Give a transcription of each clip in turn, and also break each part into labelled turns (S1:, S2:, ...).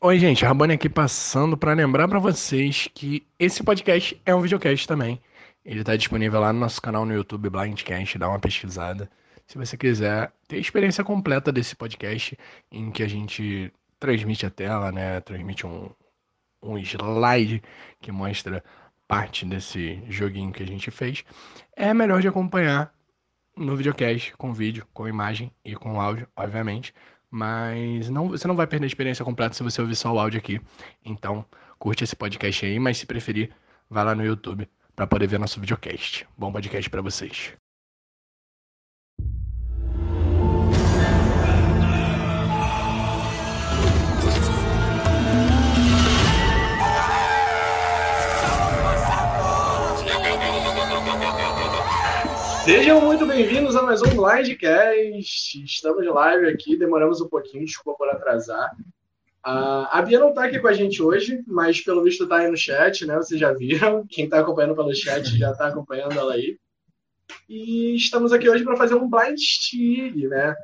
S1: Oi, gente, Rabone aqui passando para lembrar para vocês que esse podcast é um videocast também. Ele está disponível lá no nosso canal no YouTube Blindcast, dá uma pesquisada. Se você quiser ter a experiência completa desse podcast, em que a gente transmite a tela, né? Transmite um, um slide que mostra parte desse joguinho que a gente fez, é melhor de acompanhar no videocast, com vídeo, com imagem e com áudio, obviamente. Mas não, você não vai perder a experiência completa se você ouvir só o áudio aqui. Então, curte esse podcast aí, mas se preferir, vai lá no YouTube para poder ver nosso videocast. Bom podcast para vocês.
S2: Sejam muito bem-vindos a mais um Blindcast. Estamos de live aqui, demoramos um pouquinho, desculpa por atrasar. Ah, a Bia não está aqui com a gente hoje, mas pelo visto está aí no chat, né? Vocês já viram. Quem está acompanhando pelo chat já está acompanhando ela aí. E estamos aqui hoje para fazer um Blind Steal, né?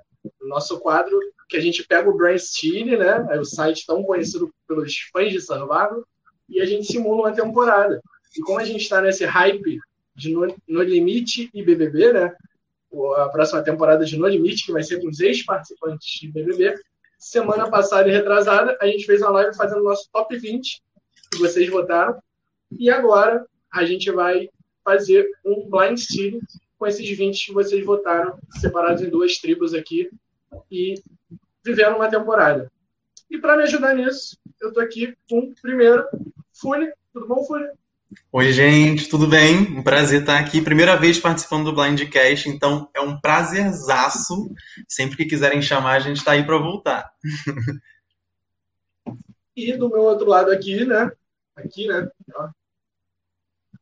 S2: O Nosso quadro que a gente pega o Blind Steal, né? É o site tão conhecido pelos fãs de Survival, e a gente simula uma temporada. E como a gente está nesse hype de no, no Limite e BBB, né? O- A próxima temporada de No Limite, que vai ser com os ex-participantes de BBB. Semana passada e retrasada, a gente fez uma live fazendo o nosso top 20, que vocês votaram. E agora a gente vai fazer um blind steal com esses 20 que vocês votaram, separados em duas tribos aqui e vivendo uma temporada. E para me ajudar nisso, eu tô aqui com o primeiro, Fune. Tudo bom, Fune?
S3: Oi, gente, tudo bem? Um prazer estar aqui. Primeira vez participando do Blindcast, então é um prazerzaço. Sempre que quiserem chamar, a gente está aí para voltar.
S2: E do meu outro lado aqui, né? Aqui, né? Ó.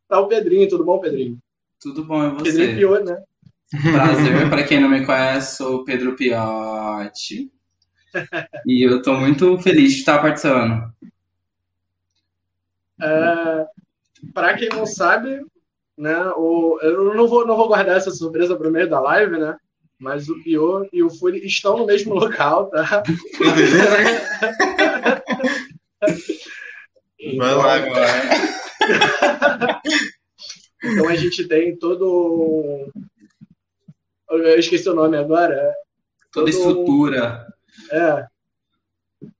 S2: Tá o Pedrinho, tudo bom, Pedrinho?
S4: Tudo bom, é
S2: Pedrinho
S4: você?
S2: pior, né?
S4: Prazer, pra quem não me conhece, sou o Pedro Piotti. E eu tô muito feliz de estar participando.
S2: É, Pra quem não sabe, né? O, eu não vou, não vou guardar essa surpresa pro meio da live, né? Mas o Pio e o Fúria estão no mesmo local, tá?
S3: Vai lá agora.
S2: Então a gente tem todo. um- Eu esqueci o nome agora.
S4: Toda estrutura.
S2: É.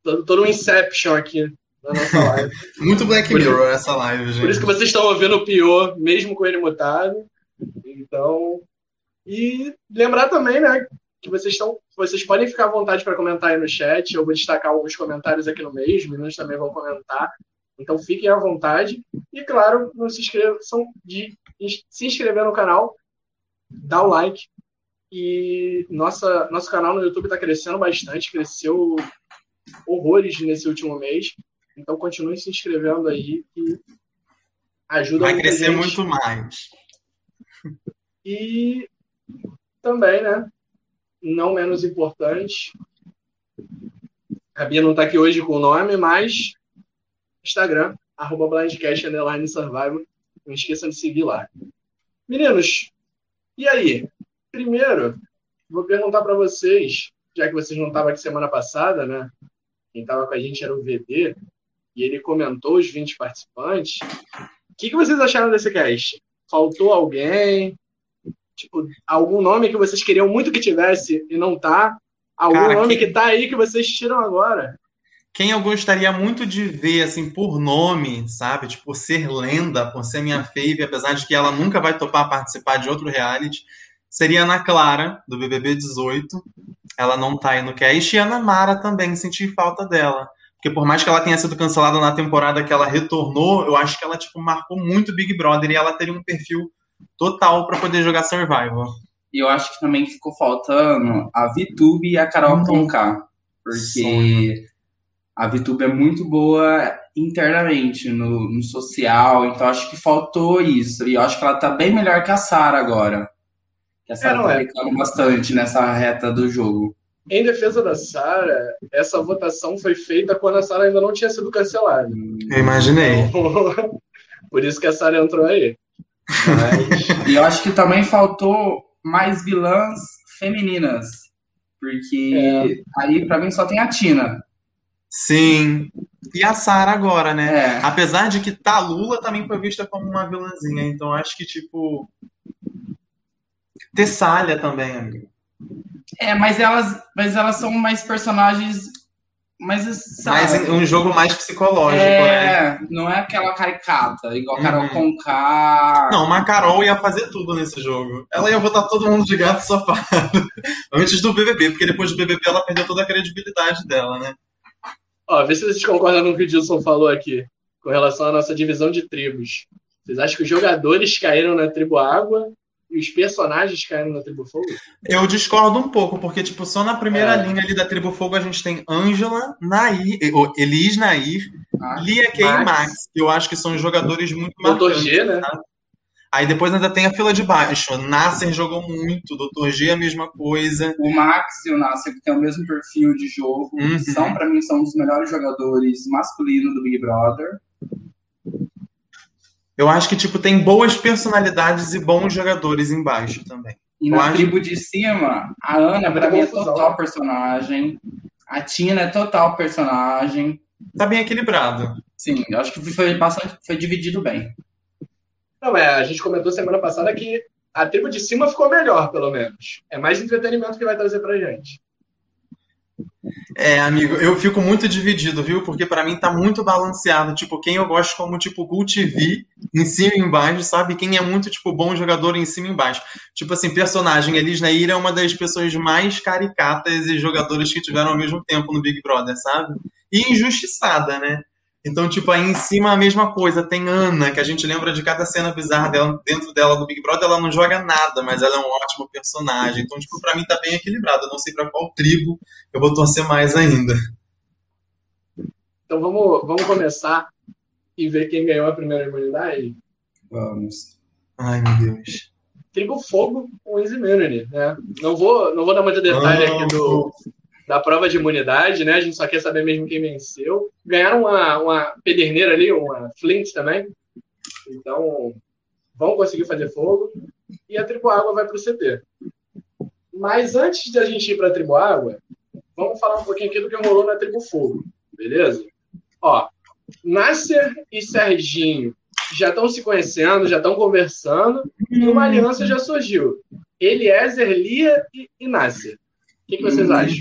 S2: Todo, todo um Inception aqui na nossa live.
S3: Muito Black Mirror essa live,
S2: Por isso
S3: gente.
S2: que vocês estão ouvindo o Pio, mesmo com ele mutado. Então. E lembrar também, né? Que vocês estão. Vocês podem ficar à vontade para comentar aí no chat. Eu vou destacar alguns comentários aqui no meio, os meninos também vão comentar. Então fiquem à vontade. E claro, não se esqueçam de se inscrever no canal, dar o like. E nossa, nosso canal no YouTube está crescendo bastante, cresceu horrores nesse último mês. Então continuem se inscrevendo aí e ajuda
S3: Vai
S2: muita
S3: crescer
S2: gente.
S3: muito mais.
S2: E também, né? Não menos importante. A Bia não está aqui hoje com o nome, mas Instagram, arroba blindcast underline survival. Não esqueçam de seguir lá. Meninos, e aí? Primeiro, vou perguntar para vocês, já que vocês não estavam aqui semana passada, né? Quem estava com a gente era o VD, e ele comentou os 20 participantes. O que, que vocês acharam desse cast? Faltou alguém? Tipo, algum nome que vocês queriam muito que tivesse e não tá? Algum
S3: Cara,
S2: nome
S3: que-
S2: que... tá aí que vocês tiram agora?
S3: Quem eu gostaria muito de ver, assim, por nome, sabe? Tipo, por ser lenda, por ser minha fave, apesar de que ela nunca vai topar participar de outro reality, seria a Ana Clara, do BBB 18. Ela não tá aí no cast. E a Ana Mara também, senti falta dela. Porque por mais que ela tenha sido cancelada na temporada que ela retornou, eu acho que ela, tipo, marcou muito Big Brother e ela teria um perfil total pra poder jogar Survivor.
S4: E eu acho que também ficou faltando a VTube e a Carol
S3: Uhum.
S4: Conká. Porque
S3: Sonho.
S4: a VTube é muito boa internamente, no, no social. Então acho que faltou isso. E eu acho que ela tá bem melhor que a Sara agora. Que a Sara
S2: não
S4: tá
S2: é.
S4: brincando bastante nessa reta do jogo.
S2: Em defesa da Sara, essa votação foi feita quando a Sara ainda não tinha sido cancelada.
S3: Eu imaginei.
S2: Por isso que a Sara entrou aí. Mas,
S4: E eu acho que também faltou mais vilãs
S3: É.
S4: femininas. Porque aí, pra mim, só tem a Tina.
S3: Sim. E a Sarah agora, né?
S4: É.
S3: Apesar de que tá Lula também foi vista como uma vilãzinha, então acho que, tipo. Tessalha também, amigo.
S4: É, mas elas, mas elas são mais personagens mais
S3: Mas
S4: sabe?
S3: em- um jogo mais psicológico, né?
S4: é, não é aquela caricata, igual
S3: Uhum.
S4: Carol Conká.
S3: Não, uma Carol ia fazer tudo nesse jogo. Ela ia botar todo mundo de gato safado. Antes do BBB, porque depois do BBB ela perdeu toda a credibilidade dela, né?
S2: Ó, vê se vocês concordam com o que o Dilson falou aqui, com relação à nossa divisão de tribos. Vocês acham que os jogadores caíram na tribo água e os personagens caíram na tribo fogo?
S3: Eu discordo um pouco, porque, tipo, só na primeira
S2: É.
S3: linha ali da Tribo Fogo a gente tem Ângela, Nair, eh, oh, Elis Nair,
S4: Ah,
S3: Lia Kay e
S4: Max.
S3: Max, que eu acho que são jogadores muito
S2: Doutor
S3: marcantes.
S2: G, né?
S3: Aí depois ainda tem a fila de baixo. Nasser jogou muito, Dr. G a mesma coisa.
S4: O Max e o Nasser, que têm o mesmo perfil de jogo,
S3: Uhum.
S4: são, pra mim, são um dos melhores jogadores masculinos do Big Brother.
S3: Eu acho que, tipo, tem boas personalidades e bons jogadores embaixo também.
S4: E
S3: Eu
S4: na
S3: acho-
S4: tribo de cima, a Ana, pra mim, é
S2: Confusão.
S4: total personagem. A Tina é total personagem.
S3: Tá bem equilibrado.
S4: Sim, eu acho que foi bastante, foi dividido bem.
S2: Não, é, a gente comentou semana passada que a tribo de cima ficou melhor, pelo menos. É mais entretenimento que vai trazer pra gente.
S3: É, amigo, eu fico muito dividido, viu? Porque pra mim tá muito balanceado. Tipo, quem eu gosto como, tipo, Cultivi em cima e embaixo, sabe? Quem é muito, tipo, bom jogador em cima e embaixo. Tipo assim, personagem, Elis Nair é uma das pessoas mais caricatas e jogadores que tiveram ao mesmo tempo no Big Brother, sabe? E injustiçada, né? Então, tipo, aí em cima a mesma coisa. Tem Ana, que a gente lembra de cada cena bizarra dela, dentro dela do Big Brother, ela não joga nada, mas ela é um ótimo personagem. Então, tipo, pra mim tá bem equilibrado. Eu não sei pra qual tribo eu vou torcer mais ainda.
S2: Então vamos, vamos começar e ver quem ganhou a primeira imunidade.
S4: Vamos.
S3: Ai, meu Deus.
S2: Tribo Fogo com Easy Immunity, né? Não vou, não vou dar muito detalhe aqui do, da prova de imunidade, né? A gente só quer saber mesmo quem venceu. Ganharam uma, uma pederneira ali, uma flint também. Então, vão conseguir fazer fogo. E a tribo água vai proceder. Mas antes da gente ir para a tribo água, vamos falar um pouquinho aqui do que rolou na tribo fogo, beleza? Ó, Nasser e Serginho já estão se conhecendo, já estão conversando, e uma aliança já surgiu. Eliezer, Lia e, e Nasser. O que que vocês
S4: Hum.
S2: acham?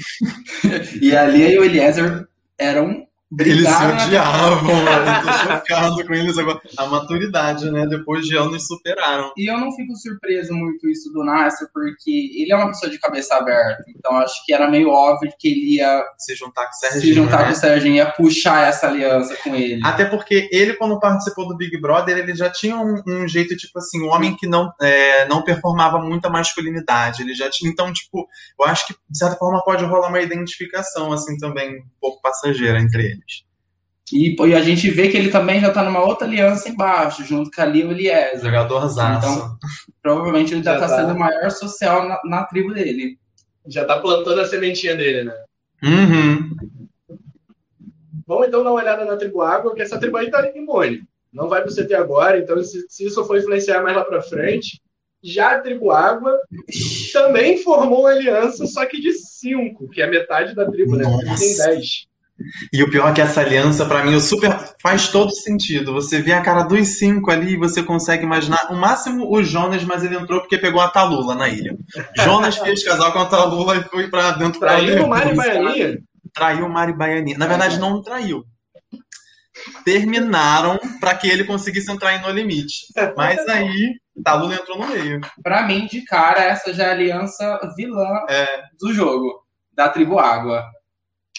S4: E a Lia e o Eliezer eram.
S3: Eles se
S4: brigaram na-
S3: odiavam, mano. Eu tô chocado com eles agora. A maturidade, né? Depois de anos superaram.
S4: E eu não fico surpreso muito isso do Nasser, porque ele é uma pessoa de cabeça aberta. Então acho que era meio óbvio que ele ia
S3: Se juntar com o
S4: se
S3: Serginho.
S4: juntar
S3: né?
S4: com o Serginho, ia puxar essa aliança com ele.
S3: Até porque ele, quando participou do Big Brother, ele já tinha um, um jeito, tipo assim, um homem que não, é, não performava muita masculinidade. Ele já tinha. Então, tipo, eu acho que, de certa forma, pode rolar uma identificação, assim, também, um pouco passageira entre eles.
S4: E, pô, e a gente vê que ele também já tá numa outra aliança embaixo, junto com a Lia e o Eliezer.
S3: Jogador
S4: Então- Provavelmente ele já,
S2: Já
S4: tá,
S2: tá.
S4: sendo o maior social na, na tribo dele.
S2: Já tá plantando a sementinha dele, né?
S3: Uhum.
S2: Vamos então dar uma olhada na tribo água, que essa tribo aí tá imune. Não vai pro CT agora, então se, se isso for influenciar mais lá pra frente. Já a tribo água também formou uma aliança, só que de cinco, que é metade da tribo, né? Porque Tem
S3: Nossa.
S2: 10.
S3: E o pior é que essa aliança, pra mim, eu super faz todo sentido. Você vê a cara dos cinco ali e você consegue imaginar. O máximo o Jonas, mas ele entrou porque pegou a Talula na ilha. Jonas fez casal com a Talula e foi pra dentro da
S2: Traindo
S3: aliança.
S2: o Mari Baianinha,
S3: Traiu o Mari Baianinha. Na verdade, não traiu. Terminaram pra que ele conseguisse entrar em No Limite. Mas aí, Talula entrou no meio.
S4: Pra mim, de cara, essa já é a aliança vilã do jogo, da tribo Água.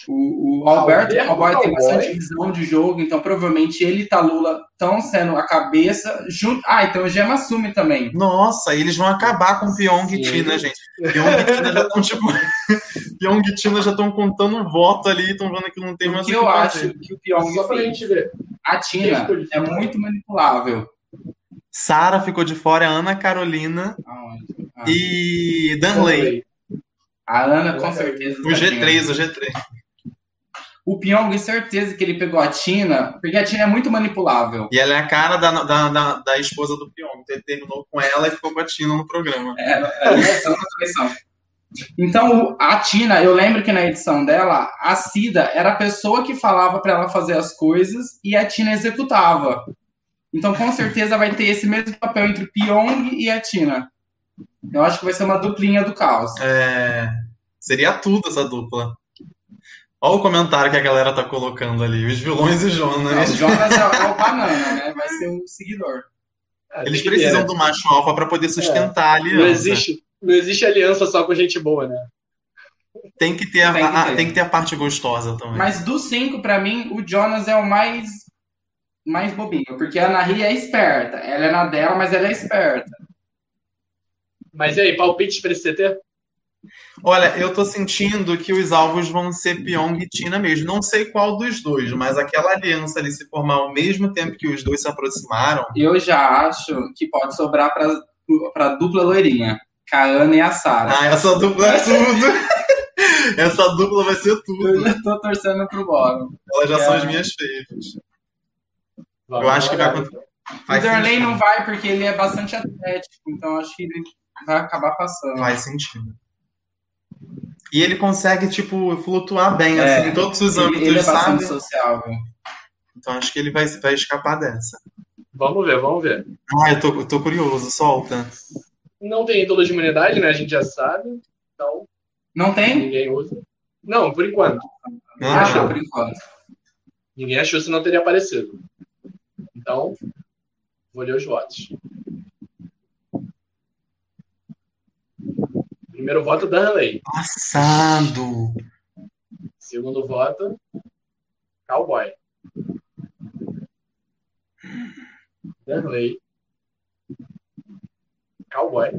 S4: O, o Alberto,
S2: Alberto
S4: o Alberto tem
S2: é Cowboy.
S4: bastante visão de jogo, então provavelmente ele e Talula estão sendo a cabeça junto. Ah, então o Gema assume também.
S3: Nossa, eles vão acabar com Pyong e
S4: Sim.
S3: Tina, gente. Pyong e Tina já estão, tipo. Pyong e Tina já estão contando voto ali, estão vendo que não tem
S4: O
S3: mais
S4: que
S3: o
S4: eu
S3: fazer.
S4: acho que o Pyong
S2: só pra
S4: fez.
S2: gente ver.
S4: A Tina é muito manipulável.
S3: Sara ficou de fora, a Ana Carolina
S4: Aonde? Ah,
S3: e Danley.
S4: A Ana, com certeza.
S3: O
S4: tá Tina.
S3: G3, o G3.
S4: O Pyong, certeza que ele pegou a Tina, porque a Tina é muito manipulável.
S3: E ela é a cara da, da, da, da esposa do Pyong. Então ele terminou com ela e ficou com a Tina no programa.
S4: É, é, é uma traição. Então, a Tina, eu lembro que na edição dela, a Cida era a pessoa que falava para ela fazer as coisas e a Tina executava. Então, com certeza, vai ter esse mesmo papel entre o Pyong e a Tina. Eu acho que vai ser uma duplinha do caos.
S3: É, seria tudo essa dupla. Olha o comentário que a galera tá colocando ali. Os vilões e o
S4: Não,
S3: Jonas.
S4: o Jonas é o banana, né? Vai ser um seguidor.
S2: Ah,
S3: Eles
S2: tem que
S3: precisam
S2: ter,
S3: do macho alfa para poder sustentar a
S2: né? Não
S3: aliança.
S2: existe, não existe aliança só com gente boa, né?
S3: Tem que ter a,
S4: Tem que
S3: a-
S4: ter.
S3: tem que ter a parte gostosa também.
S4: Mas dos cinco, pra mim, o Jonas é o mais mais bobinho, porque a Anahi é esperta. Ela é na dela, mas ela é esperta.
S2: Mas e aí, palpites pra esse CT?
S3: Olha, eu tô sentindo que os alvos vão ser Pyong e Tina mesmo. Não sei qual dos dois, mas aquela aliança ali se formar ao mesmo tempo que os dois se aproximaram.
S4: Eu já acho que pode sobrar pra, pra dupla loirinha, com a Ana e a Sara.
S3: Ah, essa dupla é tudo! Essa dupla vai ser
S4: Eu
S3: tudo.
S4: já tô torcendo pro Bob.
S3: Elas já
S4: É.
S3: são as minhas feitas. Eu acho que vai acontecer.
S4: O
S3: Faz
S4: Derley
S3: sentido.
S4: não vai porque ele é bastante atlético, então acho que ele vai acabar passando.
S3: Faz sentido. E ele consegue, tipo, flutuar bem,
S4: É.
S3: assim, em todos os
S4: Ele,
S3: âmbitos,
S4: ele é bastante
S3: sabe?
S4: social. viu?
S3: Então acho que ele vai, vai escapar dessa.
S2: Vamos ver, vamos ver.
S3: Ah, eu tô, eu tô curioso, solta.
S2: Não tem ídolo de imunidade, né? A gente já sabe. Então,
S4: Não tem?
S2: ninguém usa. Não, por enquanto.
S3: Não,
S4: Ah,
S2: não.
S4: por enquanto.
S2: Ninguém achou, senão teria aparecido. Então, vou ler os votos. Primeiro voto, Darley.
S3: Passado!
S2: Segundo voto, Cowboy. Darley. Cowboy.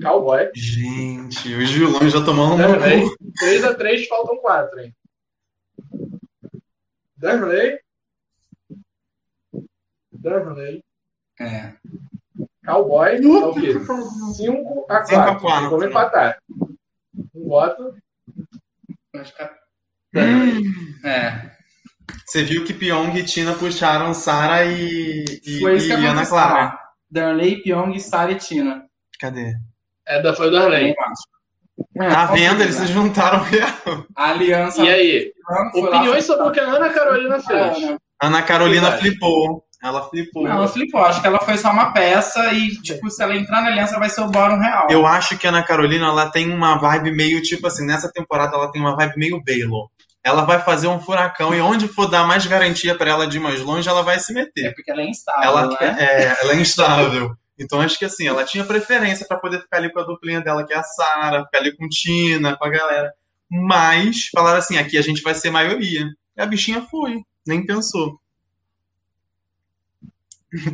S2: Cowboy.
S3: Gente, os vilões já tomando um
S4: É,
S2: Darley.
S3: cu.
S2: 3x3, faltam 4, hein? Darley. Darley.
S4: É.
S2: Cowboy. Tá o quê? 5x4.
S3: Cinco a quatro.
S2: Vamos empatar. Um voto.
S4: Acho que
S2: Darley.
S4: é.
S3: Hum. Você viu que Pyong e Tina puxaram Sara e, e,
S4: Foi isso
S3: e
S4: que
S3: Ana
S4: aconteceu.
S3: Clara.
S4: lá. Darley, Pyong, Sara e Tina.
S3: Cadê?
S2: É, da- foi o Darley.
S4: Eu acho.
S3: Tá
S4: com
S3: vendo?
S4: certeza.
S3: Eles se juntaram real.
S4: A aliança
S2: E aí?
S4: Trump foi lá-
S2: Opiniões sobre o que a Ana Carolina
S4: Ah,
S2: fez.
S4: não.
S3: Ana Carolina
S2: Verdade.
S3: flipou. Ela flipou.
S4: Não, ela flipou. Acho que ela foi só uma peça e, tipo, se ela entrar na aliança, vai ser o bórum real.
S3: Eu acho que a Ana Carolina ela tem uma vibe meio tipo assim, nessa temporada ela tem uma vibe meio Baylor. Ela vai fazer um furacão e onde for dar mais garantia pra ela de ir mais longe, ela vai se meter.
S4: É porque ela é instável,
S3: Ela
S4: né?
S3: é, ela é instável. Então acho que assim, ela tinha preferência pra poder ficar ali com a duplinha dela, que é a Sara, ficar ali com Tina, com a galera. Mas falaram assim, aqui a gente vai ser maioria. E a bichinha foi, nem pensou.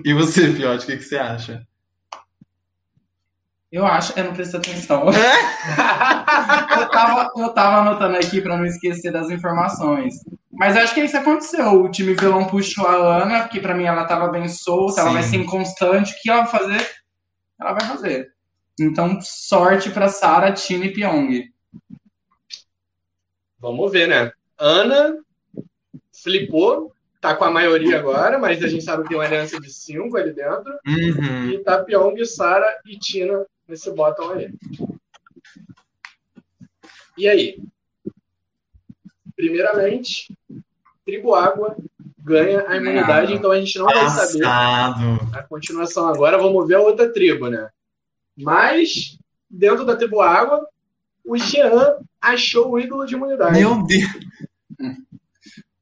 S3: E você, Fiote, o que, que você acha?
S4: Eu acho, eu não prestei atenção.
S3: É?
S4: eu, tava, eu tava anotando aqui pra não esquecer das informações. Mas eu acho que é isso que aconteceu. O time vilão puxou a Ana, porque pra mim ela tava bem solta, ela
S3: Sim.
S4: vai ser inconstante. O que ela vai fazer? Ela vai fazer. Então, sorte pra Sara, Tina e Pyong.
S2: Vamos ver, né? Ana flipou, tá com a maioria agora, mas a gente sabe que tem uma aliança de 5 ali dentro.
S3: Uhum.
S2: E tá Pyong, Sara e Tina nesse bottom aí. E aí? Primeiramente, Tribo Água ganha a imunidade,
S4: Ah.
S2: então a gente não vai saber
S3: Passado.
S2: a continuação agora, vamos ver a outra tribo, né? Mas, dentro da tribo Água, o Jean achou o ídolo de imunidade.
S3: Meu Deus,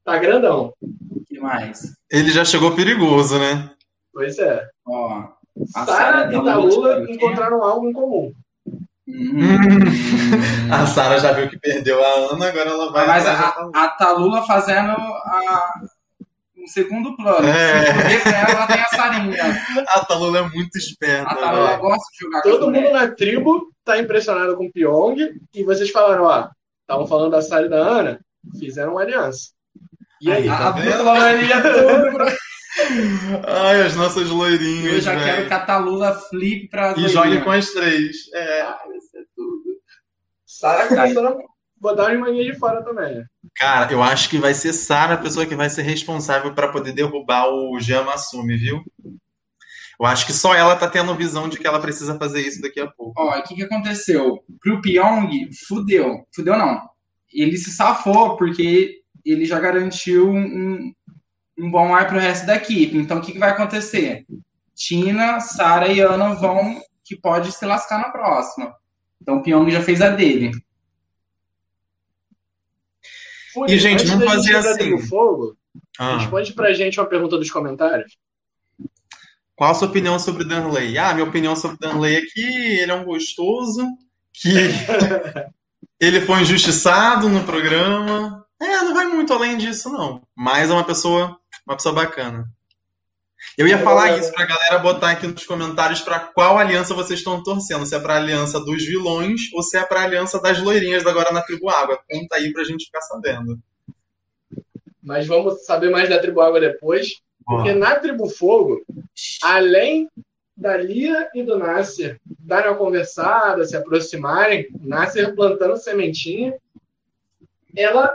S2: Tá grandão.
S4: O que mais?
S3: ele já chegou perigoso, né?
S2: Pois é.
S4: Ó. A
S2: Sara
S4: Sara
S2: e
S4: tá
S2: Taula
S4: muito bem.
S2: encontraram algo em comum.
S4: Hum.
S3: A Sara já viu que perdeu a Ana, agora ela vai.
S4: Mas
S3: atrás
S4: a,
S3: da-
S4: a Talula fazendo a, um segundo plano.
S3: É.
S4: Se poder pra ela, ela tem a Sarinha.
S3: A Talula é muito esperta.
S4: A Talula
S3: velho.
S4: gosta de jogar com
S2: Todo
S4: as
S2: mundo
S4: mulheres.
S2: na tribo tá impressionado com o Pyong. E vocês falaram, ó, estavam falando da Sara e da Ana, fizeram uma aliança. E
S3: Aí.
S2: aí?
S4: A
S3: Tá
S4: a
S3: vendo?
S4: dupla loirinha tudo. pra-
S3: Ai, as nossas
S4: Eu
S3: loirinhas.
S4: já quero
S3: velho.
S4: que a Talula flip pra
S3: é. E jogue com as três. É.
S2: Sara começou a botar as manias de fora também. né?
S3: Cara, eu acho que vai ser Sara a pessoa que vai ser responsável pra poder derrubar o Jama Assume, viu? Eu acho que só ela tá tendo visão de que ela precisa fazer isso daqui a pouco.
S4: Ó, o que que aconteceu? Pro Pyong, fudeu. Fudeu não. Ele se safou porque ele já garantiu um, um bom ar pro resto da equipe. Então, o que que vai acontecer? Tina, Sara e Ana vão que pode se lascar na próxima. Então, o Pyong já fez a dele.
S2: Furi,
S3: E, gente,
S2: antes
S3: vamos
S2: da
S3: fazer
S2: entrar
S3: assim.
S2: no Fogo,
S3: Ah.
S2: Responde pra gente uma pergunta dos comentários.
S3: Qual a sua opinião sobre o Danley? Ah, minha opinião sobre o Danley é que ele é um gostoso, que ele foi injustiçado no programa. É, não vai muito além disso, não. Mas é uma pessoa, uma pessoa bacana. Eu ia falar isso pra galera botar aqui nos comentários pra qual aliança vocês estão torcendo. Se é pra aliança dos vilões ou se é pra aliança das loirinhas da Guaraná Tribo Água. Conta aí pra gente ficar sabendo.
S2: Mas vamos saber mais da tribo água depois. Porque na tribo fogo, além da Lia e do Nasser darem uma conversada, se aproximarem, Nasser plantando sementinha, ela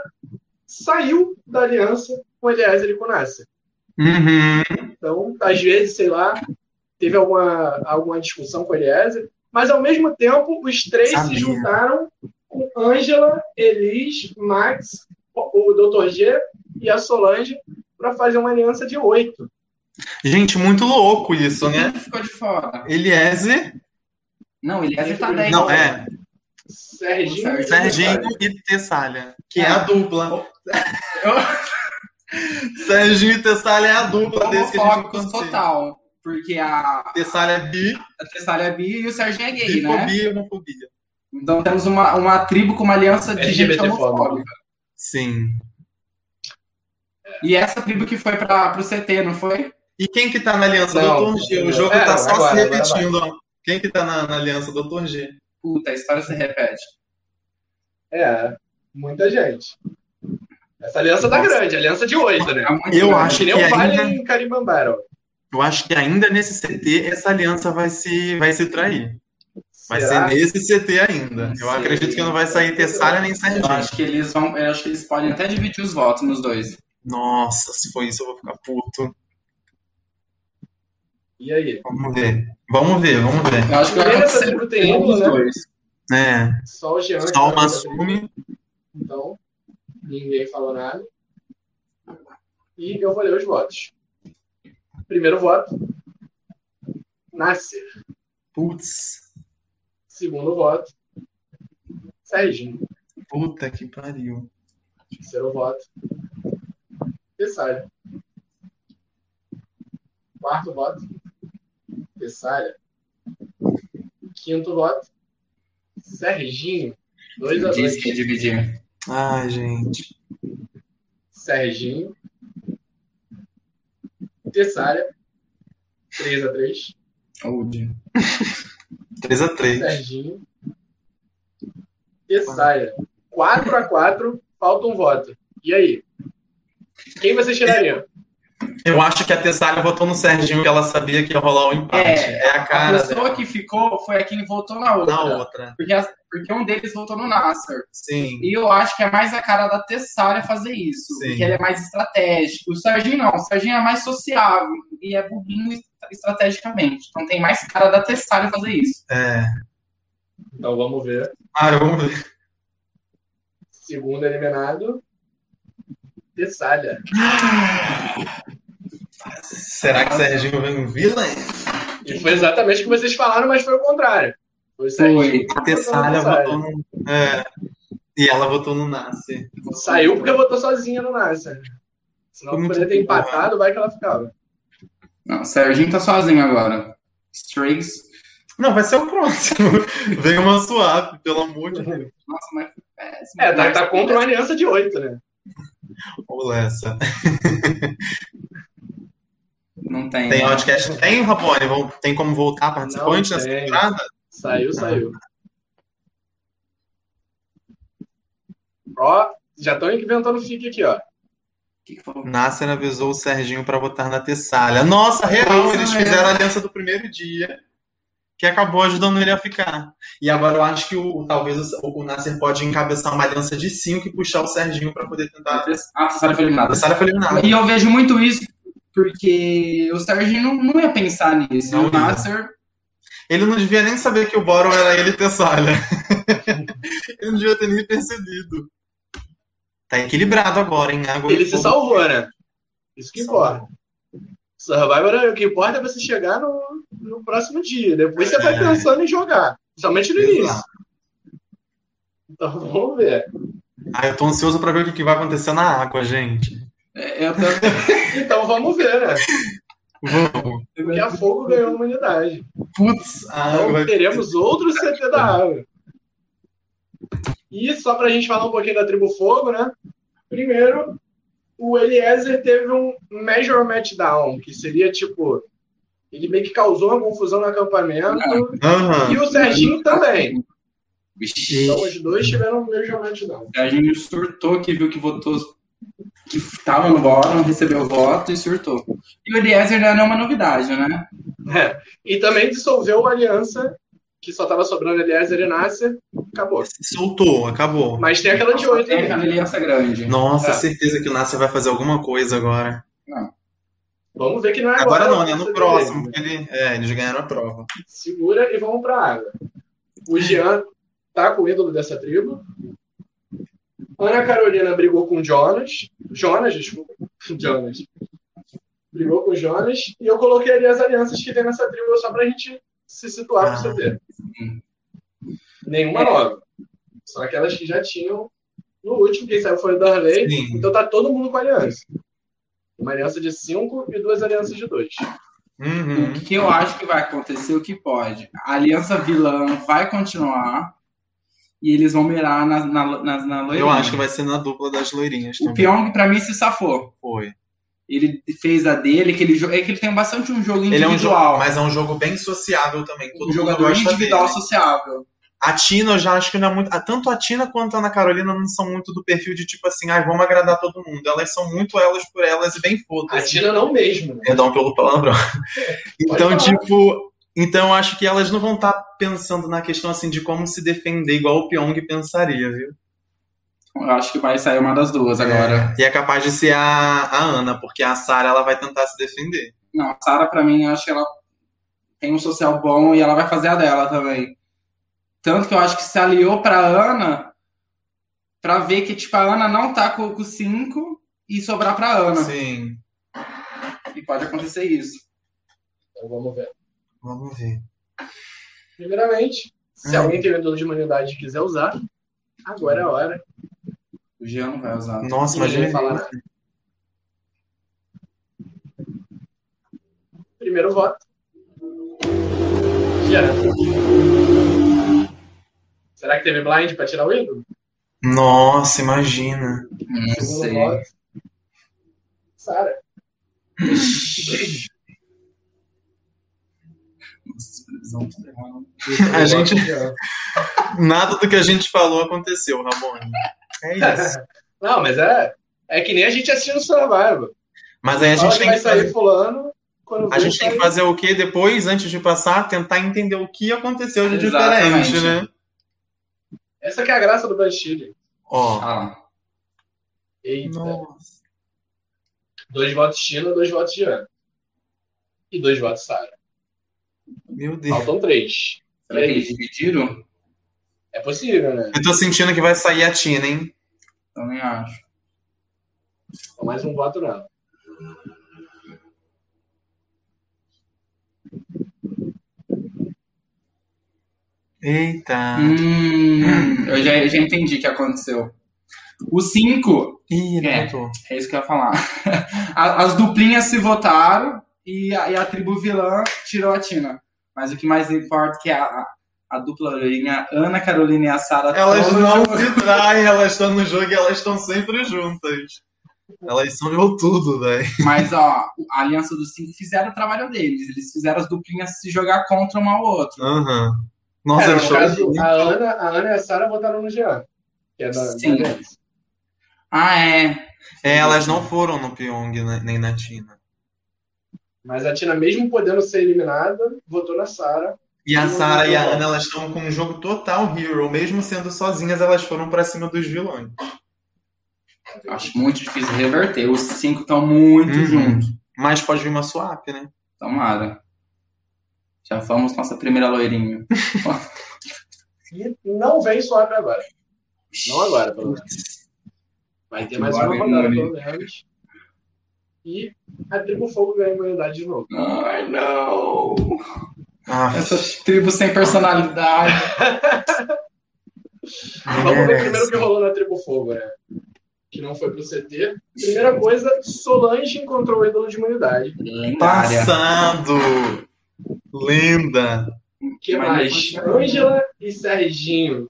S2: saiu da aliança com Eliezer e com Nasser.
S3: Uhum.
S2: Então, às vezes, sei lá, teve alguma, alguma discussão com Eliezer, mas ao mesmo tempo, os três se
S3: Sabia.
S2: juntaram com Ângela, Elis, Max, o o Dr. G e a Solange para fazer uma aliança de oito.
S3: Gente, muito louco isso, né?
S4: Quem ficou de fora?
S3: Eliezer.
S4: Não, ele ia tá 10.
S3: Não, é.
S2: Serginho,
S3: né?
S2: e
S3: Serginho e Tessalha, que é a dupla. Serginho e Tessalha é a dupla desse que a gente
S4: Homofóbicos
S3: conhece.
S4: total. Porque a,
S3: Tessalha é bi,
S4: a Tessalha é bi e o Serginho é gay, né?
S3: bifobia e homofobia.
S4: Então temos uma, uma tribo com uma aliança de gente
S2: LGBT fóbica.
S4: homofóbica.
S3: Sim.
S4: E essa tribo que foi para pro CT, não foi?
S3: E quem que tá na aliança
S2: Não,
S3: Dr. G? O
S2: não.
S3: jogo
S2: É,
S3: tá só
S2: agora,
S3: se
S2: agora
S3: repetindo. ó. Quem que tá na, na aliança Dr. G?
S4: Puta, a história se repete.
S2: É, muita gente. Essa aliança tá grande, aliança de oito, né?
S4: É muito
S3: Eu
S4: grande.
S3: acho
S2: que nem
S3: que
S2: o Vale
S3: ainda-
S2: em Carimbambara. ó.
S3: Eu acho que ainda nesse CT essa aliança vai se, vai se trair. Vai
S2: Será?
S3: ser nesse CT ainda. Eu
S4: Sim.
S3: acredito que não vai sair Tessalha nem
S4: Eu
S3: Serginho.
S4: acho que eles vão. Eu acho que eles podem até dividir os votos nos dois.
S3: Nossa, se for isso eu vou ficar puto.
S2: E aí?
S3: Vamos ver. Vamos ver, vamos ver.
S4: Eu acho que vai
S2: Primeiro essa
S4: acontecer
S2: tribo tem
S4: um dos
S2: né?
S4: dois.
S3: É.
S2: Só o Jean. que
S3: Só
S2: tá
S3: uma
S2: na tribo.
S3: assume.
S2: Então, ninguém falou nada. E eu vou ler os votos. Primeiro voto, Nasser.
S3: Putz,
S2: Segundo voto, Serginho.
S3: puta que pariu.
S2: Terceiro voto, Tessália. Quarto voto, Tessália. Quinto voto, Serginho. 2 a
S4: Diz
S2: 2
S4: que ia dividir.
S3: Ai, gente.
S2: Serginho. Tessália. 3 a 3
S4: Old.
S3: 3x3.
S2: Serginho. Tessaia. 4x4, falta um voto. E aí? Quem vocês tirariam?
S3: Eu acho que a Tessalha votou no Serginho que ela sabia que ia rolar o empate.
S4: É,
S3: É, a
S4: A
S3: cara
S4: pessoa
S3: dela.
S4: que ficou foi a quem votou na outra.
S3: na outra.
S4: Porque, as- porque um deles votou no Nasser.
S3: Sim.
S4: E eu acho que é mais a cara da Tessália fazer isso.
S3: Sim.
S4: Porque ele é mais estratégico. O Serginho não. O Serginho é mais sociável. E é bobinho estra- estrategicamente. Então tem mais cara da Tessália fazer isso.
S3: É.
S2: Então vamos ver.
S3: Ah, vamos ver.
S2: Segundo eliminado. Tessália.
S3: Será que o Serginho vem um vilão?
S2: E foi exatamente o que vocês falaram, mas foi o contrário. Foi o Serginho.
S3: A Tessalha
S2: Tessália.
S3: votou no. É. E ela votou no Nasser.
S2: Saiu porque votou sozinha no Nasser. Senão
S3: Foi muito
S2: poderia ter
S3: boa.
S2: empatado, vai que ela ficava.
S4: Não, o Serginho tá sozinho agora. Strays.
S3: Não, vai ser o próximo. Vem uma suave, pelo amor de Deus.
S4: Nossa, mas foi péssimo.
S2: É, tá, tá contra uma aliança de oito, né?
S3: Olha essa.
S4: Não tem.
S3: Tem podcast? Tem, Rabone? Vão- Tem como voltar participante
S2: Não
S3: nessa
S2: tem.
S3: temporada?
S2: Saiu, saiu. Ó, já estão inventando fique Então, aqui, ó.
S4: O que que foi?
S3: Nasser avisou o Serginho para votar na Tessalha. Nossa, real,
S4: Pois
S3: eles
S4: é.
S3: fizeram a aliança do primeiro dia, que acabou ajudando ele a ficar. E agora eu acho que o, talvez o, o Nasser pode encabeçar uma aliança de cinco e puxar o Serginho para poder tentar.
S4: Ah, Tessália foi eliminada.
S3: A Tessalha foi eliminada.
S4: E eu vejo muito isso Porque o Serginho não, não ia pensar nisso.
S3: Não
S4: o
S3: ia.
S4: Nasser
S3: Ele não devia nem saber que o Boron era ele e Tessalha. ele não devia ter nem percebido. Tá equilibrado agora, hein? Água
S2: Ele
S3: e
S2: se
S3: fogo.
S2: salvou, né? Isso que importa. Survivor, é- o que importa é você chegar no, no próximo dia. Depois você vai
S3: É.
S2: pensando em jogar. Principalmente no
S3: Exato.
S2: início. Então vamos ver.
S3: Ah, eu tô ansioso pra ver o que, que vai acontecer na água, gente.
S4: é, eu também-
S2: Então vamos ver, né?
S3: Vamos.
S2: Porque a Fogo ganhou a humanidade.
S4: Putz,
S3: A
S2: Então
S3: água.
S2: teremos outro CT da água. E só pra gente falar um pouquinho da tribo Fogo, né? Primeiro, o Eliezer teve um measurement down, que seria tipo. Ele meio que causou uma confusão no acampamento.
S3: Aham.
S2: E o Serginho também.
S4: Vixe,
S2: Então os dois tiveram um measurement down.
S4: o Serginho surtou que viu que votou. Que tava no Boron, recebeu o voto e surtou. E o Eliezer não é nenhuma novidade, né?
S2: É. E também dissolveu a aliança, que só tava sobrando Eliezer e Nasser. Acabou.
S3: Se Soltou, acabou.
S2: Mas tem aquela de oito,
S4: É
S2: hein?
S4: aquela aliança grande.
S3: Nossa,
S2: É.
S3: certeza que o Nasser vai fazer alguma coisa agora.
S2: Vamos ver que não é
S3: Agora
S2: agora.
S3: não, né? No
S2: Nasser
S3: próximo.
S2: dele.
S3: porque Ele, é, eles ganharam a prova.
S2: Segura e vamos pra água. O Jean tá com o ídolo dessa tribo. Ana Carolina brigou com Jonas. Jonas, desculpa. Jonas. Brigou com Jonas. E eu coloquei ali as alianças que tem nessa tribo só pra gente se
S3: Ah.
S2: situar
S3: É.
S2: pro CT. Nenhuma nova. Só aquelas que já tinham. No último, quem saiu foi o Darley.
S3: Sim.
S2: Então tá todo mundo com aliança. Uma aliança de cinco e duas alianças de dois.
S3: Uhum.
S4: O que eu acho que vai acontecer, o que pode. A aliança vilã vai continuar e eles vão mirar na, na, na, na loirinha.
S3: Eu acho que vai ser na dupla das loirinhas
S4: O
S3: também.
S4: Pyong, pra mim, se safou.
S3: Foi.
S4: Ele fez a dele, que ele, jo- é que ele tem bastante um jogo
S3: Ele é um jogo,
S4: individual.
S3: mas é um jogo bem sociável também. Todo
S4: um
S3: mundo
S4: jogador
S3: gosta
S4: individual
S3: dele.
S4: sociável.
S3: A Tina, eu já acho que não é muito. ah, Tanto a Tina quanto a Ana Carolina não são muito do perfil de tipo assim, ai, vamos agradar todo mundo. Elas são muito elas por elas e bem
S2: A
S3: foda-se.
S2: Tina não mesmo, né?
S3: Perdão pelo palavrão. Então,
S2: falar.
S3: tipo, então eu acho que elas não vão estar pensando na questão assim de como se defender igual o Pyong pensaria, viu?
S4: Eu acho que vai sair uma das duas agora.
S3: E é capaz de ser a, a Ana, porque a Sarah ela vai tentar se defender.
S4: Não, a Sarah, pra mim, eu acho que ela tem um social bom e ela vai fazer a dela também. Tanto que eu acho que se aliou pra Ana pra ver que, tipo, a Ana não tá com o 5 e sobrar pra Ana.
S3: Sim.
S4: E pode acontecer isso.
S2: Então vamos ver.
S3: Vamos ver.
S2: Primeiramente, se
S3: Ah.
S2: alguém tem o ídolo de humanidade e quiser usar, agora é a hora.
S4: O Jean não vai usar.
S3: Nossa,
S2: Ninguém
S3: imagina.
S2: vai falar nada. Primeiro voto. Jean. Será que teve blind pra tirar o ídolo?
S3: Nossa, imagina.
S4: Não
S2: Segundo
S4: sei.
S2: voto. Sara.
S4: Nossa, eles vão tudo errado.
S3: A gente-
S2: Jean.
S3: Nada do que a gente falou aconteceu, Ramon. É isso.
S2: Não, mas é, é que nem a gente assistindo Survivor.
S3: Mas aí a
S2: A gente
S3: gente tem
S2: vai
S3: que
S2: sair fulano. Quando
S3: A
S2: vê,
S3: gente tem que
S2: sai-
S3: fazer o que depois, antes de passar, tentar entender o que aconteceu de
S4: Exatamente.
S3: diferente, né?
S2: Essa que é a graça do Bastille.
S3: Ó.
S4: Ah, lá.
S2: Eita.
S3: Nossa.
S2: Dois votos China, dois votos Jean. E dois votos Sara.
S3: Meu Deus.
S2: Faltam três.
S4: Será que eles dividiram?
S2: É possível, né?
S3: Eu tô sentindo que vai sair a Tina, hein?
S4: Também acho.
S2: Então, mais um voto não.
S3: Eita.
S4: Hum, eu já, eu já entendi o que aconteceu. O 5
S3: Ih, né, ele
S4: É.
S3: botou.
S4: É isso que eu ia falar. A- As duplinhas se votaram e a, e a tribo vilã tirou a Tina. Mas o que mais importa é que a, a, a dupla loirinha, Ana Carolina e a Sara
S3: Elas
S4: tão no
S3: não
S4: jogo.
S3: se traem, elas estão no jogo e elas estão sempre juntas. Elas são meu tudo, velho.
S4: Mas ó, a Aliança dos Cinco fizeram o trabalho deles. Eles fizeram as duplinhas se jogar contra uma ao outro.
S3: Aham. Nossa,
S2: É,
S3: eu
S2: no
S3: show.
S2: caso, a Ana, a Ana e a Sara votaram no Jean. Que é da,
S4: Sim.
S2: da Aliança.
S4: Ah, é.
S3: É, elas não foram no Pyong, né, nem na Tina.
S2: Mas a Tina, mesmo podendo ser eliminada, votou na Sara.
S3: E a
S2: Não,
S3: Sarah e a
S2: não.
S3: Ana, elas estão com um jogo total hero. Mesmo sendo sozinhas, elas foram pra cima dos vilões.
S4: Eu Acho muito difícil reverter. Os cinco estão muito
S3: Uhum.
S4: juntos.
S3: Mas pode vir uma swap, né?
S4: Tomara. Já vamos nossa primeira loirinha.
S2: E não vem swap agora. Não agora, pelo menos. Vai ter mais uma
S4: Agora,
S2: rodada,
S4: hein,
S2: pelo menos. E a tribo fogo ganha imunidade de novo.
S4: Ai, não.
S3: Ah,
S4: Essas tribos sem personalidade.
S3: É.
S2: Vamos ver primeiro o que rolou na tribo fogo, né? Que não foi pro CT. Primeira coisa, Solange encontrou o ídolo de imunidade.
S4: Lendária.
S3: Passado! Linda!
S2: que mais?
S4: Mas-
S2: Ângela e Serginho.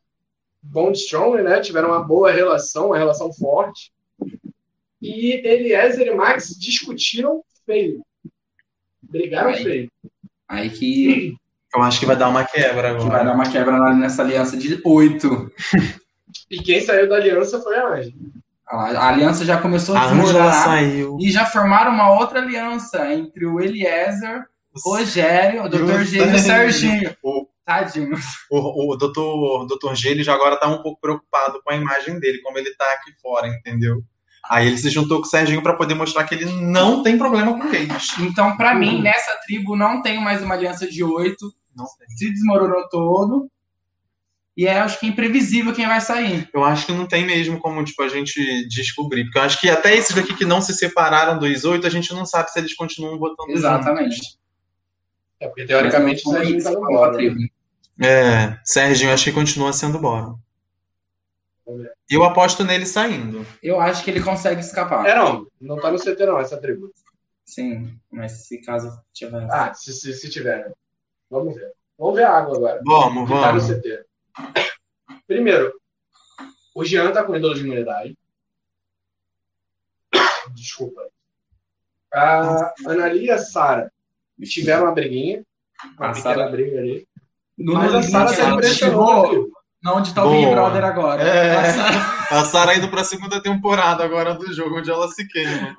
S2: Bond Strong, né? Tiveram uma boa relação, uma relação forte. E Eliezer e Max discutiram feio. Brigaram
S4: Aí.
S2: feio.
S4: Aí que,
S3: Eu acho que vai dar uma quebra
S4: que vai
S3: agora.
S4: dar uma quebra na- nessa aliança de oito.
S2: E quem saiu da aliança foi a Ângela.
S4: A, a aliança já começou
S3: A
S4: a
S3: Angela
S4: desmoronará.
S3: saiu.
S4: E já formaram uma outra aliança entre o Eliezer, Rogério, o Dr. Gênio e o Serginho.
S3: O,
S4: Tadinho.
S3: o, o doutor, doutor G, ele já agora tá um pouco preocupado com a imagem dele, como ele tá aqui fora, entendeu? Aí ele se juntou com o Serginho pra poder mostrar que ele não tem problema com gays.
S4: Então, pra mim, nessa tribo não tem mais uma aliança de oito.
S3: Não tem.
S4: Se desmoronou todo. E é, acho que é imprevisível quem vai sair.
S3: Eu acho que não tem mesmo como, tipo, a gente descobrir. Porque eu acho que até esses daqui que não se separaram dos oito, a gente não sabe se eles continuam votando
S4: Exatamente.
S2: É porque, teoricamente, o
S4: Mas
S2: Serginho
S4: não
S2: estava
S4: tem como
S2: embora.
S4: a
S2: né?
S4: tribo.
S3: juntos. É, Serginho, acho que continua sendo bora. Eu aposto nele saindo.
S4: Eu acho que ele consegue escapar.
S2: É, não. Não tá no CT, não, essa tribo.
S4: Sim, mas se caso tiver.
S2: Ah, se, se, se tiver. né? Vamos ver. Vamos ver a água agora.
S3: Vamos,
S2: que tá no
S3: vamos.
S2: CT. Primeiro, o Jean tá com ídolo de imunidade. Desculpa. A Analia e a Sara tiveram uma briguinha. Uma
S4: A
S2: pequena
S4: Ah, Sara-
S2: briga ali.
S4: No
S2: Mas a
S4: limite,
S2: Sara tá
S4: ela
S2: impressionando.
S4: chegou
S2: aqui.
S4: é na onde tá o Big
S3: Boa.
S4: Brother agora.
S3: É.
S4: A Sara-
S3: A Sara indo pra segunda temporada agora do jogo, onde ela se queima.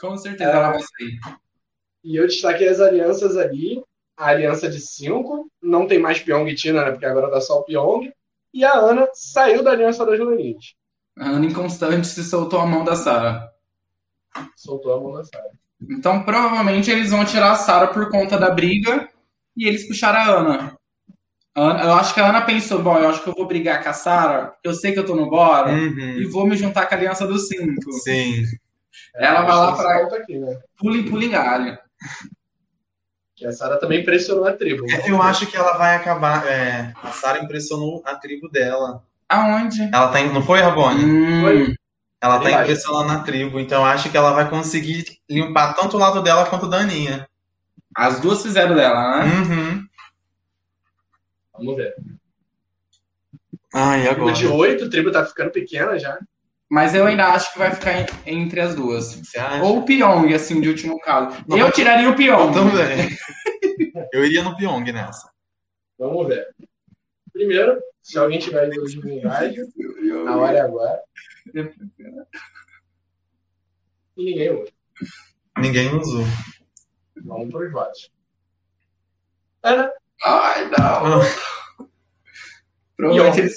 S4: Com certeza ela vai sair.
S2: E eu destaquei as alianças ali. A aliança de 5. Não tem mais Pyong e Tina, né? Porque agora tá só o Pyong. E a Ana saiu da aliança das Leninhas.
S4: A Ana Inconstante se soltou a mão da Sara.
S2: Soltou a mão da Sara.
S4: Então provavelmente eles vão tirar a Sara por conta da briga e eles puxaram a Ana. A Ana- Eu acho que a Ana pensou, bom, eu acho que eu vou brigar com a Sara, porque eu sei que eu tô no bora, e
S3: Uhum.
S4: vou me juntar com a Aliança dos Cinco.
S3: Sim.
S4: Ela vai lá pra-
S2: Volta aqui, né?
S4: Pule, pule galho.
S2: Que a Sara também pressionou a tribo.
S3: Eu acho que ela vai acabar. é, a Sara impressionou a tribo dela.
S4: Aonde?
S3: Ela tá. em- Não foi, Rabone?
S4: Hum,
S3: Ela tá
S2: Verdade.
S3: impressionando a tribo, então eu acho que ela vai conseguir limpar tanto o lado dela quanto o da Aninha.
S4: as duas fizeram dela, né?
S3: Uhum.
S2: Vamos ver.
S3: Ai,
S2: Tribo de 8, a tribo tá ficando pequena já.
S4: Mas eu ainda acho que vai ficar en- entre as duas.
S3: Você acha?
S4: Ou o Pyong, assim, de último caso.
S3: É. Não,
S4: eu
S3: mas-
S4: tiraria o
S3: Eu
S4: Pyong.
S3: também. eu iria no Pyong nessa.
S2: Vamos ver. Primeiro, se alguém tiver ídolo de imunidade, a hora é agora. E ninguém usa.
S3: Ninguém usou.
S2: Vamos pros votos. Ana,
S4: Ai, não. Provavelmente eles...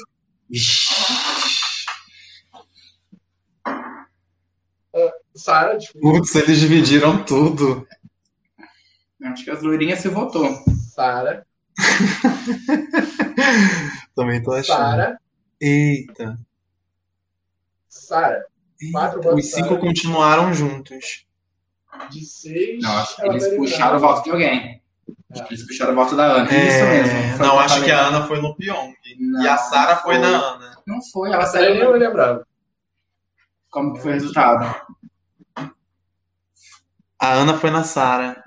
S2: Sara, desculpa.
S3: Putz, eles dividiram tudo.
S4: Acho que as loirinhas se votou.
S2: Sara,
S3: Também tô achando.
S2: Sara,
S3: Eita.
S2: Sara. Quatro
S3: Eita,
S2: votos
S3: Os cinco
S2: para.
S3: continuaram juntos.
S2: De seis.
S4: Não, acho que
S2: ela tá
S4: eles
S2: vai eliminar.
S4: puxaram o voto de alguém. Acho que eles puxaram o voto da Ana. Isso
S3: É,
S4: mesmo. Foi o
S3: Não,
S4: eu
S3: acho que
S4: falei.
S3: a Ana foi no Pyong. e
S4: Não,
S3: a Sara foi
S4: não
S3: na Ana.
S4: Não foi, ela
S2: Sara, eu nem
S4: saiu.
S2: me lembrava.
S4: Como que foi o resultado?
S3: A Ana foi na Sara.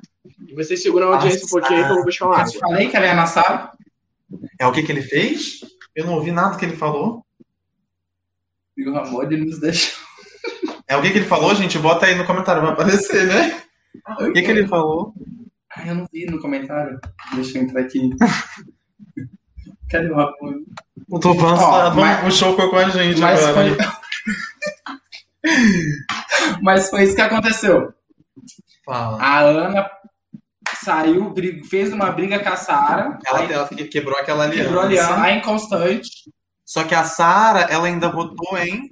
S2: E vocês seguram a audiência um pouquinho aí que eu vou buscar uma
S4: Ah, Eu te
S2: água.
S4: falei que ela ia na Sara.
S3: É o que que ele fez? Eu não ouvi nada que ele falou.
S4: E o amor ele nos deixou.
S3: É o que que ele falou, gente? Bota aí no comentário, vai aparecer, né? O que, que ele falou?
S4: Ah, eu não vi no comentário. Deixa eu entrar aqui. Cadê o apoio?
S3: O Tupan
S4: Ó,
S3: oh,
S4: mas-
S3: puxou com a gente
S4: Mas
S3: agora.
S4: foi... Mas foi isso que aconteceu.
S3: Fala.
S4: A Ana saiu, brig- fez uma briga com a Sara.
S3: Ela,
S4: aí
S3: ela que- quebrou aquela aliança.
S4: Quebrou a aliança. A inconstante.
S3: Só que a Sara, ela ainda votou em.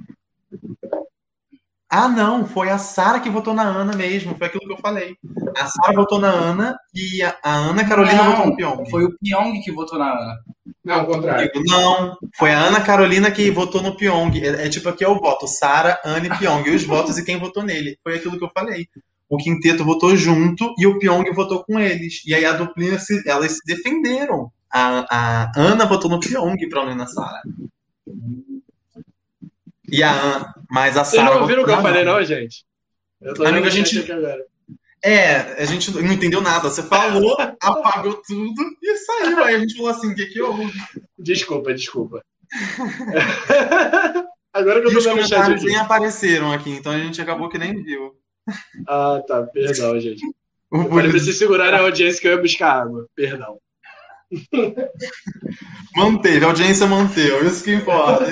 S3: Ah, não, foi a Sara que votou na Ana mesmo, foi aquilo que eu falei. A Sara votou na Ana e a, a Ana Carolina votou no Pyong.
S4: Foi o Pyong que votou na Ana.
S2: Não, ao contrário.
S3: Não, foi a Ana Carolina que votou no Pyong. É, é tipo aqui é o voto, Sara, Ana e Pyong. E os votos e quem votou nele. Foi aquilo que eu falei. O quinteto votou junto e o Pyong votou com eles. E aí a duplinha, se- elas se defenderam. A, a Ana votou no Pyong pra não ir na Sara. E a Ana, mas a
S2: Vocês
S3: Sara
S2: não ouviram o que
S3: votou na
S2: eu falei,
S3: Ana.
S2: não, gente? Eu tô
S3: Amigo,
S2: lendo
S3: a gente-
S2: aqui agora.
S3: É, a gente não entendeu nada. Você falou, apagou tudo e saiu. Aí a gente falou assim, que que eu
S2: Desculpa, desculpa. agora que
S3: E
S2: eu tô
S3: os
S2: vendo o chat
S3: comentários
S2: aqui.
S3: nem apareceram aqui, então a gente acabou que nem viu.
S2: Ah, tá, perdão, gente.
S3: O
S2: Eu falei pra
S3: Bully
S2: vocês segurarem a audiência que eu ia buscar água. Perdão.
S3: manteve, a audiência manteve, isso que importa.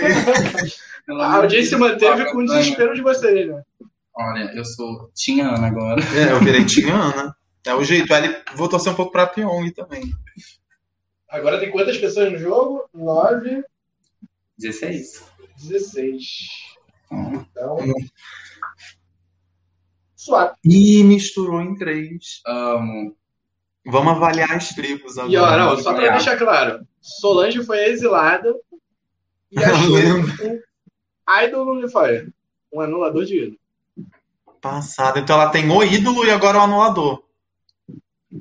S4: Pelo
S2: A
S4: amor de
S2: audiência
S4: Deus,
S2: manteve com o
S4: Ana.
S2: desespero de vocês, né?
S4: Olha, eu sou Tinha Ana agora.
S3: É, eu virei Team Ana. É o jeito. Aí ele vou torcer um pouco pra Pyong também.
S2: Agora tem quantas pessoas no jogo? 9,
S4: 16.
S2: 16.
S4: Hum.
S2: Então. Suave.
S3: Ih, misturou em três.
S4: Amo.
S3: Vamos avaliar as tribos agora.
S2: E ó, não, só pra deixar claro: Solange foi exilada e achou
S3: Lembro.
S2: um idol no Unifire um anulador de ídolo.
S3: Passado. Então ela tem o ídolo e agora o anulador.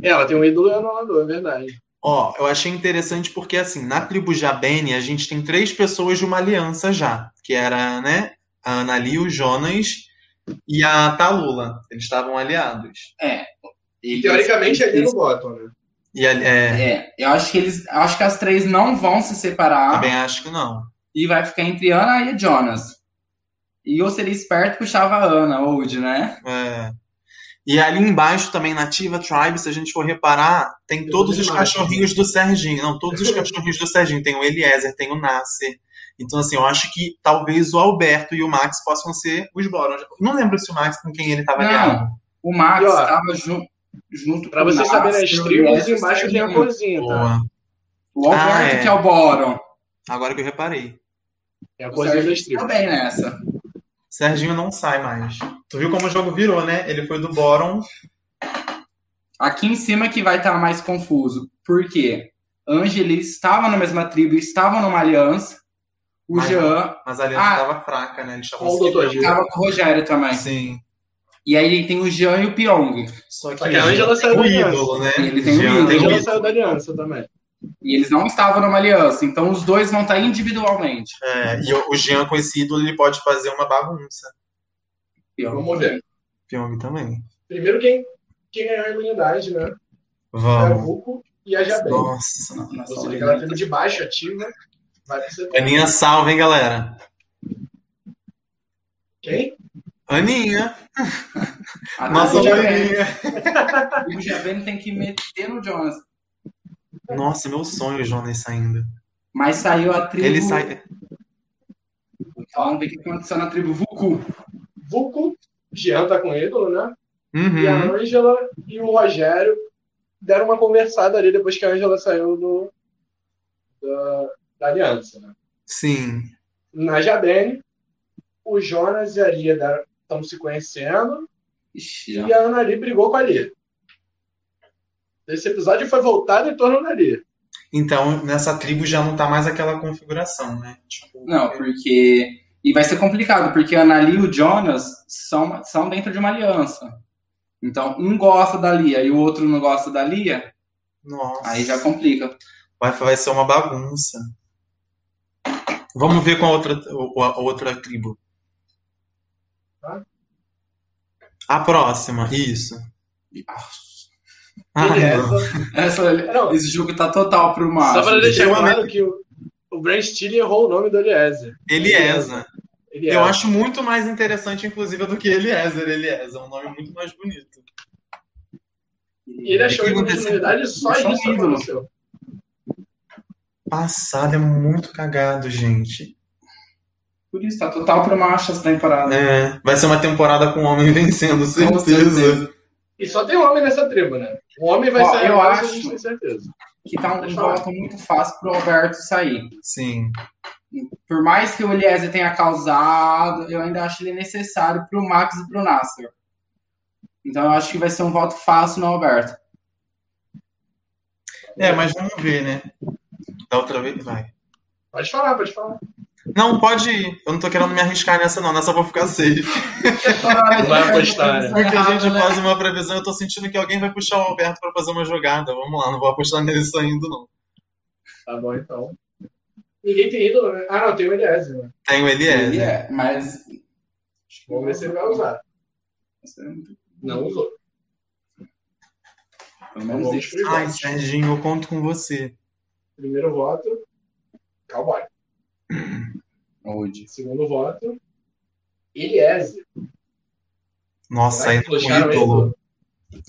S2: Ela tem um ídolo e um anulador, é verdade.
S3: Ó, eu achei interessante porque, assim, na tribo Jabene, a gente tem três pessoas de uma aliança já, que era, né, a Anali, o Jonas e a Talula. Eles estavam aliados.
S4: É.
S2: E
S4: Eles-
S2: teoricamente ali
S4: eles-
S2: no bottom, né?
S3: E, ali- é,
S4: É, eu acho que eles. Acho que as três não vão se separar.
S3: também acho que não.
S4: E vai ficar entre Ana e Jonas. E eu seria esperto e puxava a Ana, Old, né?
S3: É. E ali embaixo também, na Nativa Tribe, se a gente for reparar, tem
S2: Tem
S3: todos os
S2: demais.
S3: cachorrinhos do Serginho. Não, todos os cachorrinhos do Serginho. Tem o Eliezer, tem o Nasser. Então, assim, eu acho que talvez o Alberto e o Max possam ser os Borons. Não lembro se o Max com quem ele estava
S4: Não.
S3: aliado.
S4: O Max
S2: E, ó,
S4: tava ju- junto
S2: Pra
S4: com o
S2: vocês
S4: Max,
S2: saberem as
S4: o
S2: tribos,
S4: Elias,
S2: embaixo tem a
S4: Serginho.
S2: corzinha, tá?
S3: Boa.
S4: O Alberto
S3: Ah, é.
S4: que é o Boron.
S3: Agora que eu reparei.
S2: Tem a
S4: O
S2: corzinha das
S4: Serginho
S2: tribos.
S4: também Tá nessa.
S3: Serginho não sai mais. Tu viu como o jogo virou, né? Ele foi do Boron.
S4: Aqui em cima que vai estar mais confuso. Por quê? Angeli estava na mesma tribo, estava numa aliança. O
S3: Ah,
S4: Jean
S3: Mas a aliança
S4: Ah.
S3: estava fraca, né? Eles estavam
S2: Ó, o
S3: se
S2: doutor
S3: quebrando.
S4: estava com o Rogério também.
S3: Sim.
S4: E aí tem o Jean e o Pyong.
S3: Só que,
S2: Só que a Ângela saiu
S3: o
S2: da aliança.
S3: ídolo, né?
S4: Ele tem o
S3: Jean
S4: ídolo.
S2: A
S3: tem
S2: Angela
S3: ídolo.
S2: saiu da aliança também.
S4: E eles não estavam numa aliança. Então os dois vão estar individualmente.
S3: É, e o- o Jean com esse ídolo, ele pode fazer uma bagunça.
S2: Vamos ver.
S3: Pyong também.
S2: Primeiro quem, quem ganhou a imunidade, né? É o
S3: Vamos.
S2: Vuko e a Jabem.
S3: Nossa.
S4: é
S2: Ou seja, aquela tribo de baixo ativa vai pra você.
S3: Aninha salva, hein, galera?
S2: Quem?
S3: Aninha.
S4: A
S3: Nossa,
S4: Nossa,
S3: Aninha.
S4: o Javen tem que meter no Jonas.
S3: Nossa, meu sonho, o Jonas saindo.
S4: Mas saiu a tribo.
S2: Uhum.
S3: Ele sai.
S4: Então, Vamos ver o que aconteceu na tribo Vuku.
S2: Vuko, Jean tá com ídolo, né? E a
S3: Uhum.
S2: Ângela e o Rogério deram uma conversada ali depois que a Ângela saiu do, da, da aliança. Né?
S3: Sim.
S2: Na Jabene, o Jonas e a Lia estão se conhecendo
S4: Ixi, já.
S2: e a Ana Lia brigou com a Lia. Esse episódio foi voltado em torno da Lia.
S3: Então, nessa tribo já não tá mais aquela configuração, né? Tipo,
S4: Não, porque. E vai ser complicado, porque a Anali e o Jonas são, são dentro de uma aliança. Então, um gosta da Lia e o outro não gosta da Lia,
S3: Nossa.
S4: aí já complica.
S3: vai, vai ser uma bagunça. Vamos ver com a outra, o- a outra tribo.
S2: Tá.
S3: A próxima, isso.
S4: Ah,
S3: Ah, não.
S2: Beleza.
S4: Essa,
S2: Não.
S4: esse jogo tá total pro mar.
S2: é Só pra deixar
S3: Eu
S2: claro que o, o Brent Steele errou o nome do Eliezer.
S3: Eliezer.
S2: Ele é
S3: Eu
S2: erra.
S3: acho muito mais interessante, inclusive, do que Eliezer. Eliezer é um nome muito mais bonito.
S2: E ele achou
S3: O que
S2: que
S3: aconteceu?
S2: oportunidade só
S4: Achou
S2: isso
S4: um ídolo.
S2: aconteceu.
S3: Passado é muito cagado, gente.
S4: Por isso, tá total pro macho essa temporada.
S3: É, vai ser uma temporada com o homem vencendo,
S4: Com
S3: certeza.
S2: E só tem homem nessa tribo, né? O homem vai
S4: Ó,
S2: sair
S4: eu
S2: agora,
S4: acho-
S2: isso a gente tem certeza.
S4: Que tá um, um voto muito fácil pro Alberto sair.
S3: Sim.
S4: Por mais que o Eliezer tenha causado, eu ainda acho ele necessário para o Max e para o Nasser. Então eu acho que vai ser um voto fácil no Alberto.
S3: É, mas vamos ver, né? Da outra vez, vai.
S2: Pode falar, pode falar.
S3: Não, pode ir. Eu não tô querendo me arriscar nessa, não. Nessa eu vou ficar safe.
S2: Vai apostar, né?
S3: Porque a gente
S4: Errado, né?
S3: faz uma previsão, eu tô sentindo que alguém vai puxar o Alberto pra fazer uma jogada. Vamos lá, não vou apostar nele saindo, não.
S2: Tá bom, então. Ninguém tem ídolo, né? Ah, não, tem o Eliezer, né?
S3: Tem o Eliezer.
S4: Ele é, mas.
S2: Vamos ver se ele vai usar. Não usou.
S4: Pelo
S2: Então
S4: menos
S2: vamos
S4: isso.
S2: pro
S3: Ai,
S2: voto.
S3: Serginho, eu conto com você.
S2: Primeiro voto, Cowboy.
S4: Hoje.
S2: Segundo voto, Eliezer.
S3: Nossa, aí
S2: Será que
S3: com
S2: puxaram ele?
S3: ídolo.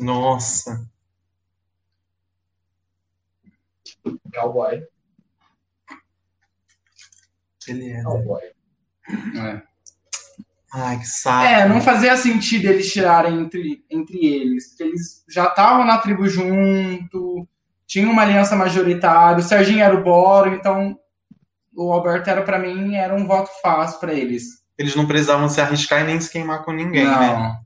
S3: Nossa.
S2: Cowboy,
S3: Eliezer.
S2: Cowboy.
S4: É.
S3: Ai, que saco.
S4: É, não fazia sentido eles tirarem entre, entre eles, porque eles já estavam na tribo junto, tinham uma aliança majoritária, o Serginho era o Boro, então o Alberto era para mim era um voto fácil para eles.
S3: Eles não precisavam se arriscar e nem se queimar com ninguém, né?
S4: não,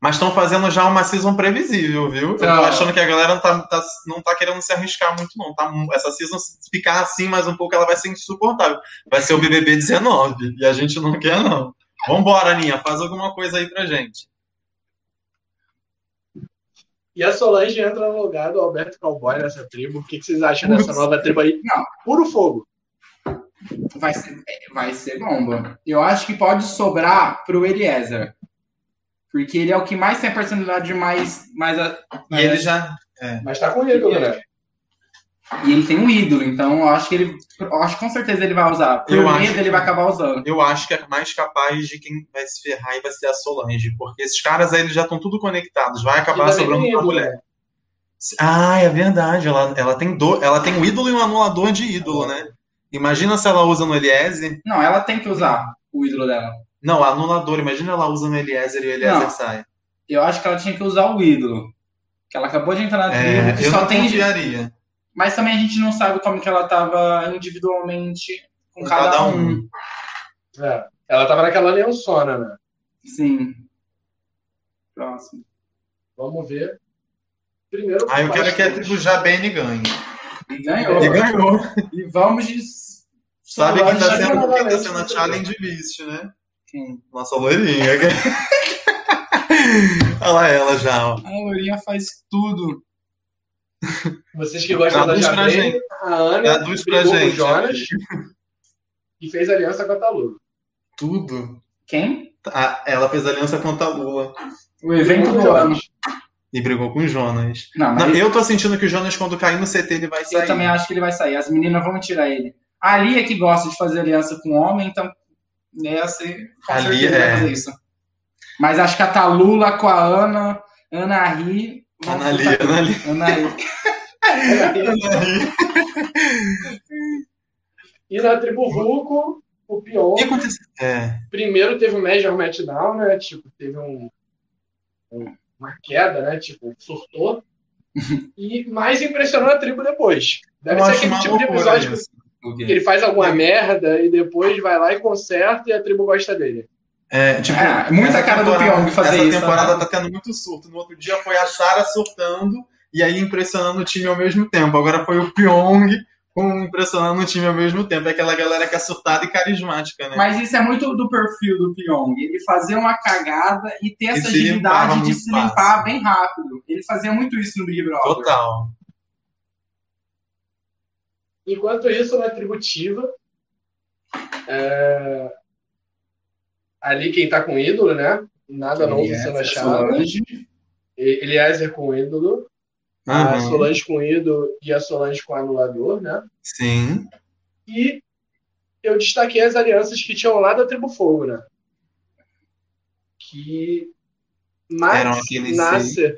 S3: Mas estão fazendo já uma season previsível, viu? Eu tô
S4: Não.
S3: achando que a galera não tá, tá- não tá querendo se arriscar muito, não. Tá, mu- essa season, se ficar assim mais um pouco, ela vai ser insuportável. Vai ser o BBB 19. E a gente não quer, não. Vambora, Aninha. Faz alguma coisa aí pra gente.
S2: E a Solange entra no lugar do Alberto Cowboy nessa tribo. O que que vocês acham dessa
S4: Putz.
S2: nova tribo aí?
S4: Não.
S2: Puro fogo.
S4: vai ser, é, vai ser bomba. Eu acho que pode sobrar pro Eliezer. Porque ele é o que mais tem a personalidade mais. mais a-
S3: E ele já.
S2: Mas tá com ídolo, né?
S4: e ele tem um ídolo, então eu acho que ele. Eu acho que com certeza ele vai usar. Por
S3: Eu
S4: medo,
S3: acho.
S4: ele vai acabar usando.
S3: Eu acho que é mais capaz de quem vai se ferrar e vai ser a Solange. Porque esses caras aí eles já estão tudo conectados. Vai acabar
S2: Ainda bem
S3: sobrando
S2: que
S3: uma
S2: ídolo,
S3: mulher.
S2: né?
S3: Ah, é verdade. Ela, ela tem do, ela tem um ídolo e um anulador de ídolo, né? Imagina se ela usa no Eliezer.
S4: Não, ela tem que usar o ídolo dela.
S3: Não, anulador. Imagina ela usando o Eliezer e o Eliezer
S4: Não.
S3: sai.
S4: Eu acho que ela tinha que usar o ídolo. Que ela acabou de entrar na tribo,
S3: É,
S4: que
S3: eu
S4: tá só
S3: não
S4: tem gente.
S3: confiaria.
S4: Mas também a gente não sabe como que ela tava individualmente com
S3: Com
S4: cada,
S3: cada
S4: um.
S2: É. Ela tava naquela lençona, né?
S4: Sim. Próximo.
S2: Vamos ver. Primeiro.
S3: Ah, eu quero que a tribo Jabene ganhe.
S4: E ganhou.
S3: E ganhou.
S4: E vamos de.
S3: Sabe quem tá
S4: Solange
S3: sendo, quem tá
S2: novamente,
S3: sendo a
S2: né?
S3: challenge beast, né?
S4: Quem?
S3: Nossa loirinha. Olha lá ela já, ó.
S4: A Lourinha faz tudo.
S2: Vocês que gostam da
S3: Traduz pra
S2: tá Jabene, a Ana
S3: Traduz pra
S2: brigou com o
S3: gente,
S2: Jonas e fez aliança com a Talu.
S3: Tudo.
S4: Quem?
S3: Ah, ela fez aliança contra a Lua
S4: O evento do ano.
S3: e brigou com o Jonas.
S4: Não, Ah, mas
S3: Não, eu tô sentindo que o Jonas, quando cair no CT, ele vai
S4: eu
S3: sair.
S4: também acho que ele vai sair. As meninas vão tirar ele. A Lia que gosta de fazer aliança com homem, então né, assim, com
S3: A
S4: certeza
S3: Lia,
S4: vai
S3: é.
S4: fazer isso. Mas acho que a Talula com a Ana, Ana Ri. vão
S3: Ana Lia,
S4: ficar-
S3: Ana Lia.
S4: Ana Ri.
S2: E na tribo Vulco, o Pion.
S3: O que aconteceu? É.
S2: Primeiro teve um Major Matchdown, né? Tipo, teve um, um- uma queda, né? Tipo, surtou. E mais impressionou a tribo depois. Deve
S3: Eu
S2: ser
S3: acho
S2: aquele
S3: uma
S2: tipo de
S3: loucura
S2: episódio
S3: isso. É.
S2: que ele faz alguma merda e depois vai lá e conserta e a tribo gosta dele.
S3: É, tipo,
S4: É, muita
S3: essa
S4: cara do
S3: temporada-
S4: Pyong fazer
S3: essa
S4: isso,
S3: temporada
S4: né?
S3: tá tendo muito surto. No outro dia foi a Sarah surtando e aí impressionando o time ao mesmo tempo. Agora foi o Pyong com impressionando o time ao mesmo tempo. É aquela galera que é surtada e carismática, né?
S4: Mas isso é muito do perfil do Pyong. Ele fazer uma cagada e ter
S3: E
S4: essa
S3: se limpava
S4: agilidade de
S3: muito
S4: se
S3: fácil.
S4: limpar bem rápido. Ele fazia muito isso no Big Brother.
S3: Total.
S2: Enquanto isso, na tribo Tiva, é, ali quem tá com ídolo, né? Nada novo
S3: é
S4: Eliezer,
S2: sendo achado.
S4: Solange.
S2: E- Eliezer com ídolo,
S4: Ah,
S2: a
S3: Uhum.
S2: Solange com ídolo e a Solange com anulador, né?
S3: Sim.
S2: E eu destaquei as alianças que tinham lá da Tribo Fogo, né? Que
S3: Eram
S2: Max,
S3: aqueles seis.
S2: Nasser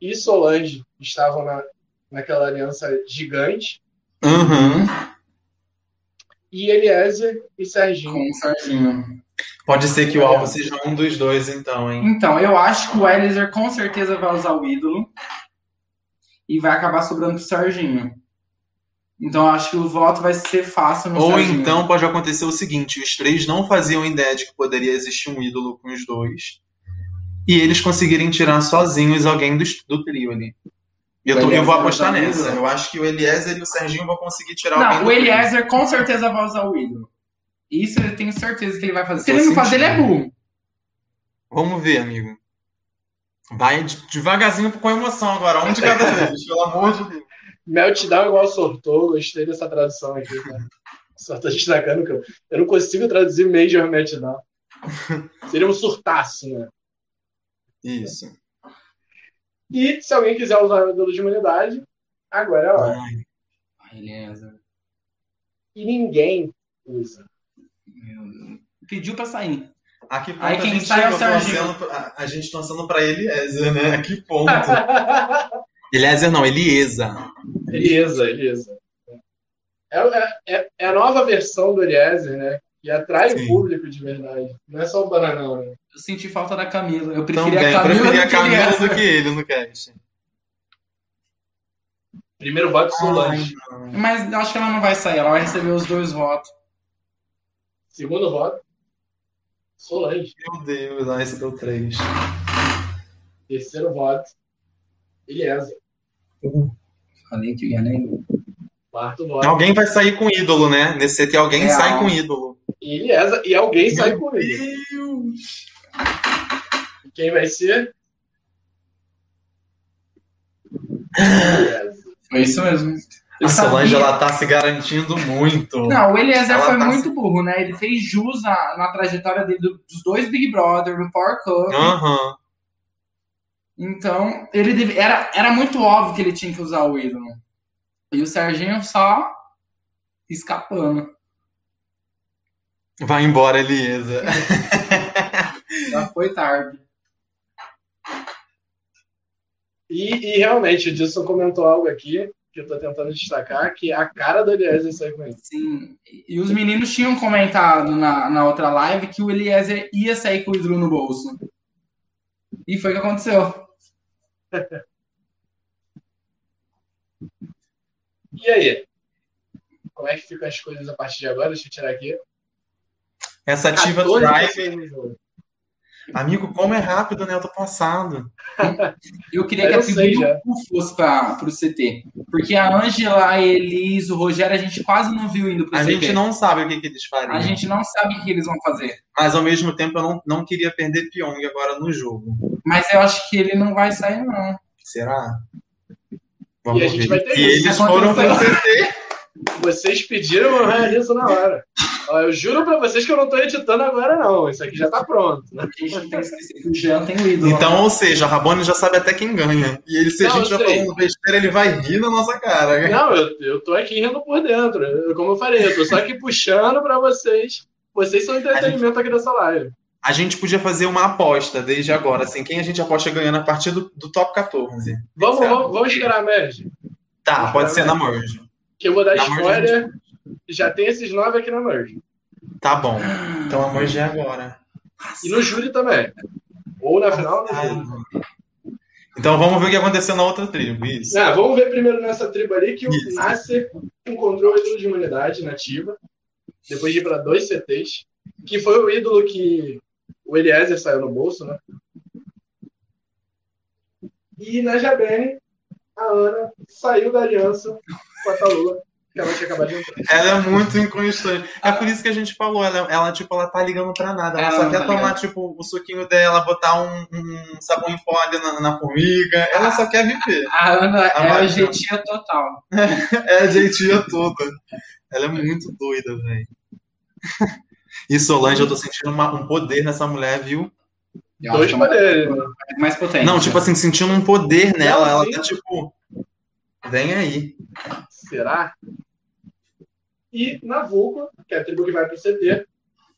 S2: e Solange estavam na, naquela aliança gigante.
S3: Uhum.
S2: E Eliezer e Serginho.
S4: Com o Serginho.
S3: Pode ser que o alvo seja um dos dois, então, hein?
S4: Então, eu acho que o Elizer com certeza vai usar o ídolo. E vai acabar sobrando pro Serginho. Então acho que o voto vai ser fácil no
S3: Ou
S4: Serginho.
S3: então pode acontecer o seguinte: os três não faziam ideia de que poderia existir um ídolo com os dois. E eles conseguirem tirar sozinhos alguém do, do trio ali. E Eu,
S4: O
S3: tô- eu vou
S4: Eliezer
S3: apostar
S4: vai dar
S3: nessa.
S4: ídolo?
S3: Eu acho que o Eliezer e o Serginho vão conseguir tirar alguém.
S4: Não,
S3: do
S4: o
S3: trio.
S4: Eliezer com certeza vai usar o ídolo. Isso eu tenho certeza que ele vai fazer. Se
S3: Tô
S4: ele não fazer, ele é
S3: sentindo.
S4: burro.
S3: Vamos ver, amigo. Vai de- devagarzinho com emoção agora, um de cada vez, pelo amor de Deus.
S2: Meltdown um igual sortou, gostei dessa tradução aqui, cara. Só tá destacando que eu, eu não consigo traduzir Major Meltdown. Seria um surtaço, né?
S3: Isso.
S2: E se alguém quiser usar o ídolo de humanidade, agora é a hora.
S4: Ai, Ah, Eliezer.
S2: E ninguém usa.
S4: Pediu pra sair.
S3: A que ponto
S4: Aí
S3: a
S4: quem
S3: gente
S4: sai é o
S3: chegou
S4: Serginho.
S3: torcendo- a, a gente torcendo pra Eliezer, né? A que ponto? Eliezer não, Elieza.
S2: Eliezer, Eliezer. É, é- é- é a nova versão do Eliezer, né? Que atrai
S3: Sim.
S2: o público de verdade. Não é só o bananão, né?
S4: Eu senti falta da Camila. Eu preferia
S3: Também,
S4: a Camila
S3: Então, preferia
S4: do
S3: a
S4: que é.
S3: Camila
S4: Eliezer.
S3: do que ele no cast.
S2: Primeiro voto
S3: Ah,
S2: Solange.
S4: Mas eu acho que ela não vai sair. Ela vai receber os dois votos.
S2: Segundo voto, Solange.
S3: Meu Deus, ah, esse deu três.
S2: Terceiro voto, Eliezer.
S4: Falei que ia né? nem.
S2: Quarto voto,
S3: Alguém vai sair com ídolo, né? Nesse CT alguém
S4: É,
S3: sai
S4: ó.
S3: com ídolo.
S2: Eliezer. E alguém sai com ele.
S3: Deus.
S2: E Quem vai ser? Eliezer.
S4: Foi isso mesmo.
S3: A Solange, ela tá se garantindo muito.
S4: Não, o Eliezer
S3: Ela
S4: foi
S3: tá-
S4: muito burro, né? Ele fez jus na, na trajetória dele do- dos dois Big Brother, do Power Cup.
S3: Aham.
S4: Então, ele deve- era, era muito óbvio que ele tinha que usar o ídolo. E o Serginho só escapando.
S3: Vai embora, Eliezer.
S4: Já foi tarde.
S2: E, e realmente, o Dilson comentou algo aqui que eu tô tentando destacar, que é a cara do Eliezer sai com ele.
S4: Sim. E os meninos tinham comentado na, na outra live que o Eliezer ia sair com o ídolo no bolso. E foi o que aconteceu.
S2: E aí? Como é que ficam as coisas a partir de agora? Deixa eu tirar aqui.
S3: Essa ativa
S2: 14
S3: drive.
S2: pessoas no jogo.
S3: Amigo, como é rápido, né? Eu tô passado.
S4: Eu queria que
S2: Eu
S4: a
S2: sei
S4: tribo
S2: já.
S4: fosse para o CT. Porque a Ângela, a Elis, o Rogério, a gente quase não viu indo pro
S3: A
S4: CT.
S3: gente não sabe o que, que eles fariam.
S4: A gente não sabe o que eles vão fazer.
S3: Mas ao mesmo tempo eu não, não queria perder Pyong agora no jogo.
S4: Mas eu acho que ele não vai sair, não.
S3: Será?
S2: E a gente vai ter
S3: E
S2: isso.
S3: eles foram pro
S4: Aconteceu.
S3: CT.
S2: Vocês pediram eu realizo isso na hora. Ó, eu juro pra vocês que eu não tô editando agora, não. Isso aqui já tá pronto. né?
S4: A gente não tem que esquecer que o Jean tem o ídolo. né?
S3: Então, ou seja, Rabone já sabe até quem ganha. E ele, se a
S2: Não,
S3: gente
S2: eu
S3: tá
S2: sei.
S3: falando besteira, ele vai rir na nossa cara. né?
S2: Não, eu, eu tô aqui rindo por dentro. Eu- como eu falei, eu tô só aqui puxando pra vocês. Vocês são entretenimento aqui dessa live.
S3: A gente podia fazer uma aposta desde agora, assim, quem a gente aposta ganhando a partir do, do top 14.
S2: Vamos,
S3: Certo.
S2: vamos, vamos esperar a merge.
S3: Tá,
S2: é
S3: pode ser na merge.
S2: Que eu vou dar
S3: Na merge a
S2: spoiler. Já tem esses nove aqui na merge.
S3: Tá bom. Então a merge é agora.
S2: E no júri também. Ou na final, né? no júri.
S3: Tá. Então vamos ver o que aconteceu na outra tribo. Isso.
S2: Ah, vamos ver primeiro nessa tribo ali que o
S3: Isso.
S2: Nasser encontrou o ídolo de humanidade nativa, depois de ir para dois CTs, que foi o ídolo que o Eliezer saiu no bolso, né? E na Jabene, a Ana saiu da aliança com a Talula, que ela tinha acabado de entrar.
S3: Ela é muito inconstante. É por isso que a gente falou, ela, ela tipo, ela tá ligando pra nada. Ela
S4: Ela
S3: só
S4: não
S3: quer
S4: tá
S3: tomar,
S4: ligando.
S3: tipo, o suquinho dela, botar um, um sabão em pó ali na, na formiga. Ela só quer viver.
S4: A Ana
S3: A
S4: é a
S3: Mariana.
S4: jeitinha total.
S3: É, jeitinha toda. Ela é muito doida, velho. E Solange, eu tô sentindo uma- um poder nessa mulher, viu?
S4: Eu
S2: Dois
S4: acho é uma-
S2: poderes, né?
S4: mais potente.
S3: Não, tipo assim, sentindo um poder nela.
S2: Não,
S3: Ela
S2: sim.
S3: tá tipo. Vem aí.
S2: Será? E na Vulca, que é a tribo que vai pro CT,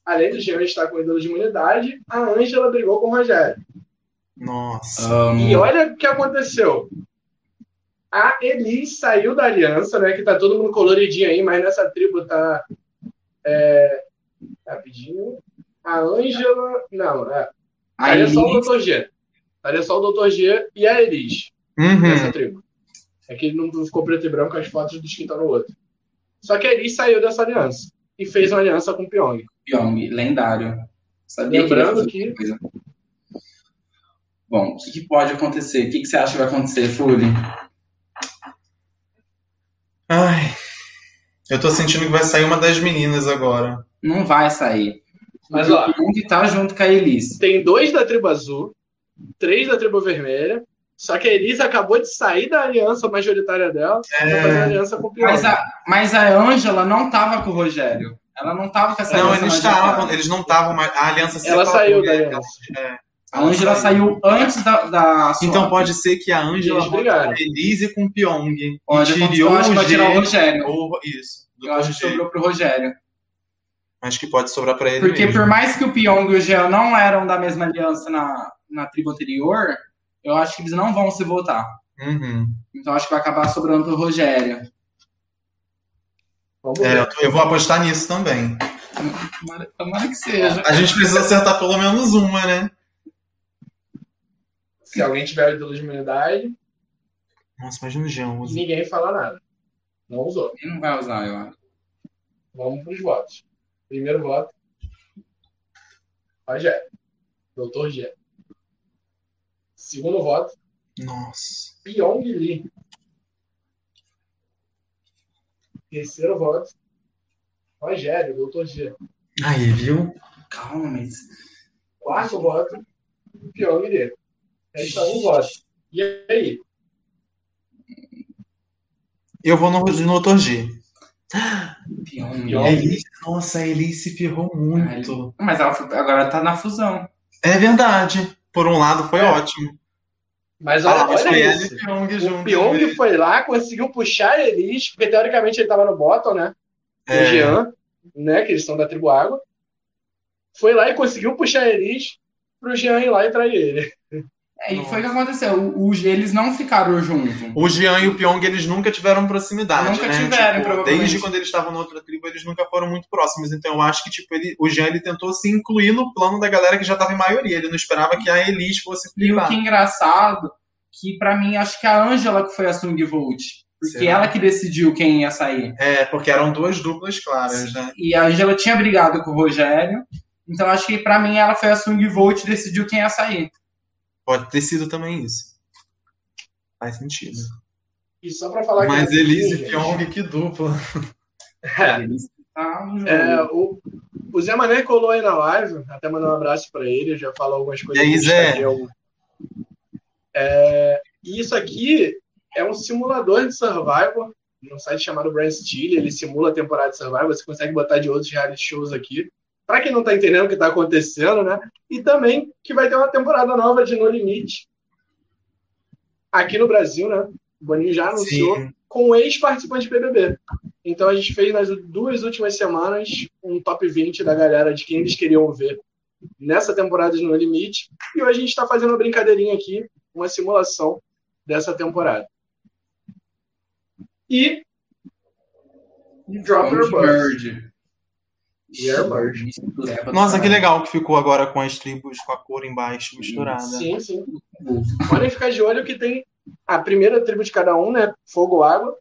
S2: além do Jean estar com o ídolo de humanidade, a Ângela brigou com o Rogério.
S3: Nossa.
S4: Amo.
S2: E olha o que aconteceu. A Elis saiu da aliança, né? Que tá todo mundo coloridinho aí, mas nessa tribo tá. É, rapidinho. A Ângela. Não, é.
S4: a
S2: Estaria só o
S4: Elis-
S2: Dr. G. Estaria só o Dr. G e a Elis
S3: Uhum.
S2: nessa tribo. É que não ficou preto e branco as fotos dos que estão no outro. Só que a Elis saiu dessa aliança e fez uma aliança com o Pyong.
S4: Pyong, lendário. Sabia
S2: Lembrando
S4: que...
S2: que
S4: ele ia fazer coisa. Bom, o que, que pode acontecer? O que, que você acha que vai acontecer, Fuli?
S3: Ai. Eu tô sentindo que vai sair uma das meninas agora.
S4: Não vai sair.
S2: Mas,
S4: o
S2: ó.
S4: Pyong tá junto com a Elise.
S2: tem dois da tribo azul, três da tribo vermelha. Só que a Elis acabou de sair da aliança majoritária dela e tá fazendo
S3: É...
S2: aliança com o Pyong.
S4: Mas a, mas a Angela não tava com o Rogério. Ela não tava com essa
S3: Não,
S4: aliança
S3: eles
S4: majoritária.
S3: estavam, eles não estavam mais. A aliança se
S2: Ela
S3: separou,
S2: saiu da
S3: né?
S2: aliança.
S3: É.
S4: A Angela saiu antes da. da Suá.
S3: Então pode ser que a Angela volte
S2: Eles brigaram.
S3: com a Elise com o Pyong.
S4: Pode
S3: e
S4: acontecer.
S3: tire
S4: Eu
S3: ou
S4: acho que
S3: o
S4: vai
S3: G,
S4: tirar o Rogério.
S3: ou isso. Do
S4: Eu acho que
S3: G.
S4: sobrou pro Rogério.
S3: Acho que pode sobrar pra ele
S4: Porque
S3: mesmo.
S4: por mais que o Pyong e o Jean não eram da mesma aliança na, na tribo anterior, eu acho que eles não vão se votar.
S3: Uhum.
S4: Então acho que vai acabar sobrando pro Rogério.
S2: Vamos
S3: É,
S2: ver.
S3: eu tô- eu vou apostar nisso também.
S4: Tomara, tomara que seja.
S3: A gente precisa acertar pelo menos uma, né?
S2: Se alguém tiver o ídolo de imunidade,
S3: Nossa, imagina o Jean. usa.
S2: ninguém fala nada. Não usou.
S4: Ele não vai usar, eu acho.
S2: Vamos para os votos. Primeiro voto. Rogério. Doutor G. Segundo voto.
S3: Nossa.
S2: Pyong Lee. Terceiro voto. Rogério, doutor G.
S3: Aí, viu?
S4: Calma, mas.
S2: Quarto voto. Pyong Lee. Resta um voto. E aí?
S3: Eu vou no, no Dr. G.
S4: Pyong.
S2: Pyong.
S3: A Elise- nossa, a Elise se ferrou muito.
S4: Mas ela foi- agora tá na fusão.
S3: É verdade. Por um lado, foi
S2: É.
S3: ótimo.
S2: Mas olha,
S3: Ah, mas foi
S2: olha
S3: ela e
S2: isso.
S3: o Pyong
S2: O
S3: junto.
S2: Pyong
S3: né?
S2: foi lá, conseguiu puxar a Elis, porque teoricamente ele tava no bottom, né?
S3: É.
S2: O Jean, né? Que eles são da tribo Água. Foi lá e conseguiu puxar a Elis pro Jean ir lá e trair ele.
S4: É, e
S3: Nossa.
S4: foi o que aconteceu. O, o- eles não ficaram juntos.
S3: O Jean e o Pyong, eles nunca tiveram proximidade,
S4: Nunca
S3: né?
S4: tiveram,
S3: Tipo,
S4: provavelmente.
S3: Desde quando eles estavam na outra tribo, eles nunca foram muito próximos. Então eu acho que, tipo, ele, o Jean, ele tentou se incluir no plano da galera que já tava em maioria. Ele não esperava que a Elise fosse
S4: E o
S3: privar.
S4: que é engraçado, que pra mim acho que a Angela que foi a Sung Volt. Porque
S3: Será?
S4: ela que decidiu quem ia sair.
S3: É, porque eram duas duplas claras, né?
S4: E a Angela tinha brigado com o Rogério. Então acho que pra mim ela foi a Sung Volt e decidiu quem ia sair.
S3: Pode ter sido também isso. Faz sentido.
S2: E só pra falar
S3: Mas
S2: rapidinho,
S3: Elise e
S2: gente,
S3: Pyong, que dupla.
S2: É,
S4: Eles tá no jogo.
S2: é, o, o Zé Mané colou aí na live, até mandar um abraço pra ele, já falou algumas coisas.
S3: E aí,
S2: no
S3: Zé?
S2: Instagram. um- É, e isso aqui é um simulador de Survivor, num site chamado Brand Steel, ele simula a temporada de Survivor, você consegue botar de outros reality shows aqui. Pra quem não tá entendendo o que tá acontecendo, né? E também que vai ter uma temporada nova de No Limite aqui no Brasil, né? O Boninho já anunciou
S3: Sim.
S2: com ex-participantes de BBB. Então a gente fez nas duas últimas semanas um top 20 da galera de quem eles queriam ver nessa temporada de No Limite. E hoje a gente está fazendo uma brincadeirinha aqui, uma simulação dessa temporada. E. Drop
S4: Vamos
S2: your
S4: de
S2: buzz.
S4: Bird.
S2: E Airbird.
S4: Isso leva
S3: Nossa, que
S4: pra-
S3: legal que ficou agora com as tribos com a cor embaixo misturada.
S2: Sim, sim. Podem ficar de olho que tem a primeira tribo de cada um, né? Fogo, água.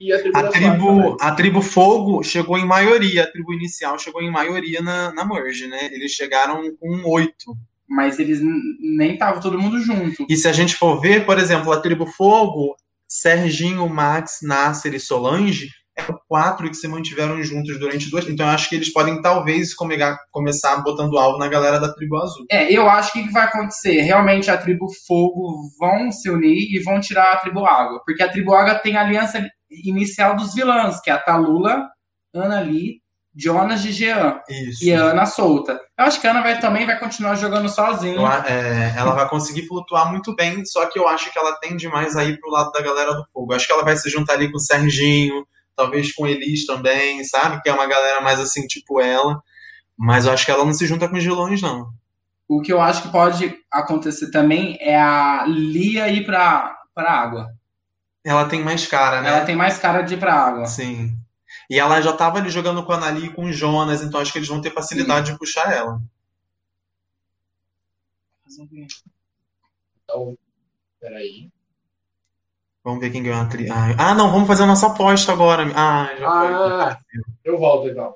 S2: E a tribo
S3: A
S2: da
S3: tribo,
S2: Flávia
S3: a tribo Fogo chegou em maioria, a tribo inicial chegou em maioria na, na Merge, né? Eles chegaram com oito.
S4: Mas eles n- nem estavam todo mundo junto.
S3: E se a gente for ver, por exemplo, a tribo Fogo, Serginho, Max, Nasser e Solange, eram quatro que se mantiveram juntos durante duas. Então eu acho que eles podem talvez comegar- começar botando alvo na galera da tribo azul.
S4: É, eu acho que o que vai acontecer? Realmente a tribo Fogo vão se unir e vão tirar a tribo Água. Porque a tribo Água tem a aliança inicial dos vilãs, que é a Talula, Ana Lee, Jonas e Jean.
S3: Isso.
S4: E a Ana solta. Eu acho que a Ana vai, também vai continuar jogando sozinha.
S3: Eu a- é, ela vai conseguir flutuar muito bem, só que eu acho que ela tende mais aí pro lado da galera do fogo. Acho que ela vai se juntar ali com o Serginho, talvez com o Elis também, sabe? Que é uma galera mais assim, tipo ela. Mas eu acho que ela não se junta com os vilões, não.
S4: O que eu acho que pode acontecer também é a Lia ir pra, pra água.
S3: Ela tem mais cara, né?
S4: Ela tem mais cara de ir pra água.
S3: Sim. E ela já tava ali jogando com a Anali e com o Jonas, então acho que eles vão ter facilidade de puxar ela.
S2: Então, peraí.
S3: Vamos ver quem ganhou a tri... Ah, ah, não, vamos fazer a nossa aposta agora. Ah, já foi.
S2: Ah, eu volto então.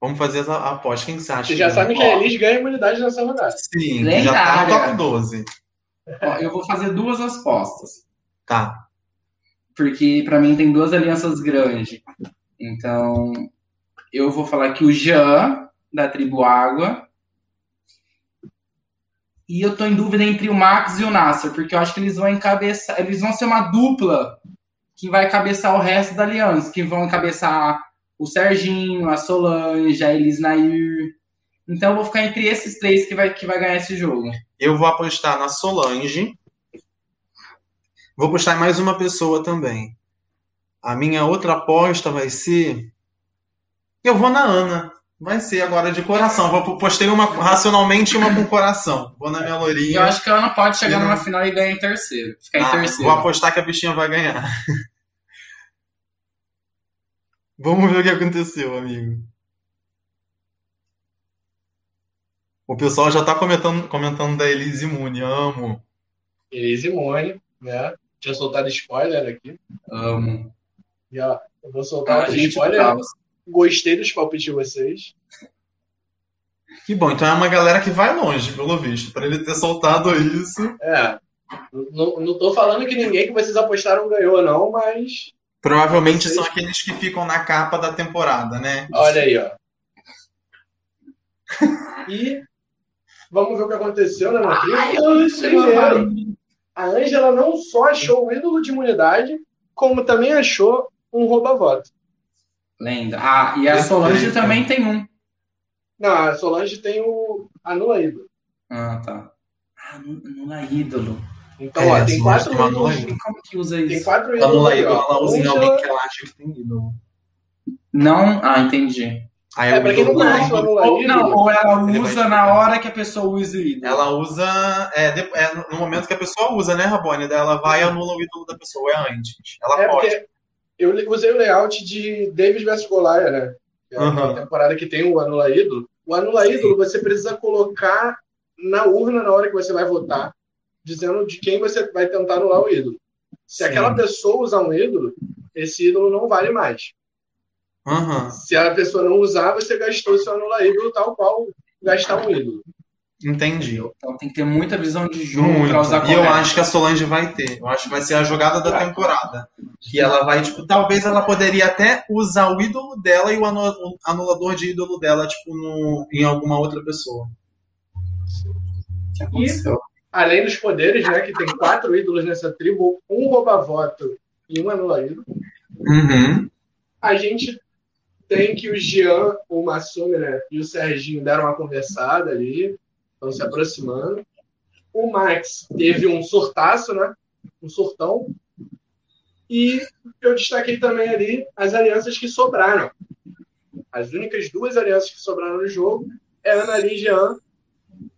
S3: Vamos fazer a a aposta. Quem que você acha?
S2: Vocês já
S3: ganha?
S2: sabem que a Elis ganha imunidade nessa rodada.
S3: Sim, que já tá no
S4: Lendária.
S3: top 12.
S4: Ó, eu vou fazer duas apostas,
S3: Tá.
S4: porque pra mim tem duas alianças grandes. Então, eu vou falar que o Jean, da tribo Água. E eu tô em dúvida entre o Max e o Nasser, porque eu acho que eles vão encabeçar, eles vão ser uma dupla que vai cabeçar o resto da aliança, que vão encabeçar o Serginho, a Solange, a Elis Nair. Então eu vou ficar entre esses três que vai, que vai ganhar esse jogo.
S3: Eu vou apostar na Solange. Vou apostar em mais uma pessoa também. A minha outra aposta vai ser. Eu vou na Ana. Vai ser agora de coração. Vou postei uma racionalmente e uma com coração. Vou na minha
S4: E eu
S3: lourinha.
S4: acho que ela não pode chegar
S3: Eu não-
S4: numa final e ganhar em terceiro. Ficar em
S3: Ah, vou
S4: terceiro.
S3: apostar que a bichinha vai ganhar. Vamos ver o que aconteceu, amigo. O pessoal já tá comentando, comentando da Elise Imune. Amo.
S2: Elis e Mone, né? Tinha soltado spoiler aqui.
S4: Amo.
S2: E, ó, eu vou soltar
S4: Ah, A
S2: outro
S4: Tá, gente
S2: spoiler.
S4: fala.
S2: Gostei dos palpites de vocês.
S3: Que bom, então é uma galera que vai longe, pelo visto. Pra ele ter soltado isso.
S2: É. Não, não tô falando que ninguém que vocês apostaram ganhou, não, mas.
S3: Provavelmente são aqueles que ficam na capa da temporada, né?
S2: Olha aí, ó. E vamos ver o que aconteceu né, na tribo. Primeiro, a Ângela não só achou o ídolo de imunidade, como também achou um rouba-voto.
S4: Lenda. Ah, e a
S3: Perfeito.
S4: Solange também tem um.
S2: Não, a Solange tem o anula ídolo.
S4: Ah, tá. Ah, anula ídolo.
S2: Então,
S3: É,
S2: ó,
S3: a
S2: tem
S3: Solange
S2: quatro
S3: tem um anula
S2: ídolos.
S3: ídolo.
S4: Como que usa
S2: Tem
S4: isso?
S2: quatro
S3: Tá no
S2: ídolos.
S3: aí,
S2: aí, ó.
S3: ela usando
S2: Ângela-
S3: alguém que ela acha que tem ídolo.
S4: Não? Ah, entendi.
S3: Aí
S2: É,
S3: o
S2: pra quem não
S3: ídolo
S2: conhece o
S3: não-
S2: anula
S4: Ou,
S2: ídolo,
S4: não, ou ela
S3: Ele vai
S4: usa na
S3: explicar.
S4: hora que a pessoa usa o ídolo.
S3: Ela usa. É, de- é no momento que a pessoa usa, né, Rabone? Daí ela vai e anula o ídolo da pessoa. É antes. Ela
S2: É
S3: pode.
S2: porque eu le- usei o layout de Davis vs Goliath, né? Que é uma
S3: Aham.
S2: temporada que tem o Anula Ídolo. O Anula Ídolo você precisa colocar na urna na hora que você vai votar, dizendo de quem você vai tentar anular o ídolo. Se
S3: Sim.
S2: aquela pessoa usar um ídolo, esse ídolo não vale mais.
S3: Aham.
S2: Se a pessoa não usar, você gastou seu Anula Ídolo tal qual gastar um ídolo.
S3: Entendi.
S4: Então tem que ter muita visão de jogo
S3: Muito.
S4: Hum, pra usar
S3: E eu
S4: correto.
S3: acho que a Solange vai ter. Eu acho que vai ser a jogada da temporada. Que ela vai, tipo, talvez ela poderia até usar o ídolo dela e o anu- o anulador de ídolo dela, tipo, no, em alguma outra pessoa.
S4: O que aconteceu?
S2: Além dos poderes, né? Que tem quatro ídolos nessa tribo, um rouba-voto e um Anula Ídolo.
S3: Uhum.
S2: a gente tem que o Jean, o Massumi, né, e o Serginho deram uma conversada ali, estão se aproximando. O Max teve um surtaço, né? Um surtão. E eu destaquei também ali as alianças que sobraram. As únicas duas alianças que sobraram no jogo é Ana Lee, Jean,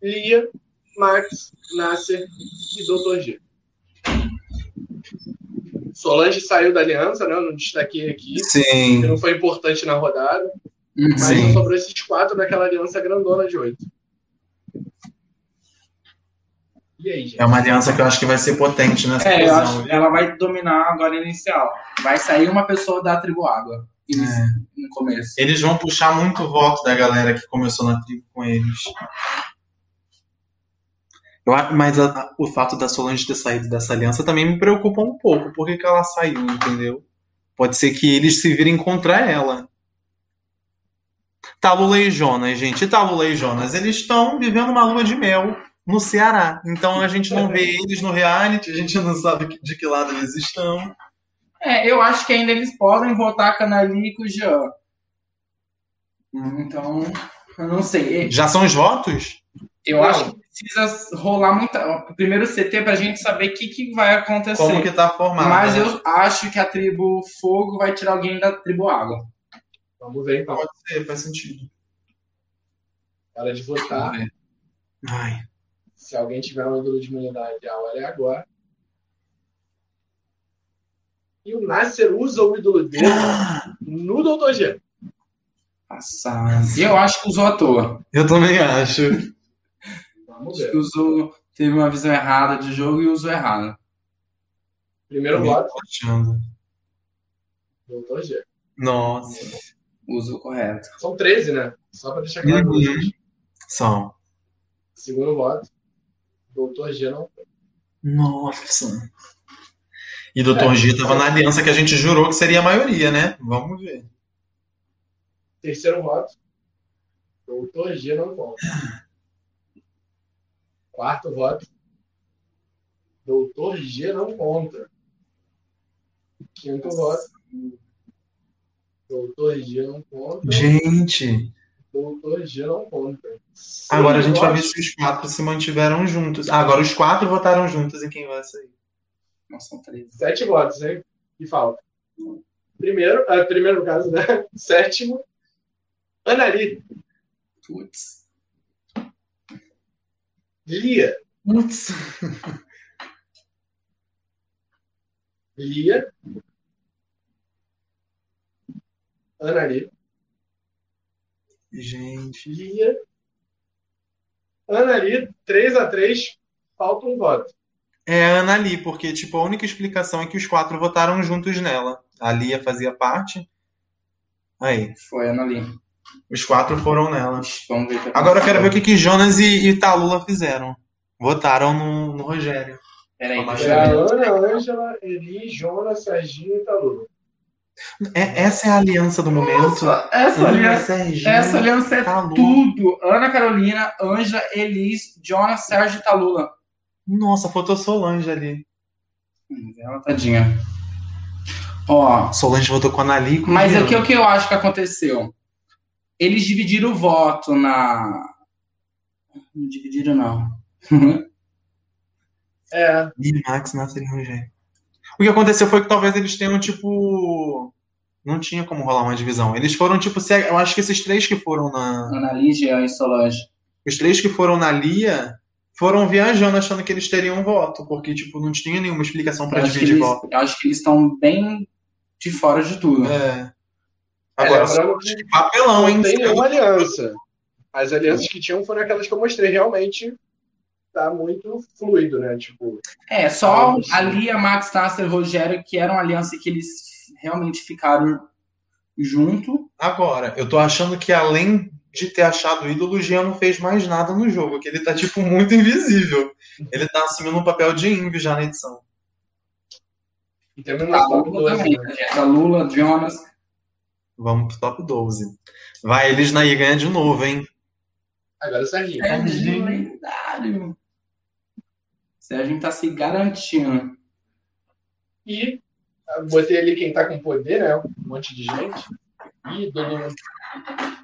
S2: Lia, Max, Nasser e Dr. G. Solange saiu da aliança, né? Eu não destaquei aqui que
S3: Sim.
S2: não foi importante na rodada,
S4: Uhum.
S2: mas
S3: Sim.
S2: sobrou esses quatro naquela aliança grandona de oito. E aí, gente?
S3: É uma aliança que eu acho que vai ser potente nessa
S4: É, eu
S3: ocasião.
S4: acho que ela vai dominar agora inicial. Vai sair uma pessoa da tribo água. Inici-
S3: É.
S4: No começo.
S3: Eles vão puxar muito voto da galera que começou na tribo com eles. Eu a- mas a- a- o fato da Solange ter saído dessa aliança também me preocupa um pouco. Por que, que ela saiu, entendeu? Pode ser que eles se virem contra ela. Tá Lula e Jonas, gente. Tá Lula e Jonas. Eles estão vivendo uma lua de mel no Ceará. Então a gente não vê eles no reality, a gente não sabe que- de que lado eles estão.
S4: É, eu acho que ainda eles podem votar Canali com o Jean. Então, eu não sei.
S3: Já são os votos?
S4: Eu
S2: Não.
S4: acho que precisa rolar muita. O primeiro CT pra gente saber o que, que vai acontecer.
S3: Como que tá formado?
S4: Mas
S3: né?
S4: eu acho que a tribo Fogo vai tirar alguém da tribo Água.
S2: Vamos ver então.
S3: Pode ser, faz sentido.
S2: Hora de votar.
S3: Ai.
S2: Se alguém tiver um ídolo de imunidade, a hora é agora. E o Nasser usa o ídolo dele no Dr. G.
S4: Passado. Eu acho que usou à toa.
S3: Eu também acho.
S2: Vamos
S4: Acho
S2: ver.
S4: que usou. Teve uma visão errada de jogo e usou errado.
S2: Primeiro
S3: Meio
S2: voto,
S3: relaxando.
S2: doutor G.
S3: Nossa.
S4: Uso correto.
S2: São 13, né? Só pra deixar claro pra
S3: Uhum.
S2: vocês.
S3: São.
S2: Segundo voto, doutor G não.
S3: Nossa. E doutor G estava na aliança que a gente jurou que seria a maioria, né? Vamos ver.
S2: Terceiro voto, doutor G não volta. Quarto voto, doutor G não conta. Quinto voto, doutor G não conta.
S3: Gente,
S2: Doutor G não conta.
S3: agora a
S2: Sexto
S3: gente vai
S2: voto,
S3: ver se os quatro se mantiveram juntos. Ah, agora os quatro votaram juntos em quem vai sair.
S4: Não são 13.
S2: Sete votos, hein? E falta. Primeiro, ah, primeiro no caso, né? Sétimo, Anali,
S4: Putz.
S2: Lia.
S3: Putz.
S2: Lia. Anali,
S3: Gente.
S2: Lia. Anali, 3x3, falta um voto.
S3: É a Ana Lee, porque tipo, a única explicação é que os quatro votaram juntos nela. A Lia fazia parte. Aí,
S4: Foi, Ana Lee.
S3: os quatro foram nela.
S4: Vamos ver. o que
S3: Agora eu
S4: aconteceu.
S3: quero ver o que, que Jonas e, e Talula fizeram. Votaram no, no Rogério.
S4: Peraí,
S3: Vamos
S4: deixa
S2: É a
S4: eu ver.
S2: Ana, Ângela, Eli, Jonas, Serginho e Talu.
S3: É- essa é a aliança do momento.
S4: Nossa,
S3: Uhum.
S4: essa aliança,
S3: Serginho.
S4: essa aliança é
S3: Talula.
S4: tudo. Ana Carolina, Anja, Elis, Jonas, Sérgio e Talula.
S3: Nossa, faltou Solange ali.
S4: Hum, Ela, tadinha. Ó,
S3: Solange votou com a Anali. com
S4: mas
S3: o
S4: aqui o que eu acho que aconteceu? Eles dividiram o voto na. Não dividiram, não.
S2: É,
S3: E Max Nasser e Rogério. O que aconteceu foi que talvez eles tenham, tipo. Não tinha como rolar uma divisão. Eles foram, tipo, se- eu acho que esses três que foram na.
S4: Ana Lee, Jean e Solange.
S3: Os três que foram na Lia foram viajando achando que eles teriam voto, porque, tipo, não tinha nenhuma explicação pra
S4: Eu acho, que
S3: dividir
S4: eles,
S3: voto.
S4: eu acho que eles estão bem de fora de tudo.
S3: É. Agora,
S2: é, lembrando que
S3: papelão, hein? é
S2: Não tem nenhuma aliança. As alianças que tinham foram aquelas que eu mostrei. Realmente tá muito fluido, né? Tipo,
S4: É, só
S2: Ah, sim.
S4: a Lia, Max, Nasser e Rogério, que eram aliança que eles realmente ficaram junto.
S3: Agora, eu tô achando que além de ter achado o ídolo, o Jean não fez mais nada no jogo, que ele tá, tipo, muito invisível. Ele tá assumindo um papel de índio já na edição.
S2: e terminou
S4: A
S2: o top
S4: Lula
S2: 12,
S4: também,
S2: né?
S4: né, gente? A Lula, Jonas.
S3: Vamos pro top 12. Vai, eles na ganha de novo, hein?
S2: Agora o Serginho.
S4: É, Serginho lendário. Serginho tá se garantindo.
S2: E ah, botei ali quem tá com poder, né? Um monte de gente. E Dudu.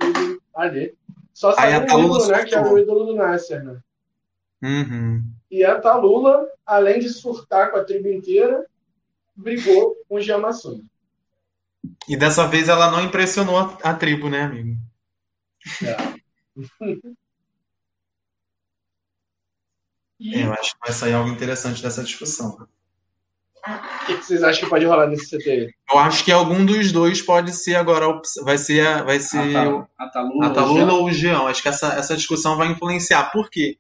S2: Dudu Ali. Só
S3: Aí a
S2: saiu o
S3: Talula
S2: ídolo, né? Que é o
S3: surtou.
S2: ídolo do Nasser, né?
S3: Uhum.
S2: E a Talula, além de surtar com a tribo inteira, brigou com o Giamassum.
S3: E dessa vez ela não impressionou a, a tribo, né, amigo?
S2: E
S3: É, Eu acho que vai sair algo interessante dessa discussão.
S2: o que que vocês acham que pode rolar nesse CT aí?
S3: Eu acho que algum dos dois pode ser agora. a opção- Vai ser, a- vai ser
S2: Ah, tá.
S4: A Tal- A Talula.
S3: A
S4: Jean.
S3: Talula ou o Jean? Acho que essa, essa discussão vai influenciar. Por quê?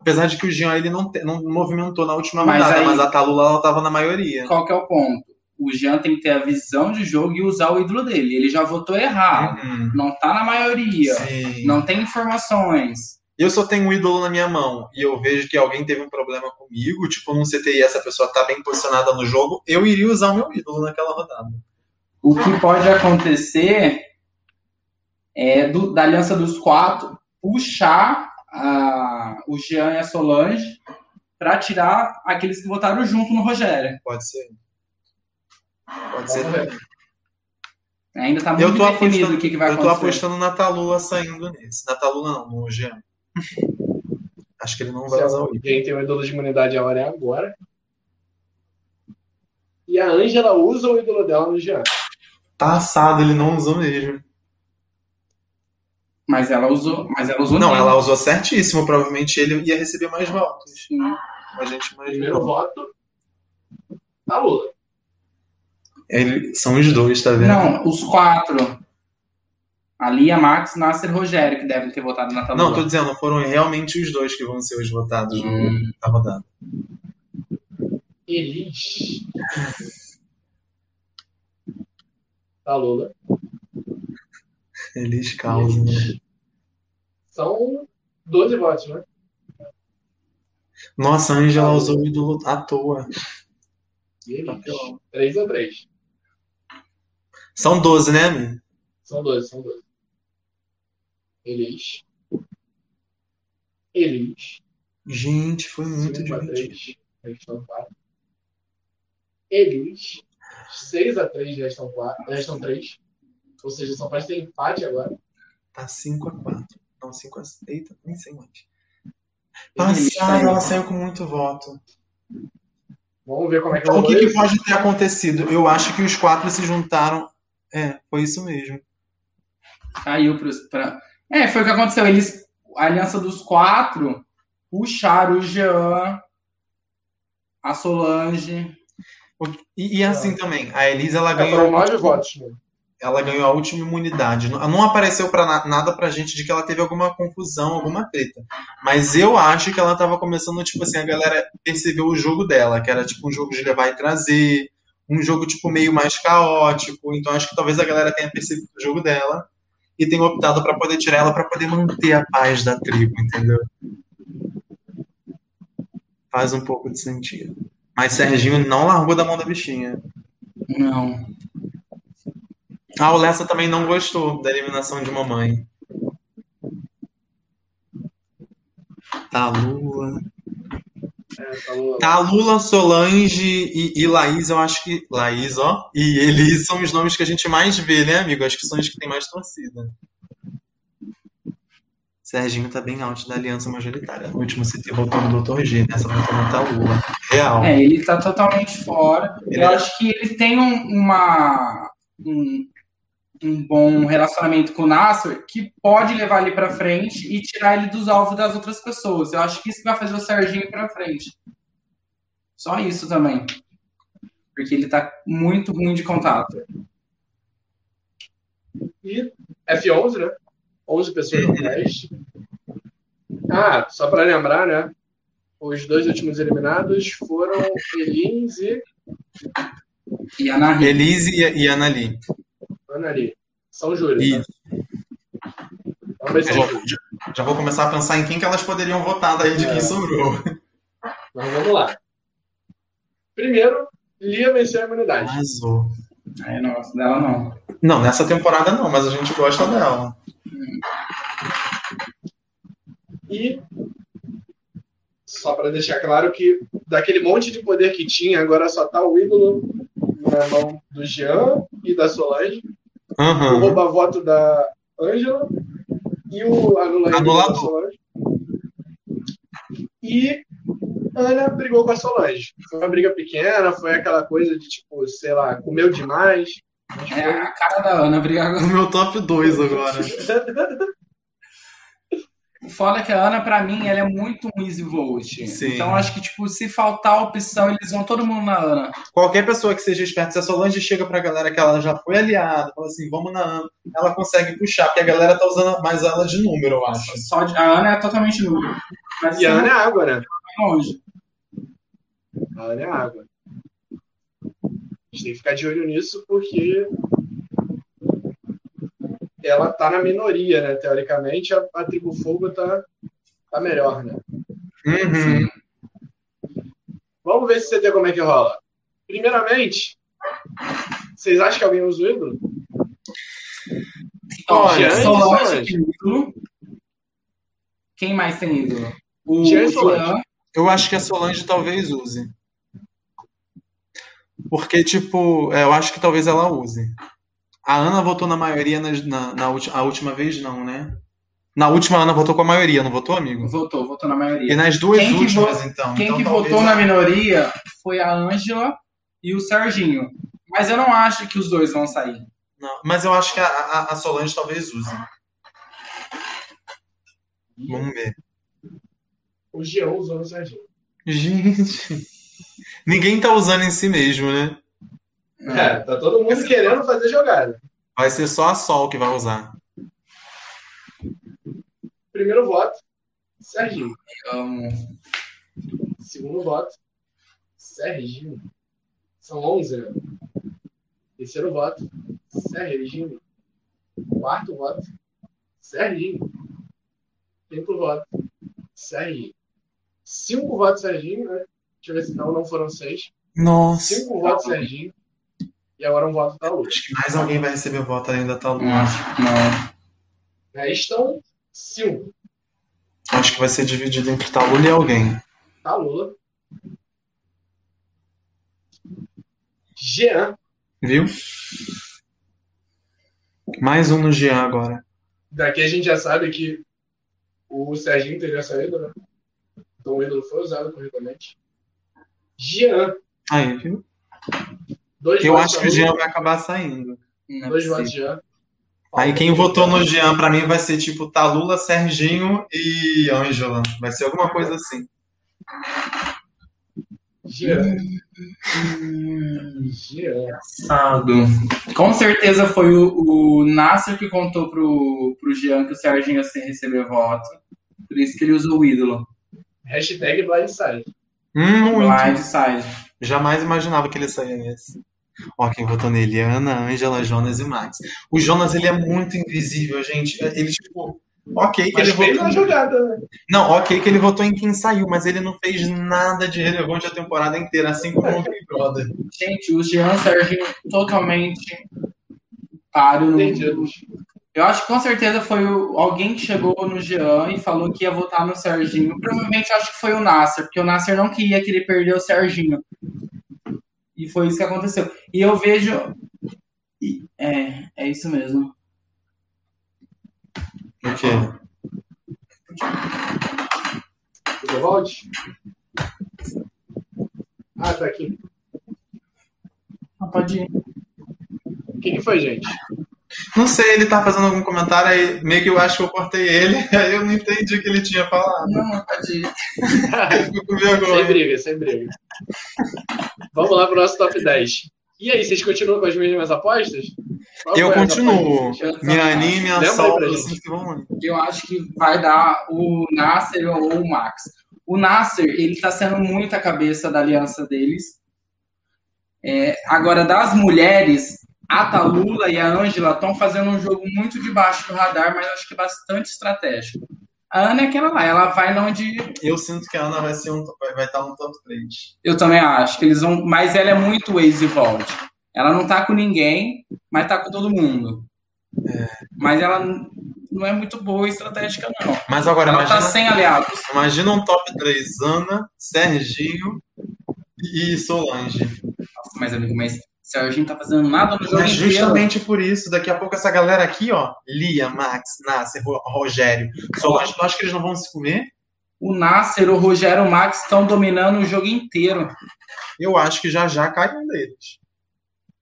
S3: Apesar de que o Jean ele não, te- não movimentou na última
S4: Mas
S3: rodada,
S4: aí-
S3: mas a Talula ela tava na maioria.
S4: Qual que é o ponto? O Jean tem que ter a visão de jogo e usar o ídolo dele. Ele já votou errado.
S3: Uhum.
S4: Não tá na maioria.
S3: Sim.
S4: Não tem informações.
S3: Eu só tenho um ídolo na minha mão e eu vejo que alguém teve um problema comigo, tipo num CTI essa pessoa tá bem posicionada no jogo, eu iria usar o meu ídolo naquela rodada.
S4: O que pode acontecer é do- da aliança dos quatro puxar a- o Jean e a Solange pra tirar aqueles que votaram junto no Rogério.
S3: Pode ser. Pode ser.
S2: Vamos ver.
S4: Ainda tá muito
S3: Eu tô
S4: indefinido
S3: apostando,
S4: o que, que vai
S3: eu tô
S4: acontecer.
S3: apostando na Talula saindo nesse. Na Talula não, no Jean. Acho que ele não vai usar o um ídolo.
S2: Se Quem tem o ídolo de imunidade a hora é agora. E a Ângela usa o ídolo dela no Jean.
S3: Tá assado, ele não usou mesmo.
S4: Mas ela usou. Mas ela usou
S3: Não,
S4: bem.
S3: ela usou certíssimo. Provavelmente ele ia receber mais votos.
S4: Sim.
S3: A gente
S2: Primeiro
S3: imaginou.
S2: voto. A Lula.
S3: Ele- são os dois, tá vendo?
S4: Não, os quatro. A Lia, Max, Nasser e Rogério, que devem ter votado na Talula.
S3: Não, tô dizendo, foram realmente os dois que vão ser os votados
S4: Hum.
S3: na rodada.
S2: Elis. Da Tá, Lula.
S3: Elis causa, né?
S2: São 12 votos, né?
S3: Nossa, a Angela usou o ídolo à toa.
S2: Elis. 3 a 3.
S3: São 12, né, amigo?
S2: São 12, são 12. Elis. Elis.
S3: Gente, foi muito
S2: 5 a
S3: divertido.
S2: 3. Restam 4. Elis. 6 a 3. Restam, 4, restam 3. Ou seja, o São Paulo tem empate agora.
S3: Tá 5x4. Não, 5x. Eita, nem sei onde.
S4: Elis tá
S3: Passada,
S4: indo.
S3: ela saiu com muito voto.
S2: Vamos ver como é que
S3: Então,
S2: ela
S3: o que, que pode ter acontecido? Eu acho que os quatro se juntaram. É, foi isso mesmo.
S4: Caiu pros- pra. É, foi o que aconteceu. Eles, a aliança dos quatro, puxaram o Jean, a Solange.
S3: O- E, e assim também, a Elisa ela
S2: É, Foram
S3: ganhou,
S2: 9 votos, né?
S3: ela ganhou a última imunidade. Não, não apareceu para nada pra gente de que ela teve alguma confusão, alguma treta. Mas eu acho que ela tava começando, tipo assim, a galera percebeu o jogo dela, que era tipo um jogo de levar e trazer, um jogo tipo meio mais caótico. Então acho que talvez a galera tenha percebido o jogo dela e tenha optado pra poder tirar ela pra poder manter a paz da tribo, entendeu? Faz um pouco de sentido. Mas Serginho não largou da mão da bichinha.
S4: Não.
S3: Ah, o Lessa também não gostou da eliminação de mamãe. Tá Lula.
S2: É, falou.
S3: Tá Lula, Solange e, e Laís, eu acho que. Laís, ó. E eles são os nomes que a gente mais vê, né, amigo? Acho que são os que tem mais torcida. Serginho tá bem out da aliança majoritária. No último CT votou no Dr. G, nessa votou no Tá Lula. Real.
S4: É, ele tá totalmente fora.
S3: Ele- é-
S4: Eu acho que ele tem um- uma. Um, um bom relacionamento com o Nasser que pode levar ele pra frente e tirar ele dos alvos das outras pessoas. Eu acho que isso que vai fazer o Serginho ir pra frente. Só isso também. Porque ele tá muito ruim de contato.
S2: E F11, né? 11 pessoas no teste. Ah, só para lembrar, né? Os dois últimos eliminados foram Elins e
S4: E a Nahi.
S3: Elise e, e Anali.
S2: Anari. São Então Júlio.
S3: E
S2: Né? Também
S3: já,
S2: São Júlio.
S3: já- já vou começar a pensar em quem que elas poderiam votar daí de
S2: É.
S3: quem sobrou.
S2: Mas Então vamos lá. Primeiro, Lia venceu a imunidade.
S3: Arrasou.
S4: Ai, né? nossa, dela não.
S3: um. Não, nessa temporada não, mas a gente gosta dela.
S2: E só para deixar claro que daquele monte de poder que tinha, agora só tá o ídolo na mão do Jean e da Solange. o
S3: Aham.
S2: rouba voto da Ângela e o anulador.
S3: Anulador.
S2: da Solange. E Ana brigou com a Solange. Foi uma briga pequena, foi aquela coisa de tipo, sei lá, comeu demais.
S4: É a cara da Ana brigar com
S3: O meu top 2 agora.
S4: O foda é que a Ana, pra mim, ela é muito um easy vote.
S3: Sim.
S4: Então, acho que, tipo, se faltar opção, eles vão todo mundo na Ana.
S3: Qualquer pessoa que seja esperta, se a Solange chega pra galera que ela já foi aliada, fala assim, vamos na Ana, ela consegue puxar, porque a galera tá usando mais ela de número, eu acho.
S4: Só de- A Ana é totalmente nula. Mas
S2: E a Ana
S4: Ana
S2: é água, né?
S4: é longe.
S2: A Ana é água. A gente tem que ficar de olho nisso porque ela tá na minoria, né? Teoricamente, a, a tribo fogo tá, tá melhor, né?
S3: Uhum.
S2: Vamos ver esse CT como é que rola. Primeiramente, vocês acham que alguém usa o ídolo?
S3: Olha,
S2: Então, Jean e
S4: Solange
S2: Solange.
S4: tem ídolo. Quem mais tem ídolo? O
S2: Jean e
S4: Jean,
S2: Solange.
S3: Eu acho que a Solange talvez use. Porque, tipo, é, eu acho que talvez ela use. A Ana votou na maioria nas- na, na ulti- a última vez, não, né? Na última, a Ana votou com a maioria, não votou, amigo?
S4: votou, votou na
S3: E
S4: maioria.
S3: nas duas
S4: Quem que
S3: últimas, então.
S4: Quem
S3: então,
S4: que
S3: talvez
S4: votou
S3: a-
S4: na minoria foi a Ângela e o Serginho. Mas eu não acho que os dois vão sair.
S3: Não, mas eu acho que a, a- a Solange talvez use. Vamos ver.
S2: O Jean usou o Serginho.
S3: Gente. Ninguém tá usando em si mesmo, né?
S2: É, tá todo mundo querendo fazer jogada.
S3: Vai ser só a Sol que vai usar.
S2: Primeiro voto, Serginho.
S4: Amo.
S2: Segundo voto, Serginho. São 11, né? Terceiro voto, Serginho. Quarto voto, Serginho. Quinto voto, Serginho. Cinco votos, Serginho, né? Deixa eu ver se não, não foram seis.
S3: Nossa.
S2: Cinco votos, Serginho. E agora um voto da Luz.
S3: Acho que mais alguém vai receber voto ainda, tá?
S4: Não, não.
S2: Restam cinco.
S3: Acho que vai ser dividido entre Talula e alguém.
S2: Tá, Lula. Jean.
S3: Viu? Mais um no Jean agora.
S2: Daqui a gente já sabe que o Serginho teria saído, né? Então o ídolo foi usado corretamente. Jean.
S3: Aí, viu?
S2: Dois
S3: Eu
S2: votos
S3: acho
S2: pra
S3: que o
S2: Lula,
S3: Jean vai acabar saindo.
S4: Não é
S2: Dois
S4: possível.
S2: votos, Jean.
S3: Aí quem votou no Jean pra mim vai ser tipo Talula, Serginho e Ângela. Vai ser alguma coisa assim.
S2: Jean.
S4: Hum,
S2: Jean.
S4: Engraçado. Com certeza foi o, o Nasser que contou pro, pro Jean que o Serginho ia ser- receber voto. Por isso que ele usou o ídolo.
S2: Hashtag blindside.
S3: Hum, muito.
S4: Blindside.
S3: Jamais imaginava que ele saia nesse. Ó, quem votou nele, Ana, Ângela, Jonas e Max. O Jonas, ele é muito invisível, gente. Ele, tipo, ok que
S2: Mas
S3: ele
S2: fez uma
S3: votou.
S2: jogada, né?
S3: Não, ok que ele votou em quem saiu, mas ele não fez nada de relevante a temporada inteira, assim como o Big Brother.
S4: Gente, o Jean Serginho totalmente páreo. no-
S2: Entendidos.
S4: Eu acho que com certeza foi o- alguém que chegou no Jean e falou que ia votar no Serginho. Provavelmente acho que foi o Nasser, porque o Nasser não queria que ele perdeu o Serginho. E foi isso que aconteceu. E eu vejo. e- É, é isso mesmo.
S3: O quê?
S2: Tudo volte? Ah, tá aqui.
S4: Não pode ir.
S2: O que, que foi, gente?
S3: Não sei, ele tá fazendo algum comentário aí, meio que eu acho que eu cortei ele, aí eu não entendi o que ele tinha falado.
S4: Não, não pode ir.
S3: Eu fico com
S2: sem
S3: vergonha.
S2: briga, sem briga. Vamos lá pro nosso top 10. E aí, vocês continuam com as mesmas apostas? Qual
S3: Eu
S2: foi as
S3: continuo.
S2: apostas que vocês
S3: Minha anime, minha
S2: tá Lembra aí
S3: sol,
S2: pra
S3: assim
S2: gente.
S3: que vão.
S4: Eu acho que vai dar o Nasser ou o Max. O Nasser, ele tá sendo muito a cabeça da aliança deles. É, agora, das mulheres, a Talula e a Ângela estão fazendo um jogo muito debaixo do radar, mas acho que é bastante estratégico. A Ana é aquela lá, ela vai na onde
S3: Eu sinto que a Ana vai ser um, vai, vai estar no top 3.
S4: eu também acho que eles vão. Mas ela é muito ex e volte. Ela não tá com ninguém, mas tá com todo mundo.
S3: É.
S4: Mas ela n- não é muito boa estratégica, não.
S3: Mas agora,
S4: Ela tá
S3: imagina,
S4: sem aliados.
S3: imagina um top 3, Ana, Serginho e Solange.
S4: Nossa, mas amigo, mas Serginho tá fazendo nada no jogo
S3: Mas
S4: inteiro.
S3: justamente por isso, daqui a pouco essa galera aqui, ó, Lia, Max, Nasser, Ro- Rogério, Solange, tu acha que eles não vão se comer?
S4: O Nasser, o Rogério, o Max estão dominando o jogo inteiro.
S3: Eu acho que já já cai um deles.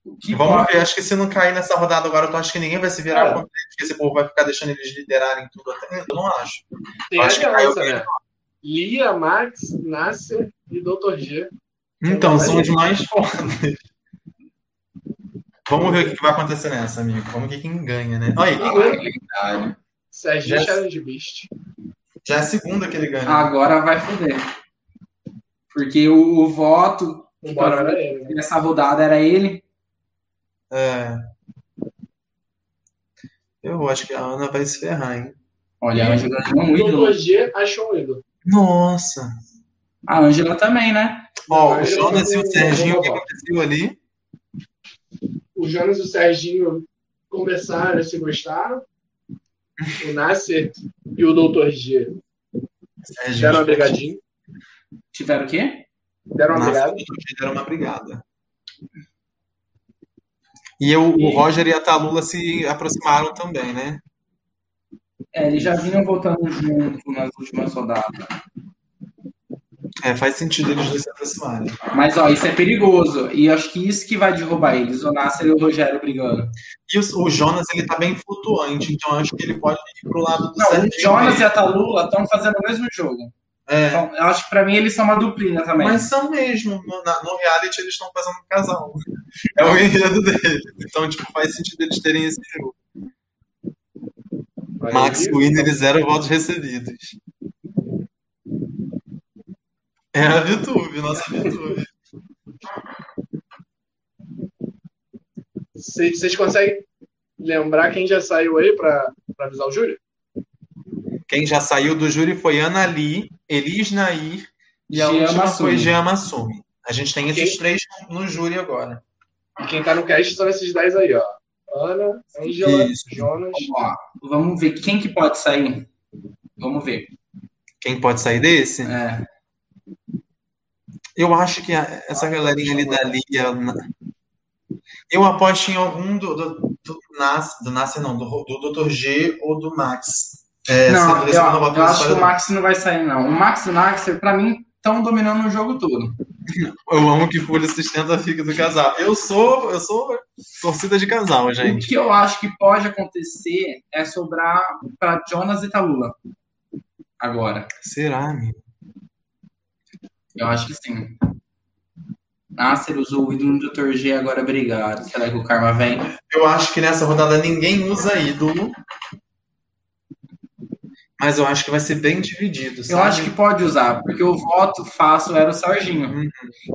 S4: O que
S3: Vamos
S4: pode-
S3: ver, acho que se não cair nessa rodada agora, tu acha que ninguém vai se virar
S2: É.
S3: contra eles, que esse povo vai ficar deixando eles liderarem tudo até? Eu não acho.
S2: Tem
S3: Acho que
S2: a aliança,
S3: caiu
S2: né? Lia, Max, Nasser e Dr. G.
S3: Então, são os
S2: Verdade.
S3: mais fodas. Vamos ver o que que vai acontecer nessa, amigo. Vamos ver quem ganha, né? Olha aí,
S4: Caralho.
S2: Serginho
S3: Yes.
S2: Challenge Beast.
S3: já é a segunda que ele ganha.
S2: Ah.
S4: Agora vai foder. Porque o, o voto
S2: Embora era ele, né?
S4: nessa rodada era ele.
S3: É. Eu acho que a Ana vai se ferrar, hein?
S4: Olha, a Angela é um ídolo.
S2: Dr. G achou um ídolo.
S3: Nossa!
S4: A Ângela também, né?
S3: Ó, o
S2: Mas eu
S3: Jonas e o
S2: vou-
S3: Serginho,
S2: vou
S3: o que
S2: votar.
S3: aconteceu ali?
S2: O Jonas e o Serginho conversaram, se gostaram. O Nasser e o Dr. G
S3: Serginho,
S2: deram uma brigadinha.
S4: Tiveram o quê?
S2: Deram uma
S3: Nossa,
S2: brigada.
S3: eles deram uma brigada. E eu, o Roger e a Talula se aproximaram também, né?
S4: É, eles já vinham voltando junto nas últimas rodadas.
S3: É, faz sentido eles dois se aproximarem.
S4: Mas, ó, isso é perigoso. E acho que isso que vai derrubar eles. O Nasser e o Rogério brigando.
S3: E o, o Jonas, ele tá bem flutuante, então eu acho que ele pode ir pro lado do
S4: Não, o
S3: Serginho.
S4: Jonas e
S3: mesmo.
S4: a Talula estão fazendo o mesmo jogo.
S3: É.
S4: Então, eu acho que pra mim eles são uma duplinha também.
S3: Mas são mesmo. No, na- no reality eles estão fazendo um casal. É o enredo deles. Então, tipo, faz sentido eles terem esse jogo. Max Winner e zero votos recebidos. É a VTube, nossa VTube.
S2: Vocês vocês conseguem lembrar quem já saiu aí pra, pra avisar o Júlio?
S3: Quem já saiu do júri foi Ana Lee, Elis Nair e a
S4: Jean
S3: última foi
S4: Massumi.
S3: Jean Massumi. A gente tem esses três no júri agora.
S2: E quem tá no cast são esses 10 aí, ó. Ana, Angela,
S3: Isso.
S2: Jonas.
S4: Vamos lá. Vamos ver quem que pode sair. Vamos ver.
S3: Quem pode sair desse?
S4: É.
S3: Eu acho que a- essa galerinha ali da Lia. na- Eu aposto em algum do, do, do Nas- do Nasser, não, do, do Dr. G ou do Max. É,
S4: não,
S3: sendo
S4: eu,
S3: esse, eu não vou
S4: eu acho que
S3: apostar.
S4: o Max não vai sair, não. O Max e o Naxer, pra mim, estão dominando o jogo todo.
S3: Eu amo que Folha sustenta a fica do casal. Eu sou, eu sou torcida de casal,
S4: O
S3: gente.
S4: que eu acho que pode acontecer é sobrar pra Jonas e Talula. Agora.
S3: Será, amigo?
S4: Eu acho que sim. Nasser usou o ídolo do Dr. G agora obrigado. Será que o Karma vem?
S3: Eu acho que nessa rodada ninguém usa ídolo. Mas eu acho que vai ser bem dividido.
S4: Eu
S3: sabe? Uhum.
S4: acho que pode usar, porque o voto fácil era o Serginho.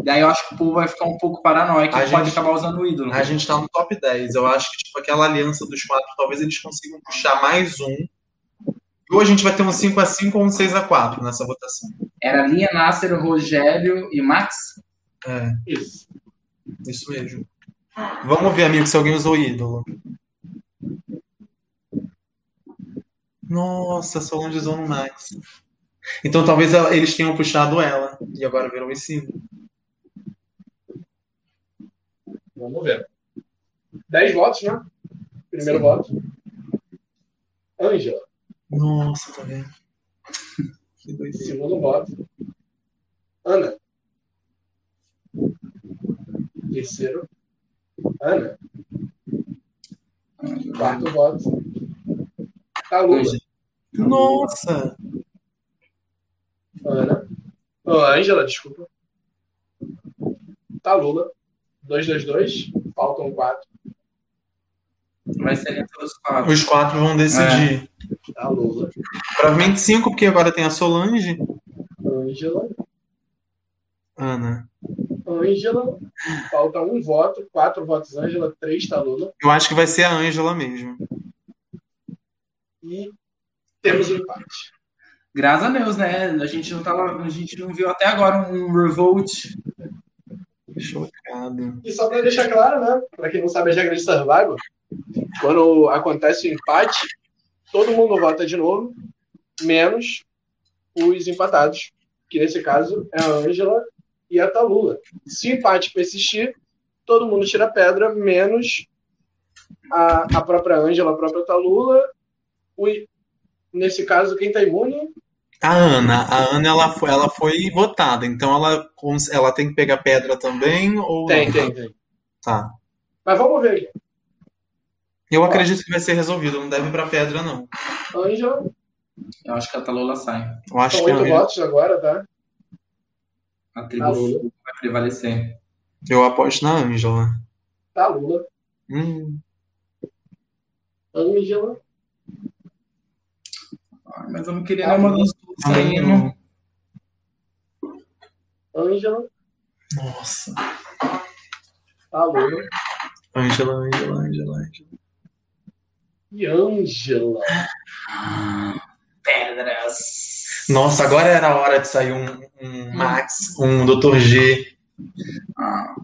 S4: Daí eu acho que o povo vai ficar um pouco paranoico
S3: A
S4: e pode
S3: gente-
S4: acabar usando o ídolo.
S3: A gente tá no top 10. Eu acho que tipo, aquela aliança dos quatro, talvez eles consigam puxar mais um. Ou a gente vai ter um 5x5 ou um 6x4 nessa votação.
S4: Era Linha Nasser, Rogério e Max?
S3: É,
S2: Isso.
S3: isso mesmo. Vamos ver, amigo, se alguém usou ídolo. Nossa, Solange usou no Max. Então talvez ela- eles tenham puxado ela. E agora viram os cinco.
S2: Vamos ver. 10 votos, né? Primeiro
S3: Sim.
S2: voto. Ângela,
S3: Nossa, tá vendo? Que doideira.
S2: segundo voto. Ana. Terceiro. Ana. Quarto voto. Tá, Talula.
S3: Nossa!
S2: Ana. Ô, Ângela, desculpa. Tá Lula. 222. Faltam quatro.
S4: Vai ser entre os quatro.
S3: Os quatro vão decidir.
S2: Tá Lula.
S3: Provavelmente cinco, porque agora tem a Solange.
S2: Ângela.
S3: Ana.
S2: Ângela. Falta um voto. Quatro votos Ângela. Três tá Lula.
S3: Eu acho que vai ser a Ângela mesmo.
S2: E temos um empate.
S4: Graças a Deus, né? A gente não tava. A gente não viu até agora um revolt.
S3: Chocado.
S2: E só pra deixar claro, né? Pra quem não sabe a regra de Survival, quando acontece o empate, todo mundo vota de novo, menos os empatados, que nesse caso é a Ângela e a Talula. Se o empate persistir, todo mundo tira a pedra, menos a, a própria Ângela, a própria Talula. O, i- nesse caso, quem tá imune?
S3: A Ana. A Ana ela foi, ela foi votada, então ela, cons- ela tem que pegar pedra também? Ou
S2: Tem,
S3: não?
S2: tem, tem.
S3: Tá.
S2: Mas vamos ver aqui.
S3: Eu acredito que vai ser resolvido, não deve ir pra pedra, não.
S2: Ângela,
S4: Eu acho que a Talula sai.
S3: Eu acho
S2: são
S3: que a
S2: oito
S3: Ângela-
S2: votos agora, tá?
S4: A tribo
S2: Talula.
S4: vai prevalecer.
S3: eu aposto na Ângela.
S2: Talula.
S3: Hum,
S2: Ângela.
S4: Ah, Mas eu não queria nenhuma das duas
S3: também
S4: saindo.
S3: não.
S2: Ângela.
S3: Nossa.
S2: Talula
S3: Ângela, Ângela, Ângela, Ângela.
S2: e Ângela.
S4: Pedras.
S3: Nossa, agora era a hora de sair um, um Max, um Dr. G.
S4: Ah.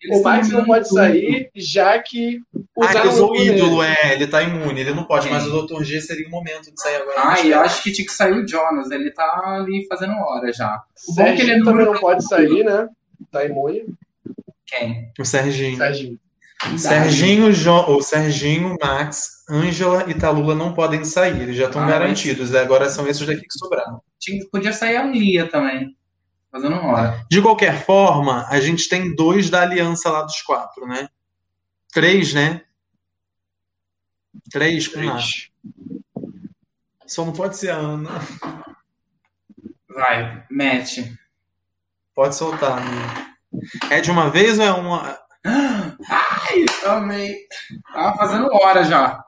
S4: Eles
S2: O
S4: tão
S2: Max não
S4: dominando
S2: pode
S4: tudo.
S2: sair, já que
S3: Ah, ele
S2: usaram
S3: usou
S2: o
S3: o
S2: ídolo
S3: ídolo,
S2: nele.
S3: é, ele tá imune, ele não pode,
S4: É.
S3: mas o Dr. G seria o momento de sair agora.
S4: Ah, eu acho que tinha que sair o Jonas. Ele tá ali fazendo hora já. O bom é que
S2: Sérgio
S4: ele é número
S2: também não pode sair, né? Tá imune.
S4: Quem?
S3: O Serginho.
S2: Sérgio.
S3: Serginho, jo... o Serginho, Max, Ângela e Talula não podem sair, eles já estão
S4: Ah,
S3: garantidos. né? Agora são esses daqui que sobraram.
S4: Tinha- Podia sair a Lia também. Fazendo hora.
S3: De qualquer forma, a gente tem dois da aliança lá dos quatro, né? Três, né? Três com nada. Só não pode ser a Ana.
S4: Vai, match.
S3: Pode soltar, amigo. É de uma vez ou é uma.
S4: Ai, É amei. Tava fazendo hora já.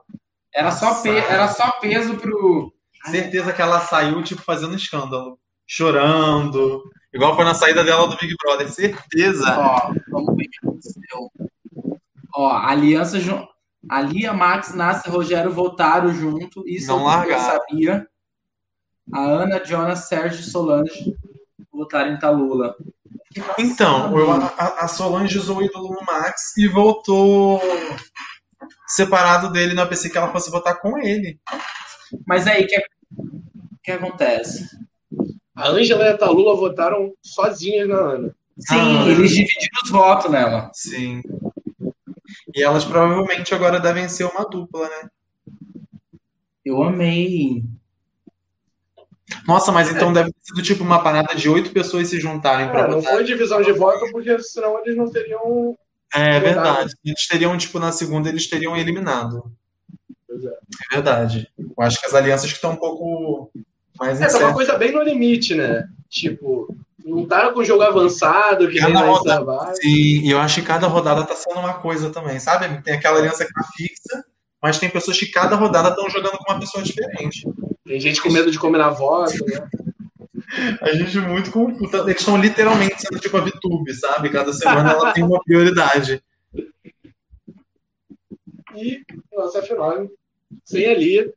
S4: Era só, pe- era só peso pro.
S3: Certeza que ela saiu, tipo, fazendo escândalo. Chorando. Igual foi na saída dela do Big Brother. Certeza.
S4: Ó, vamos ver o que aconteceu. Ó, aliança junto. Alia, Max, Nasser e Rogério voltaram junto. Isso
S3: Não
S4: eu nunca
S3: largaram.
S4: sabia. A Ana, Jonas, Sérgio e Solange tá votaram em Talula.
S3: Então, eu- a, a Solange usou o ídolo no Max e voltou separado dele. Não eu pensei que ela fosse votar com ele.
S4: Mas aí, o que, o que acontece?
S2: A Ângela e a Talula votaram sozinhas na Ana.
S4: Sim,
S3: Ah.
S4: eles dividiram os votos nela.
S3: Sim. E elas provavelmente agora devem ser uma dupla, né?
S4: Eu amei.
S3: Nossa, mas então deve ter sido tipo uma parada de oito pessoas se juntarem pra
S2: Cara, não
S3: votar.
S2: foi divisão de voto, porque senão eles não teriam.
S3: É
S2: Verdade.
S3: verdade. Eles teriam, tipo, na segunda eles teriam eliminado.
S2: Pois é.
S3: É verdade. Eu acho que as alianças que estão um pouco mais
S2: É, tá uma
S3: incertas.
S2: coisa bem no limite, né? Tipo, não tá com o jogo avançado, que nem
S3: Cada
S2: na
S3: roda-
S2: Extravasa.
S3: Sim, e eu acho que cada rodada tá sendo uma coisa também, sabe? Tem aquela aliança que tá fixa, mas tem pessoas que cada rodada estão jogando com uma pessoa diferente.
S2: Tem gente com medo de combinar voto, né?
S3: A gente muito confusa. Eles estão literalmente sendo tipo a VTube, sabe? Cada semana ela tem uma prioridade.
S2: E nossa F9, sem a Lia.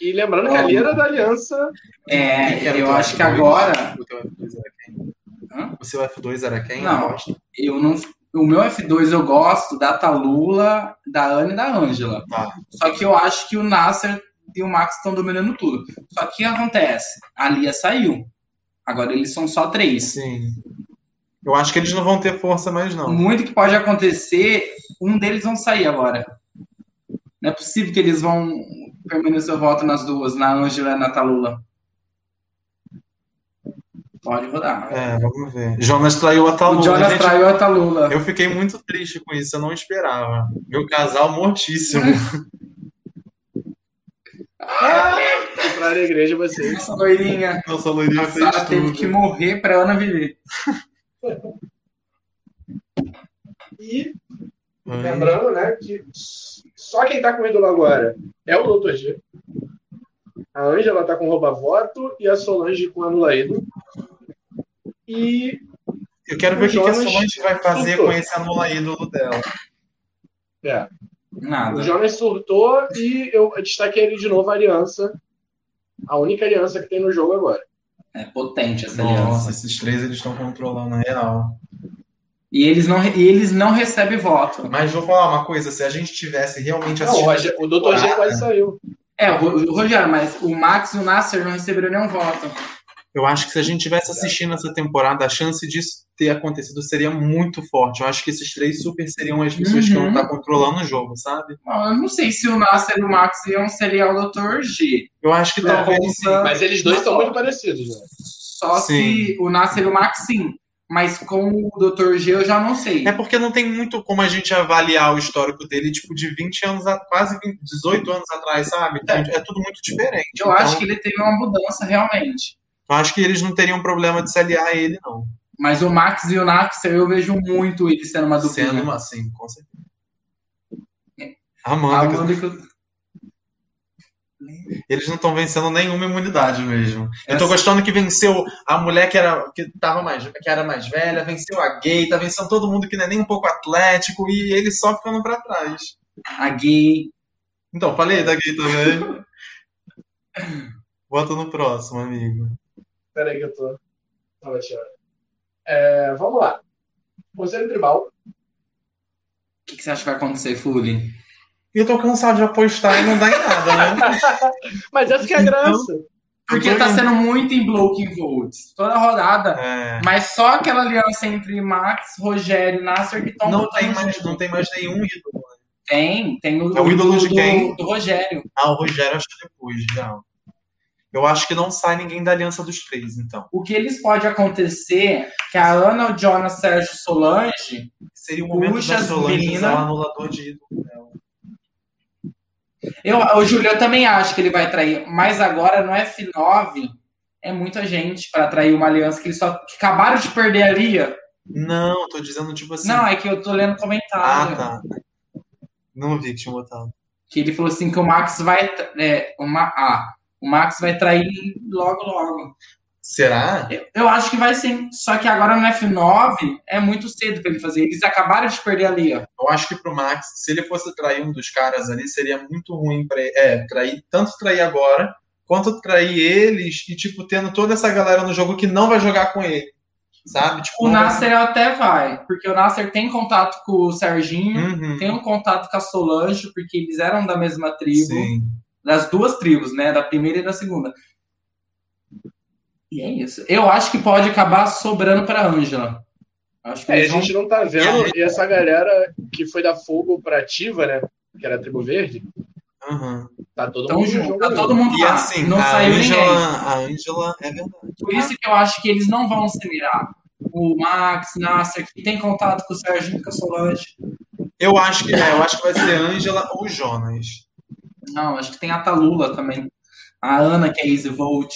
S2: E lembrando que a Lia era da aliança.
S4: É, eu acho que
S3: F2?
S4: agora
S3: O teu F2 era quem?
S4: Hã?
S3: O seu F2 era quem?
S4: Não.
S3: Eu gosto.
S4: eu não. O meu F2 eu gosto da Talula, da Ana e da Ângela.
S3: Tá.
S4: Só que eu acho que o Nasser e o Max estão dominando tudo. Só que o que acontece? A Lia saiu. Agora eles são só três.
S3: Sim. Eu acho que eles não vão ter força mais, não.
S4: Muito que pode acontecer, um deles vão sair agora. Não é possível que eles vão permanecer o voto nas duas, na Ângela e na Talula. Pode rodar.
S3: É, vamos ver. Jonas traiu a Talula.
S4: o Jonas
S3: gente.
S4: traiu a Talula.
S3: Eu fiquei muito triste com isso, eu não esperava. Meu casal mortíssimo.
S2: Pra alegria de vocês.
S4: Essa loirinha.
S3: Nossa, Lourinho,
S4: A Sara Tá, teve que morrer pra Ana viver.
S2: E lembrando, né, que só quem tá com ídolo agora é o Dr. G. A Ângela tá com rouba-voto e a Solange com anula ídolo. E
S3: Eu quero ver o que, que a
S2: Jonas
S3: Solange vai fazer
S2: surtou.
S3: com esse anula ídolo dela.
S2: é, O
S4: Nada.
S2: Jonas surtou e eu destaquei ele de novo a aliança. A única aliança que tem no jogo agora.
S4: É potente essa
S3: Nossa,
S4: aliança.
S3: esses três eles estão controlando a real.
S4: E eles não, e eles não recebem voto.
S3: Mas vou falar uma coisa: se a gente tivesse realmente
S2: Não, o,
S3: assistido.
S2: Roger- o Dr. G quase saiu.
S4: É, o Ro- o Rogério, mas o Max e o Nasser não receberam nenhum voto.
S3: Eu acho que se a gente tivesse assistindo essa temporada, a chance disso ter acontecido seria muito forte. Eu acho que esses três super seriam as pessoas que vão
S4: Uhum.
S3: estar controlando o jogo, sabe?
S4: Bom, eu não sei se o Nasser e o Max iam seriar o Dr. G.
S3: Eu acho que
S4: Não,
S3: talvez.
S4: como
S3: sim.
S4: tá-
S2: Mas eles dois são muito parecidos, né?
S4: Só
S3: Sim.
S4: se o Nasser e o Max, sim. Mas com o Dr. G eu já não sei.
S3: É porque não tem muito como a gente avaliar o histórico dele, tipo, de 20 anos, a, quase 20, 18 anos atrás, sabe? Então, é tudo muito diferente. Então,
S4: Eu acho que ele teve uma mudança realmente.
S3: eu acho que eles não teriam problema de se aliar a ele, não.
S4: Mas o Max e o Nasser eu vejo muito ele sendo uma dupla.
S3: Sendo uma, sim, com certeza.
S4: É. A
S3: Amanda,
S4: Amanda que eu-
S3: eles não estão vencendo nenhuma imunidade mesmo. Eu tô
S4: Essa-
S3: gostando que venceu a mulher que era, que tava mais, que era mais velha, venceu a gay, tá vencendo todo mundo que não é nem um pouco atlético e ele só ficando pra trás.
S4: a gay.
S3: Então, falei da gay também. Bota no próximo, amigo.
S2: Peraí que eu tô. Tava tirando. É, vamos lá. Conselho Tribal.
S4: O que, que você acha que vai acontecer, Fully?
S3: E eu tô cansado de apostar e não dá em nada, né?
S2: Mas essa que é a graça.
S4: Porque tá sendo muito em blocking votes. Toda rodada.
S3: É,
S4: Mas só aquela aliança entre Max, Rogério e Nasser que estão
S3: não, tem mais, não tem mais nenhum ídolo.
S4: Tem, tem o,
S3: É o ídolo de
S4: do-
S3: quem?
S4: do Rogério.
S3: Ah, o Rogério acho que depois, não. Eu acho que não sai ninguém da aliança dos três, então.
S4: O que eles pode acontecer que a Ana, o Jonas, Sérgio Solange,
S3: Seria o momento
S4: Puxa,
S3: da Solange usar
S4: menina.
S3: o anulador de ídolo dela.
S4: eu, o Júlio eu também acho que ele vai trair, mas agora no F9 é muita gente para trair uma aliança que eles só que acabaram de perder a Lia.
S3: Não, tô dizendo tipo assim.
S4: Não, é que eu tô lendo
S3: ah,
S4: comentário.
S3: tá. Não vi que tinha botado.
S4: Que ele falou assim que o Max vai. É, uma, ah, o Max vai trair logo, logo.
S3: Será?
S4: Eu, eu acho que vai sim. Só que agora no F9 é muito cedo pra ele fazer. Eles acabaram de perder ali, ó.
S3: Eu acho que pro Max, se ele fosse trair um dos caras ali, seria muito ruim pra ele. É, trair, tanto trair agora, quanto trair eles e, tipo, tendo toda essa galera no jogo que não vai jogar com ele. Sabe? Tipo,
S4: O
S3: não vai-
S4: Nasser até vai, porque o Nasser tem contato com o Serginho,
S3: Uhum.
S4: tem um contato com a Solange, porque eles eram da mesma tribo.
S3: Sim.
S4: das duas tribos, né? Da primeira e da segunda. E é isso. Eu acho que pode acabar sobrando para Ângela. Acho que
S2: É, a
S4: eles vão-
S2: gente não tá vendo, e essa galera que foi da Fogo pra Ativa, né? Que era a Tribo Verde,
S3: Aham.
S2: tá todo
S4: Então,
S2: mundo
S4: junto,
S2: junto.
S4: tá todo mundo
S3: Uhum. E
S4: lá.
S3: assim,
S4: não
S3: a
S4: saiu ninguém.
S3: Angela, a Angela é verdade.
S4: Por isso que eu acho que eles não vão se mirar. O Max, Nasser, que tem contato com o Serginho, com a Solange.
S3: Eu acho que é, eu acho que vai ser Angela ou Jonas.
S4: Não, acho que tem a Talula também. A Ana, que é Easy Volt.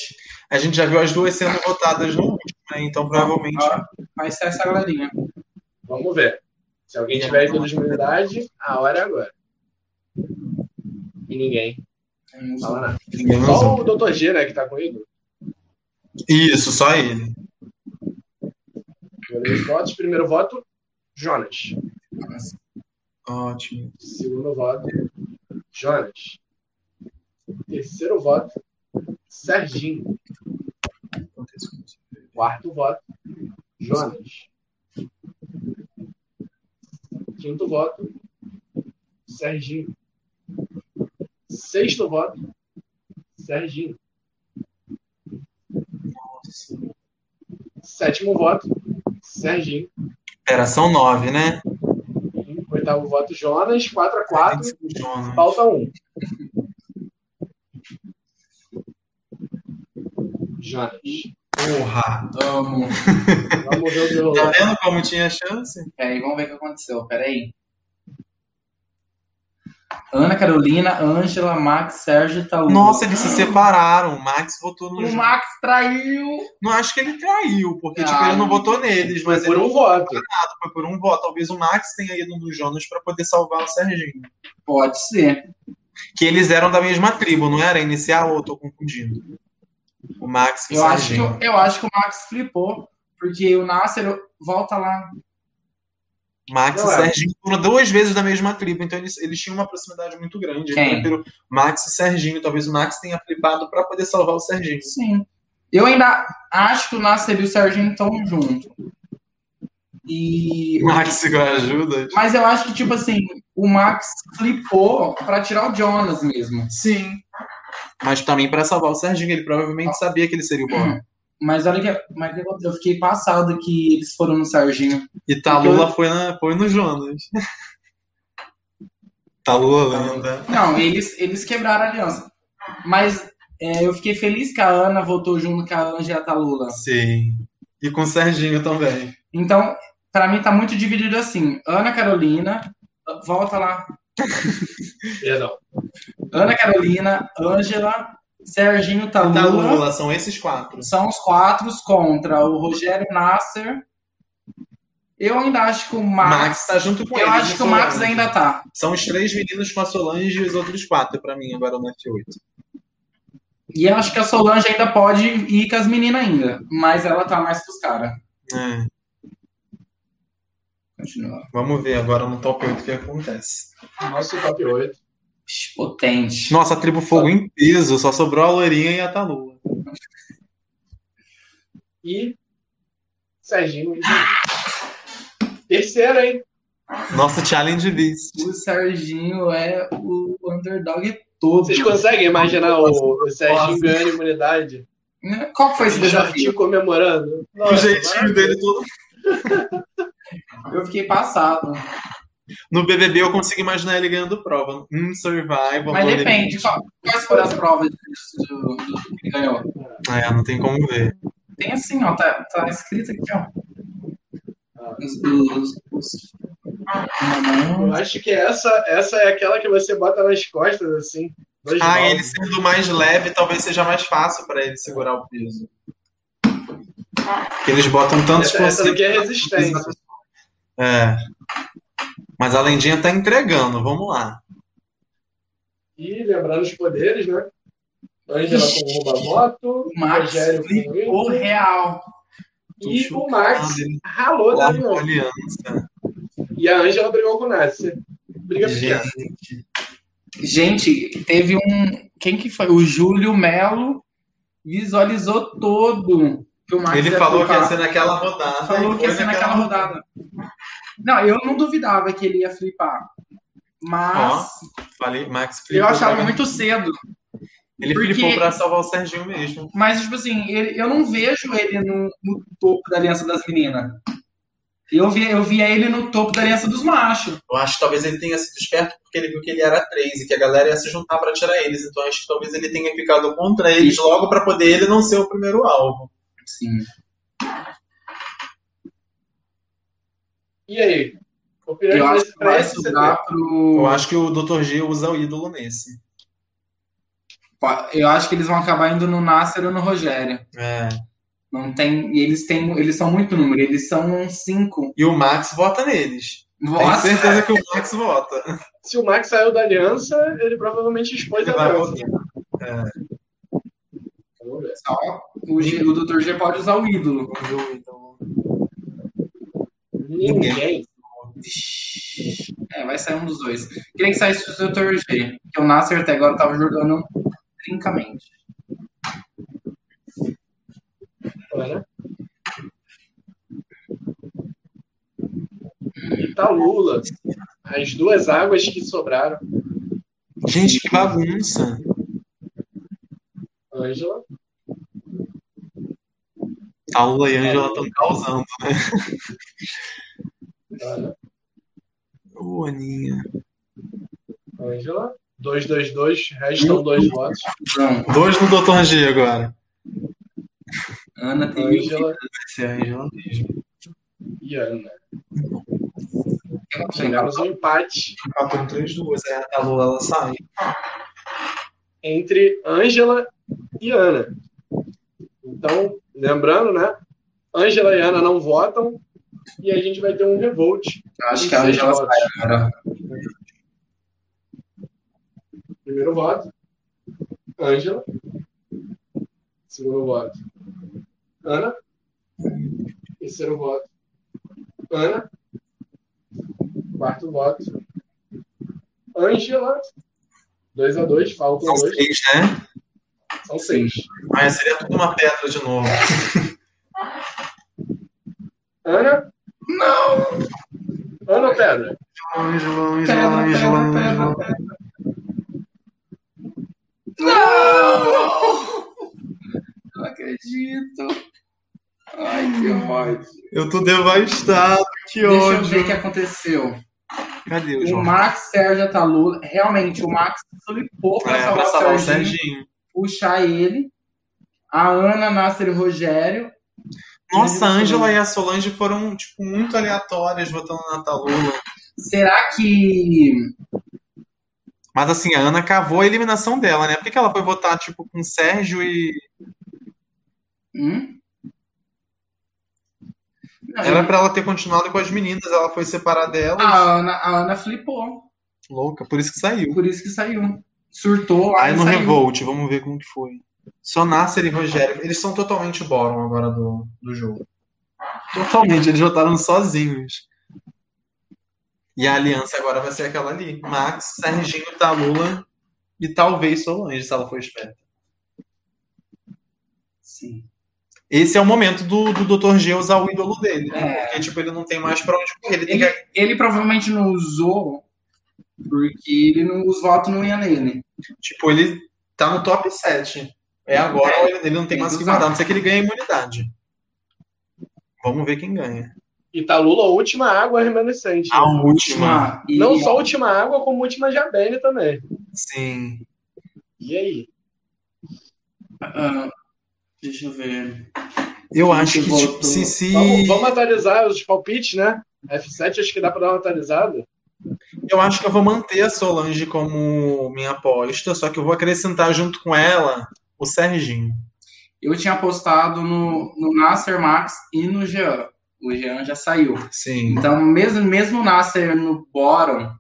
S3: A gente já viu as duas sendo votadas no último, né? Então provavelmente.
S4: Ah, Vai ser essa galerinha.
S2: Vamos ver. Se alguém tiver aí todos de imunidade, a hora é agora. E ninguém fala nada.
S3: ninguém
S2: Só
S3: usou.
S2: o Dr. G, né, que tá comigo.
S3: Isso, só ele.
S2: Primeiro dos votos. Primeiro voto, Jonas.
S4: Nossa.
S3: Ótimo.
S2: Segundo voto, Jonas. Terceiro voto, Serginho. Quarto voto, Jonas. Quinto voto, Serginho. Sexto voto, Serginho. Sétimo voto, Serginho.
S3: Era, são nove, né?
S2: Oitavo voto, Jonas. 4 a 4
S3: Tem que ser o Jonas.
S2: Falta um. Jonas.
S3: Porra!
S4: Amo.
S2: Vamos ver o meu.
S3: Tá vendo como tinha chance?
S4: Peraí, vamos ver o que aconteceu. Peraí. Ana Carolina, Ângela, Max, Sérgio e Taú.
S3: Nossa, eles se separaram. O Max votou no
S4: o
S3: Jonas.
S4: Max traiu.
S3: Não acho que ele traiu, porque tipo,
S4: Ah,
S3: ele não
S4: não.
S3: votou neles, mas
S2: Foi por
S3: ele
S2: um voto.
S3: foi por um voto. Talvez o Max tenha ido no Jonas pra poder salvar o Serginho.
S4: Pode ser.
S3: Que eles eram da mesma tribo, não era? Inicial ou eu tô confundindo? O Max e o
S4: Eu acho, que,
S3: Serginho.
S4: eu, eu acho que o Max flipou, porque o Nasser volta lá.
S3: Max
S2: Não
S3: e
S2: é.
S3: Serginho foram duas vezes da mesma tribo, então eles, eles tinham uma proximidade muito grande.
S4: Quem?
S3: entre o Max e Serginho. Talvez o Max tenha flipado pra poder salvar o Serginho.
S4: Sim. Eu ainda acho que o Nasser e o Sérgio estão junto. E.
S3: O Max igual ajuda.
S4: Mas eu acho que, tipo assim, o Max flipou pra tirar o Jonas mesmo.
S3: Sim. Mas também pra salvar o Serginho, ele provavelmente sabia que ele seria o bom.
S4: Mas olha que. Mas eu fiquei passado que eles foram no Serginho.
S3: E Talula foi, na, foi no Jonas. Tá Talula
S2: Tá.
S3: lenda.
S4: Não, eles, eles quebraram a aliança. Mas é, eu fiquei feliz que a Ana votou junto com a tá Anja e a Talula.
S3: Sim. E com o Serginho também.
S4: Então, pra mim tá muito dividido assim. Ana Carolina, volta lá.
S2: Perdão.
S4: Ana Carolina, Ângela, Serginho,
S2: Tá
S4: Talula.
S3: Talula, Tá são esses quatro.
S4: São os quatro contra o Rogério Nasser. Eu ainda acho que o
S3: Max
S4: Max.
S3: tá junto com ele.
S4: eu acho que o Max ainda tá.
S3: São os três meninos com a Solange e os outros quatro pra mim agora no F8.
S4: E eu acho que a Solange ainda pode ir com as meninas ainda. Mas ela tá mais pros caras.
S3: É,
S4: Continua.
S3: vamos ver agora no top 8 o que acontece.
S2: Nosso top 8.
S4: Psh, Potente.
S3: Nossa, a tribo fogo em peso, só sobrou a Loirinha e a Talua.
S2: E. Serginho. Terceiro, hein?
S3: Nossa, challenge beast.
S4: O Serginho é o underdog todo.
S2: Vocês conseguem imaginar o, o Serginho ganhando imunidade?
S4: Né? Qual que foi esse
S2: O
S4: desafio?
S2: Jorginho comemorando.
S3: O
S2: Nossa,
S3: jeitinho dele todo.
S4: Eu fiquei passado.
S3: No BBB eu consigo imaginar ele ganhando prova. Um survival.
S4: Mas
S3: Loirinha.
S4: depende. qual- Quais foram as provas do, do- do que ele ganhou?
S3: É, não tem como ver.
S4: Tem assim, ó. Tá, tá escrito aqui, ó. Os, os, os-
S2: Eu acho que essa, essa é aquela que você bota nas costas, assim. Dois
S3: Ah,
S2: baldes.
S3: ele sendo mais leve, talvez seja mais fácil pra ele segurar o peso. Porque eles botam tantos
S2: Essa, essa
S3: conceitos.
S2: daqui é resistência.
S3: É. Mas a Lendinha tá entregando, vamos lá.
S2: E lembrando os poderes, né? Ângela com rouba voto,
S4: O Max
S2: Rogério com
S4: flipou
S2: Wilson,
S4: real.
S2: e
S3: Tô
S2: o Max
S3: chocado.
S2: ralou da
S3: Larga a
S2: União.
S3: aliança.
S2: E a Ângela brigou com o Nasser. Briga pequena.
S3: Gente,
S4: Gente, teve um. Quem que foi? O Júlio Melo visualizou todo que o Max
S3: Ele
S4: ia
S3: falou que ia
S4: flipar.
S3: ser naquela rodada.
S4: é Falou que ia ser
S3: Foi
S4: naquela rodada. Não, eu não duvidava que ele ia flipar. Mas
S3: Falei, Max
S4: eu
S3: flipou
S4: achava
S3: pra-
S4: muito cedo.
S3: Ele
S4: porque-
S3: flipou pra salvar o Serginho mesmo.
S4: Mas, tipo assim, ele- eu não vejo ele no, no topo da aliança das meninas. Eu via, eu via ele no topo da aliança dos machos.
S3: Eu acho que talvez ele tenha sido esperto porque ele viu que ele era três e que a galera ia se juntar pra tirar eles. Então acho que talvez ele tenha ficado contra eles logo pra poder ele não ser o primeiro alvo.
S4: Sim.
S2: E aí?
S4: Eu
S2: Opiniões
S4: acho
S2: desse-
S4: que vai
S2: pra esse CD?
S4: sobrar
S3: Eu
S4: pro.
S3: acho que o Dr. G usa o ídolo nesse.
S4: Eu acho que eles vão acabar indo no Nasser ou no Rogério.
S3: É.
S4: Não tem. e Eles têm. Eles são muito número, eles são cinco.
S3: E o Max vota neles. Tenho
S4: Nossa,
S3: certeza que o Max vota.
S2: Se o Max saiu da aliança, ele provavelmente expôs
S3: Ele
S2: a
S3: vai
S2: aliança.
S3: votar.
S2: Vamos ver.
S4: só o, G- o Dr. G pode usar o ídolo.
S3: Usa o ídolo.
S2: Ninguém.
S4: É, vai sair um dos dois. Queria que saísse o Dr. G, que o Nasser até agora tava jogando trincamente.
S2: Agora. Italula. tá As duas águas que sobraram.
S3: Gente, que bagunça.
S2: Ângela.
S3: A Lula e a Angela estão causando.
S2: Ana,
S3: Ô, Aninha.
S2: Ângela. 222, restam dois votos.
S4: Então,
S3: Dois no Dr. G agora.
S2: Então,
S4: Ana tem mil
S2: Ângela
S3: Esse é a Angela mesmo.
S2: e Ana.
S4: seguidores.
S2: Chegamos ao empate
S3: Faltam Ah, três duas. É, a Lula ela sai.
S2: entre Ângela e Ana. Então, lembrando, né? Ângela e Ana não votam e a gente vai ter um revolt.
S4: Eu acho que a Angela sai agora.
S2: Primeiro voto, Ângela. Segundo voto, Ana. Terceiro voto, Ana. Quarto voto, Ângela. 2 a 2 faltam
S3: São
S2: dois,
S3: seis, né?
S2: são seis.
S3: Ah, seria tudo uma pedra de novo.
S2: Ana? Não! Ana ou Pedra?
S3: Ângela,
S4: Pedra,
S3: Ângela, Ângela,
S4: pedra, pedra,
S3: Ângela.
S4: pedra. Não! Não acredito. Ai, que ódio.
S3: Eu tô devastado, que
S4: Deixa eu ver o
S3: ódio.
S4: que aconteceu.
S3: Cadê o
S4: O
S3: João?
S4: Max Sérgio Atalula, realmente, o Max solipou pra
S3: É, pra
S4: salvar
S3: salvar
S4: o
S3: o
S4: Serginho,
S3: Serginho.
S4: puxar ele. A Ana, Nasser e o Rogério.
S3: Nossa, a Ângela e a Solange foram, tipo, muito aleatórias votando na Talula.
S4: Será que
S3: Mas assim, a Ana cavou a eliminação dela, né? Por que que ela foi votar, tipo, com Sérgio e.
S4: Hum? Não,
S3: Era pra ela ter continuado com as meninas, ela foi separar dela.
S4: a, Ana, a Ana flipou,
S3: Louca, por isso que saiu.
S4: por isso que saiu. Surtou lá
S3: Aí
S4: e
S3: no
S4: saiu.
S3: Revolt, vamos ver como que foi. Só Nasser e Rogério. Eles são totalmente bottom agora do, do jogo. Totalmente, eles votaram sozinhos. E a aliança agora vai ser aquela ali. Max, Serginho, Talula e talvez Solange, se ela for esperta.
S4: Sim.
S3: Esse é o momento do, do Dr. G usar o ídolo dele. Né?
S4: É.
S3: Porque, tipo, ele não tem mais pra onde correr. Ele tem
S4: Ele,
S3: que...
S4: ele provavelmente não usou porque ele não, os votos não iam nele.
S3: Tipo, ele tá no top 7. É agora, ou ele, ele não tem mais o que guardar. A não ser que ele ganhe imunidade. Vvamos ver quem ganha.
S2: Italula, a tá última água remanescente.
S3: A última.
S4: Ah, E-
S2: Não só a última água, como a última Jabelle também.
S3: Sim.
S2: E aí?
S4: ah, deixa eu ver.
S3: Eu
S4: Quem
S3: acho
S4: que
S3: que, tipo,
S4: votou?
S3: se, se-
S2: Vamos, vamos atualizar os palpites, né? F7 acho que dá pra dar uma atualizada.
S3: Eu acho que eu vou manter a Solange como minha aposta, só que eu vou acrescentar junto com ela o Serginho.
S4: Eu tinha apostado no, no Nasser Max e no Jean. O Jean já saiu.
S3: Sim.
S4: Então, mesmo, mesmo o Nasser no bottom,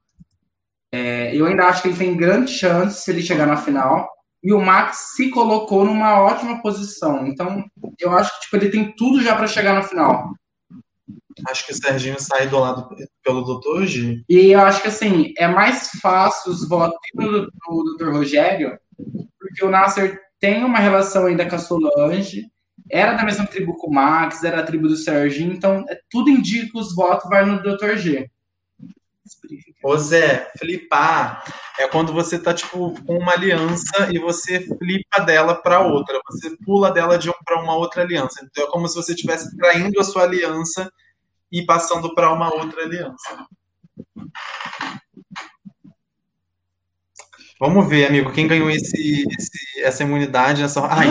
S4: é, eu ainda acho que ele tem grande chance se ele chegar na final. E o Max se colocou numa ótima posição. Então, eu acho que tipo, ele tem tudo já para chegar na final.
S3: Acho que o Serginho sai do lado pelo Dr. G.
S4: E eu acho que assim, é mais fácil os votos do, do, do Dr. Rogério, porque o Nasser tem uma relação ainda com a Solange, era da mesma tribo com o Max, era a tribo do Serginho, então é, tudo indica que os votos vai no Dr. G.
S3: Ô Zé, flipar é quando você tá tipo com uma aliança e você flipa dela para outra, você pula dela de um para uma outra aliança. Então é como se você estivesse traindo a sua aliança e passando para uma outra aliança. Vamos ver, amigo, quem ganhou esse, esse- essa imunidade, essa. Ai,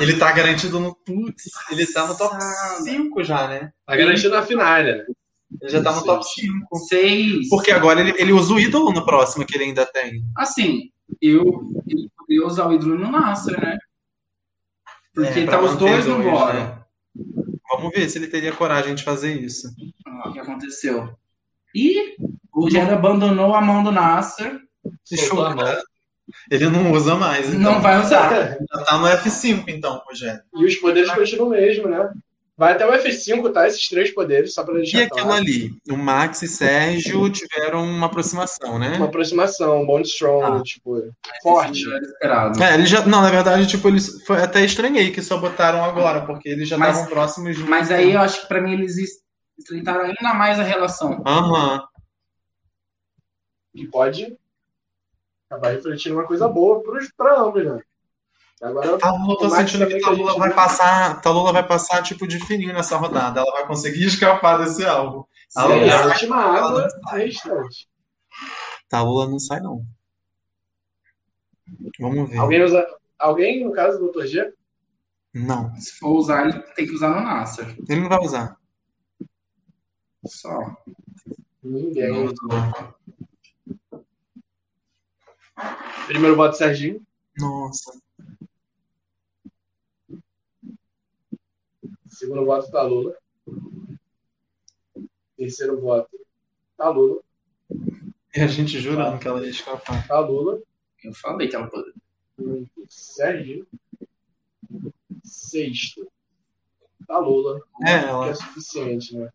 S3: ele tá garantido no. Putz, ele tá no top 5 já, né?
S2: Tá garantido a final, né?
S3: Ele já tá no top 5.
S4: Vocês.
S3: Porque agora ele, ele usa o ídolo no próximo que ele ainda tem.
S4: Assim, eu, eu poderia usar o ídolo no Nasser, né? Porque
S3: É, pra
S4: tá os
S3: manter
S4: dois no bora.
S3: né? Vamos ver se ele teria coragem de fazer isso.
S4: Ah, O que aconteceu? E
S3: Uhum.
S4: o Jair abandonou a mão do Nasser.
S2: Soltou a mão.
S3: Ele não usa mais, então.
S4: Não vai usar.
S3: Já tá no F5, então, Rogério.
S2: E os poderes continuam mesmo, né? Vai até o F5, tá? Esses três poderes, só pra
S3: E
S4: tá.
S2: deixar
S3: aquilo
S2: claro.
S3: ali? O Max e Sérgio tiveram uma aproximação, né?
S2: Uma aproximação, um bond strong,
S3: Ah.
S2: tipo, forte.
S4: Era esperado.
S3: É, ele já. Não, na verdade, tipo, eles. Foi, até estranhei que só botaram agora, porque eles já
S4: Mas-
S3: estavam próximos de. um
S4: Mas aí eu acho que pra mim eles es- estreitaram ainda mais a relação.
S3: Aham.
S2: que pode acabar refletindo uma coisa boa pros, pra ambos, né? Agora,
S3: Tá, eu tô
S2: O Max
S3: sentindo que
S2: também
S3: a
S2: que a
S3: Lula
S2: gente
S3: vai
S2: não-
S3: passar. A Lula vai passar, tipo, de fininho nessa rodada. Ela vai conseguir escapar desse álbum.
S2: se
S3: Alô,
S2: é a
S3: alô.
S2: última água é restante.
S3: Tá, Lula não sai, não. Vamos ver.
S2: Alguém usa. Alguém, no caso do Dr. G?
S3: Não,
S4: Se for usar, ele tem que usar no Nasser.
S3: ele não vai usar.
S4: Só.
S2: Ninguém.
S3: Não, não.
S2: Primeiro voto Serginho.
S3: Nossa.
S2: Segundo voto tá Lula. Terceiro voto tá Lula.
S3: E a gente jurando que ela ia escapar.
S2: Tá Lula.
S4: Eu falei que ela poderia.
S2: Serginho. Sexto. Tá Lula.
S3: É,
S2: Que é
S3: ela.
S2: suficiente, né?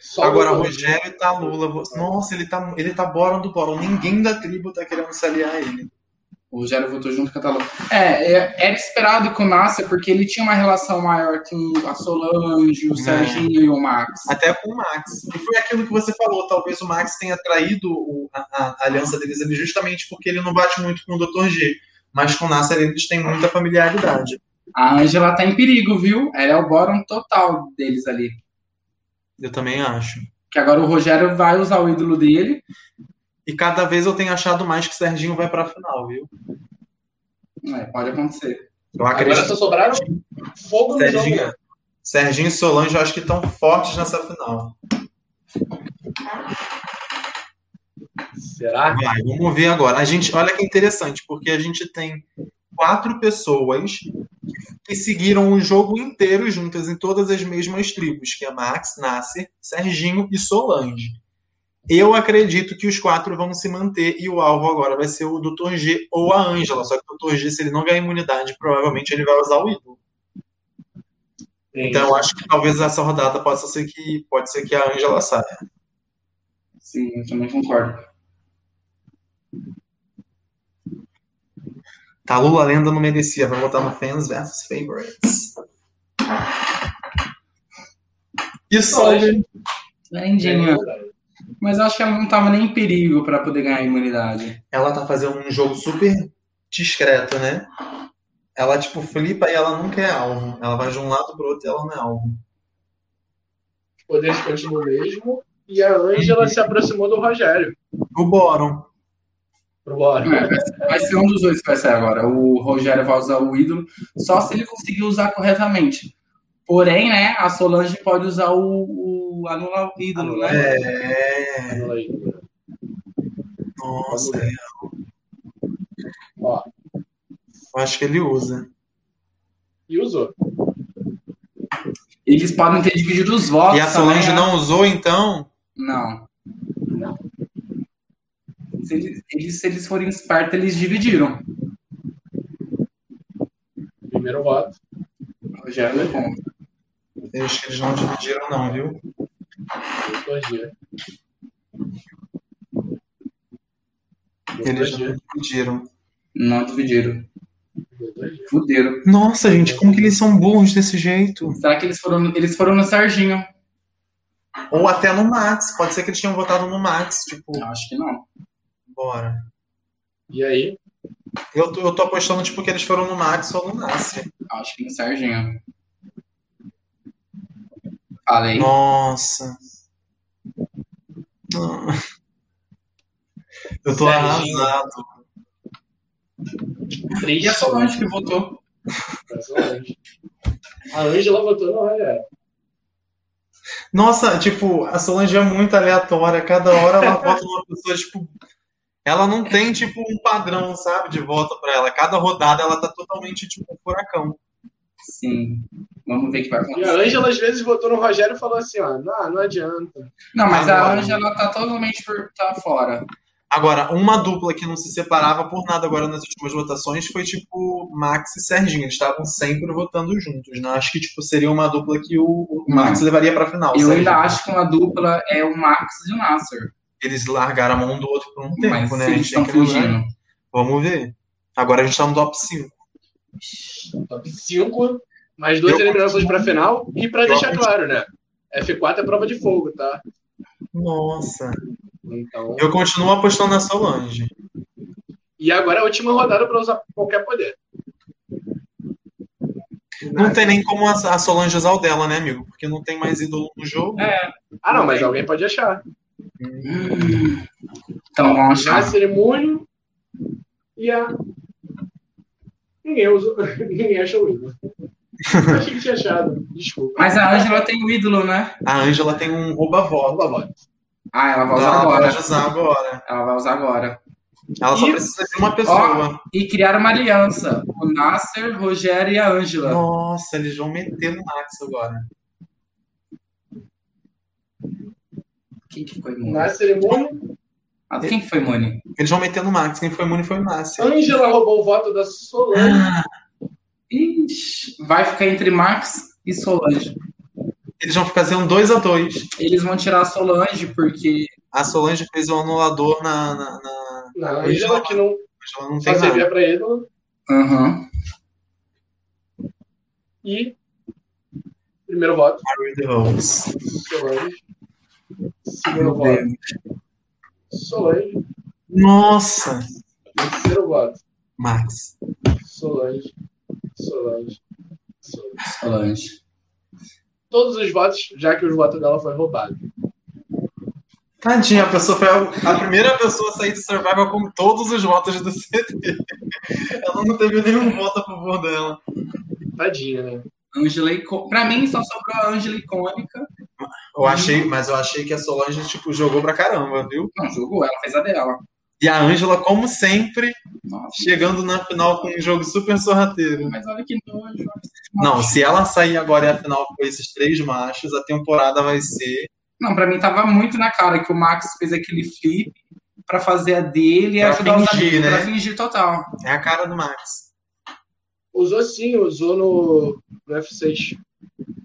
S2: Só
S3: Agora,
S2: o
S3: Rogério tá Lula. vo- Nossa, ele tá, ele tá bora do bora. Ninguém da tribo tá querendo se aliar a ele.
S4: O Rogério votou junto com a Talão. É, é- era esperado com o Nasser, porque ele tinha uma relação maior com a Solange, o
S3: É.
S4: Serginho e o Max.
S3: Até com o Max. E foi aquilo que você falou. Talvez o Max tenha traído o- a, a- a aliança deles ali justamente porque ele não bate muito com o Dr. G. Mas com o Nasser eles têm muita familiaridade.
S4: A Angela tá em perigo, viu? Ela é o bórum total deles ali.
S3: Eu também acho.
S4: Que agora o Rogério vai usar o ídolo dele.
S3: E cada vez eu tenho achado mais que o Serginho vai pra final, viu?
S4: É, pode acontecer.
S3: Eu
S2: Agora
S3: acredito.
S2: só sobraram fogo no jogo.
S3: Serginho, Serginho e Solange eu acho que estão fortes nessa final.
S2: Será?
S3: Vai, vamos ver agora. A gente, olha que interessante, porque a gente tem quatro pessoas que seguiram o jogo inteiro juntas em todas as mesmas tribos, que é Max, Nasser, Serginho e Solange. Eu acredito que os quatro vão se manter e o alvo agora vai ser o Dr. G ou a Ângela. Só que o Dr. G, se ele não ganhar imunidade, provavelmente ele vai usar o ídolo. Então, eu acho que talvez essa rodada possa ser que pode ser que a Ângela saia.
S4: Sim, eu também concordo.
S3: Tá, Lula Lenda não merecia. Vai botar no Fans versus Favorites. E Solange?
S4: Lendinha. Mas eu acho que ela não tava nem em perigo pra poder ganhar a imunidade.
S3: Ela tá fazendo um jogo super discreto, né? Ela, tipo, flipa e ela nunca é alvo. Ela vai de um lado pro outro e ela não é alvo.
S2: Os poderes continuam o mesmo. E a Ângela se aproximou do Rogério.
S3: O Boron.
S2: Pro Bora.
S4: É, vai ser- vai ser um dos dois que vai sair agora. O Rogério vai usar o ídolo, só se ele conseguir usar corretamente. Porém, né, a Solange pode usar o, o anula o ídolo, né?
S3: É.
S2: Fala aí.
S3: Nossa, é.
S2: Ó.
S3: Eu acho que ele usa.
S2: E usou.
S4: Eles podem ter dividido os votos.
S3: E a Solange
S4: também, né?
S3: não usou, então?
S4: Não. Se eles, eles- se eles forem Esparta, eles dividiram.
S2: Primeiro voto.
S4: Rogério é bom.
S3: Eu acho que eles não dividiram, não, viu?
S2: Doutor G. Doutor
S3: Eles não
S2: G.
S3: dividiram.
S4: Não dividiram.
S2: Doutor G.
S4: Fuderam.
S3: Nossa, gente, como que eles são burros desse jeito?
S4: Será que eles foram, eles foram no Serginho?
S3: Ou até no Max. Pode ser que eles tenham votado no Max. Tipo,
S4: Eu acho que não.
S3: bora.
S2: E aí?
S3: Eu, tô- eu tô apostando, tipo, que eles foram no Max ou no Nasser.
S4: Eu Acho que no Serginho. Falei.
S3: Nossa. Não. Eu tô
S2: Serginho.
S3: arrasado.
S4: E
S2: Triste.
S4: a Solange que votou.
S2: né? Solange. A Angela votou no Rogério.
S3: Nossa, tipo, a Solange é muito aleatória. Cada hora ela vota uma pessoa, tipo. Ela não tem, tipo, um padrão, sabe, de voto pra ela. Cada rodada ela tá totalmente, tipo, um furacão.
S4: Sim. Vamos ver o que vai
S2: E a
S4: acontecer.
S2: Ângela, às vezes, votou no Rogério e falou assim, ó, não, não adianta.
S4: Não, mas a
S3: Agora.
S4: Ângela tá totalmente por, tá fora.
S3: Agora, uma dupla que não se separava por nada agora nas últimas votações foi, tipo, Max e Serginho. Eles estavam sempre votando juntos, né? Acho que, tipo, seria uma dupla que o, o Max levaria pra final.
S4: Hum. Eu
S3: Serginho.
S4: ainda acho que uma dupla é o Max e o Nasser.
S3: Eles largaram a mão do outro por um tempo,
S4: mas
S3: né?
S4: se
S3: A
S4: eles
S3: gente tem
S4: estão
S3: que lembrar.
S4: fugindo.
S3: Vamos ver. Agora a gente tá no top 5.
S2: Top 5, mais duas
S3: Eu-
S2: eliminações pra final. E pra
S3: Eu-
S2: deixar claro, né? F4 é prova de fogo, tá?
S3: Nossa.
S2: Então...
S3: Eu continuo apostando na Solange.
S2: E agora é a última rodada pra usar qualquer poder.
S3: Não tem nem como a a Solange usar o dela, né, amigo? Porque não tem mais ídolo no jogo.
S2: Ah, não, mas alguém pode achar.
S4: Hum. Então vamos
S2: Já a
S4: achar.
S2: cerimônia e a. Ninguém usa. Ninguém acha o ídolo. Eu Achei que tinha achado. Desculpa.
S4: Mas a Ângela tem o ídolo, né?
S3: A Ângela tem um rouba-voto.
S2: Vamos lá,
S4: Ah, ela vai usar
S3: Ela
S4: agora.
S3: pode usar agora.
S4: Ela vai usar agora.
S3: Ela só
S2: E-
S3: precisa de uma pessoa.
S4: E criar uma aliança. O Nasser, Rogério e a Ângela.
S3: Nossa, eles vão meter no Max agora.
S4: Quem que foi
S2: Na
S4: Mone?
S2: cerimônia,
S4: Ah, quem que foi Mone?
S3: Eles vão meter no Max. Quem foi imune foi o Nasser.
S2: Ângela roubou o voto da Solange.
S4: Ixi, vai ficar entre Max e Solange.
S3: Eles vão fazer um 2 a 2
S4: Eles vão tirar a Solange porque
S3: A Solange fez o anulador na. na, na-
S2: Na Ângela, que não
S3: Ela não
S2: só
S3: tem nada.
S2: servia pra ídolo.
S4: Aham.
S2: E. Primeiro voto,
S3: Harry the Rose.
S2: Solange. Segundo voto, Solange.
S3: Nossa,
S2: Terceiro voto,
S3: Max.
S2: Solange. Solange. Solange.
S4: Solange.
S2: todos os votos, já que os votos dela foi roubado.
S3: Tadinha, a pessoa foi a, a primeira pessoa a sair de Survival com todos os votos do CT. Ela não teve nenhum voto a favor dela.
S2: Tadinha, né?
S4: Ângela Ico- Pra mim só sobrou a Ângela icônica.
S3: Eu achei, mas eu achei que a Solange, tipo, jogou pra caramba, viu?
S4: Não, jogou, ela fez a dela.
S3: E a Ângela, como sempre,
S4: Nossa.
S3: chegando na final com um jogo super sorrateiro.
S4: Mas olha que nojo.
S3: Não, se ela sair agora e a final com esses três machos, a temporada vai ser.
S4: Não, pra mim tava muito na cara que o Max fez aquele flip pra fazer a dele e
S3: Pra
S4: ajudar os
S3: fingir,
S4: amigos.
S3: né?
S4: Pra fingir total.
S3: É a cara do Max.
S2: Usou sim, usou no, no F6.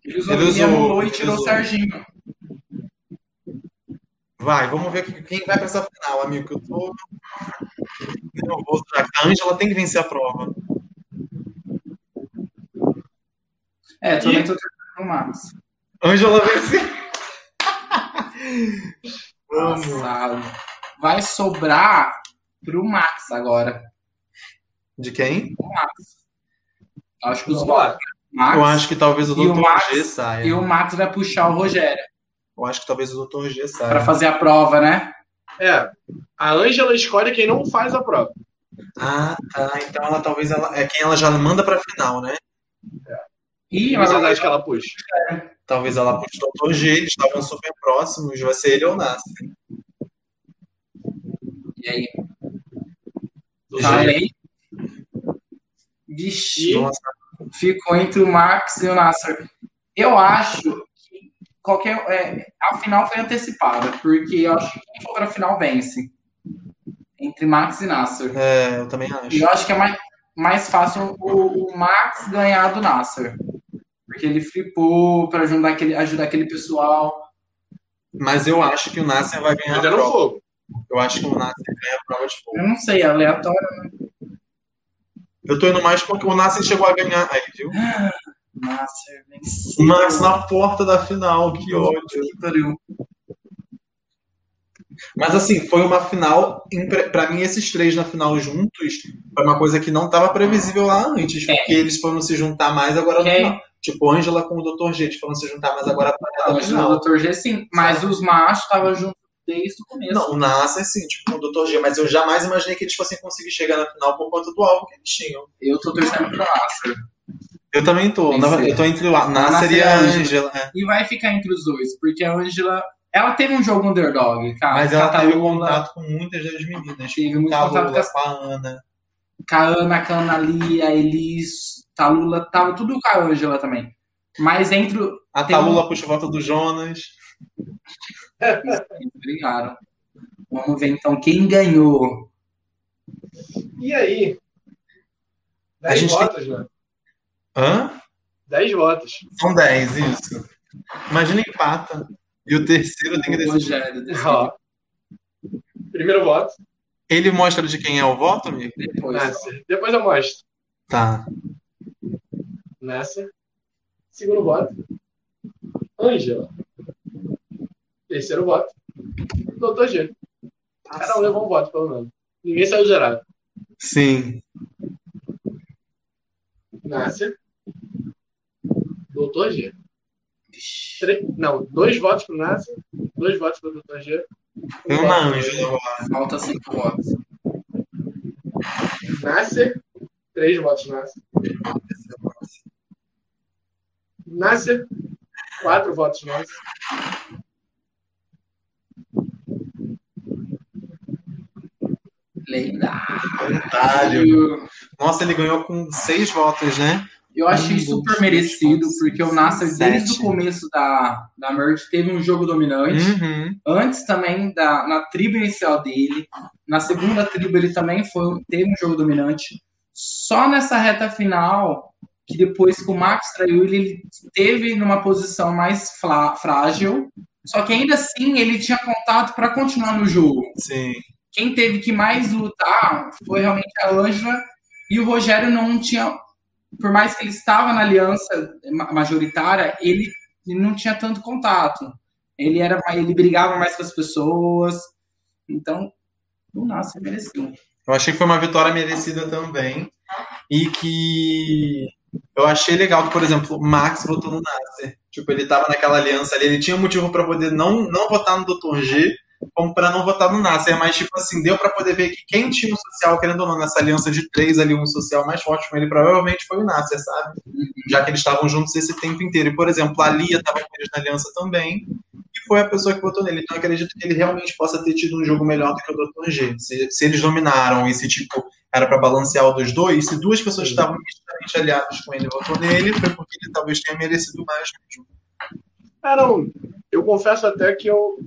S4: Ele usou,
S3: Ele
S4: ele
S3: usou,
S4: anulou e
S3: ele
S4: tirou
S3: usou.
S4: o Serginho.
S3: Vai, vamos ver que- quem vai pra essa final, amigo. que Eu tô. nervoso já. A Ângela tem que vencer a prova.
S4: É, também
S3: E-
S4: tô tentando o Max.
S3: Ângela venceu. Vamos.
S4: Nossa, vai sobrar pro Max agora.
S3: De quem?
S4: O Max. Acho que os
S2: Vamos
S4: votos
S2: lá.
S4: do Max.
S3: Eu acho que talvez o
S4: E o
S3: Dr.
S4: Max-
S3: G saia.
S4: E o Max vai puxar o Rogério
S3: Eu acho que talvez o Dr. G
S4: pra
S3: saia.
S4: fazer a prova, né?
S2: É, a Ângela escolhe quem não faz a prova.
S3: Ah, tá. Então ela talvez ela é quem ela já manda pra final, né?
S4: Ih,
S2: Mas
S4: mas
S2: eu acho que ela puxa.
S3: Talvez ela puxe o Dr. G, eles estavam super próximos, vai ser ele ou Nasser.
S4: E aí?
S3: Tá.
S4: Falei. Vixe.
S2: E-
S3: Nossa,
S4: ficou entre o Max e o Nasser. Eu acho que qualquer, é, a final foi antecipada, porque eu acho que quem for para a final vence. Entre Max e Nasser.
S3: É, eu também acho.
S4: E eu acho que é mais, mais fácil o, o Max ganhar do Nasser. Porque ele flipou pra ajudar aquele, ajudar aquele pessoal.
S3: Mas eu acho que o Nasser vai ganhar a
S2: Ainda é no
S3: prova.
S2: fogo.
S3: Eu acho que o Nasser ganha a prova de fogo.
S4: Eu não sei, é aleatório.
S3: Eu tô indo mais porque o Nasser chegou a ganhar. Aí, viu?
S4: Nasser
S3: O
S4: venceu.
S3: Nasser é na porta da final, que ódio.
S4: Que pariu.
S3: Mas assim, foi uma final. impre- Pra mim, esses três na final juntos foi uma coisa que não tava previsível lá antes,
S4: É.
S3: porque eles foram se juntar mais agora no
S4: Quem?
S3: final. Tipo, Ângela com o Dr. G, eles foram se juntar mais agora pra
S4: Ah,
S3: cada
S4: mas o
S3: final.
S4: Dr. G sim, mas os machos estavam juntos desde o começo.
S3: Não, o Nasser sim, tipo, com o Dr. G, mas eu jamais imaginei que eles fossem conseguir chegar na final por conta do álbum que eles tinham.
S4: Eu tô torcendo pro Nasser.
S3: Eu também tô.
S4: Tem
S3: na-
S4: certeza.
S3: eu tô entre o Nasser e a Ângela. é.
S4: E vai ficar entre os dois, porque a Angela. Ela teve um jogo underdog, cara.
S3: Mas ela
S4: Ah, Cataluna,
S3: teve um contato com muitas das meninas.
S4: Teve
S3: Com
S4: muito
S3: a
S4: contato com
S3: Lula,
S4: as-
S3: com a Ana.
S4: com a Ana, com a Ana Lia, a Elis, Talula, tava tudo com a Ângela também. Mas entre. o-
S3: A
S4: Tem um
S3: Talula puxa a volta do Jonas.
S4: Brigaram. Vamos ver então quem ganhou.
S2: E aí?
S3: A
S2: Dez
S3: gente tem-
S2: votos, né?
S3: Hã?
S2: Dez votos.
S3: São 10, isso. Imagina empata. E o terceiro tem que
S4: O
S3: decidir.
S4: Rogério decide
S2: Ó. Primeiro voto,
S3: Ele mostra de quem é o voto, amigo?
S4: depois.
S2: Nasser. Depois eu mostro.
S3: Tá.
S2: Nasser. Segundo voto, Ângela. Terceiro voto, Doutor G. Cada um levou um voto, pelo menos. Ninguém saiu gerado.
S3: Sim.
S2: Nasser. Doutor G.
S4: Vixe.
S2: Tre- Não, dois votos pro Nasser, dois votos pro Doutor G.
S3: Tem uma Ângela.
S4: Falta cinco votos.
S2: Nasser, três votos Nasser. Nasser, quatro votos Nasser.
S4: Lendário.
S3: Otário. Nossa, ele ganhou com seis votos, né?
S4: Eu achei
S3: Um,
S4: super
S3: dois,
S4: merecido,
S3: três,
S4: porque o
S3: quatro,
S4: Nasser,
S3: cinco,
S4: desde o
S3: sete.
S4: começo da, da Merge, teve um jogo dominante.
S3: Uhum.
S4: Antes também, da, na tribo inicial dele. Na segunda tribo, ele também foi, teve um jogo dominante. Só nessa reta final, que depois que o Max traiu ele, ele esteve numa posição mais flá- frágil. Só que ainda assim, ele tinha contato para continuar no jogo
S3: Sim.
S4: quem teve que mais lutar foi realmente a Ângela e o Rogério não tinha, por mais que ele estava na aliança ma- majoritária, ele não tinha tanto contato. Ele era, mais- ele brigava mais com as pessoas. Então, o Nasser mereceu.
S3: Eu achei que foi uma vitória merecida também. E que eu achei legal que, por exemplo, o Max votou no Nasser. Tipo, ele tava naquela aliança ali, ele tinha motivo pra poder não, não votar no Dr. G, como pra não votar no Nasser. Mas, tipo assim, deu pra poder ver que quem tinha um social, querendo ou não, nessa aliança de três ali, um social mais forte com ele, provavelmente foi o Nasser, sabe? Já que eles estavam juntos esse tempo inteiro. E, por exemplo, a Lia tava com eles na aliança também. E foi a pessoa que votou nele. Então, eu acredito que ele realmente possa ter tido um jogo melhor do que o Dr. G. Se, se eles dominaram e se, tipo, era pra balancear o dos dois, se duas pessoas que estavam intimamente aliadas com ele votou nele, foi porque ele talvez tenha merecido mais mesmo.
S2: Ah, não. Eu confesso até que eu,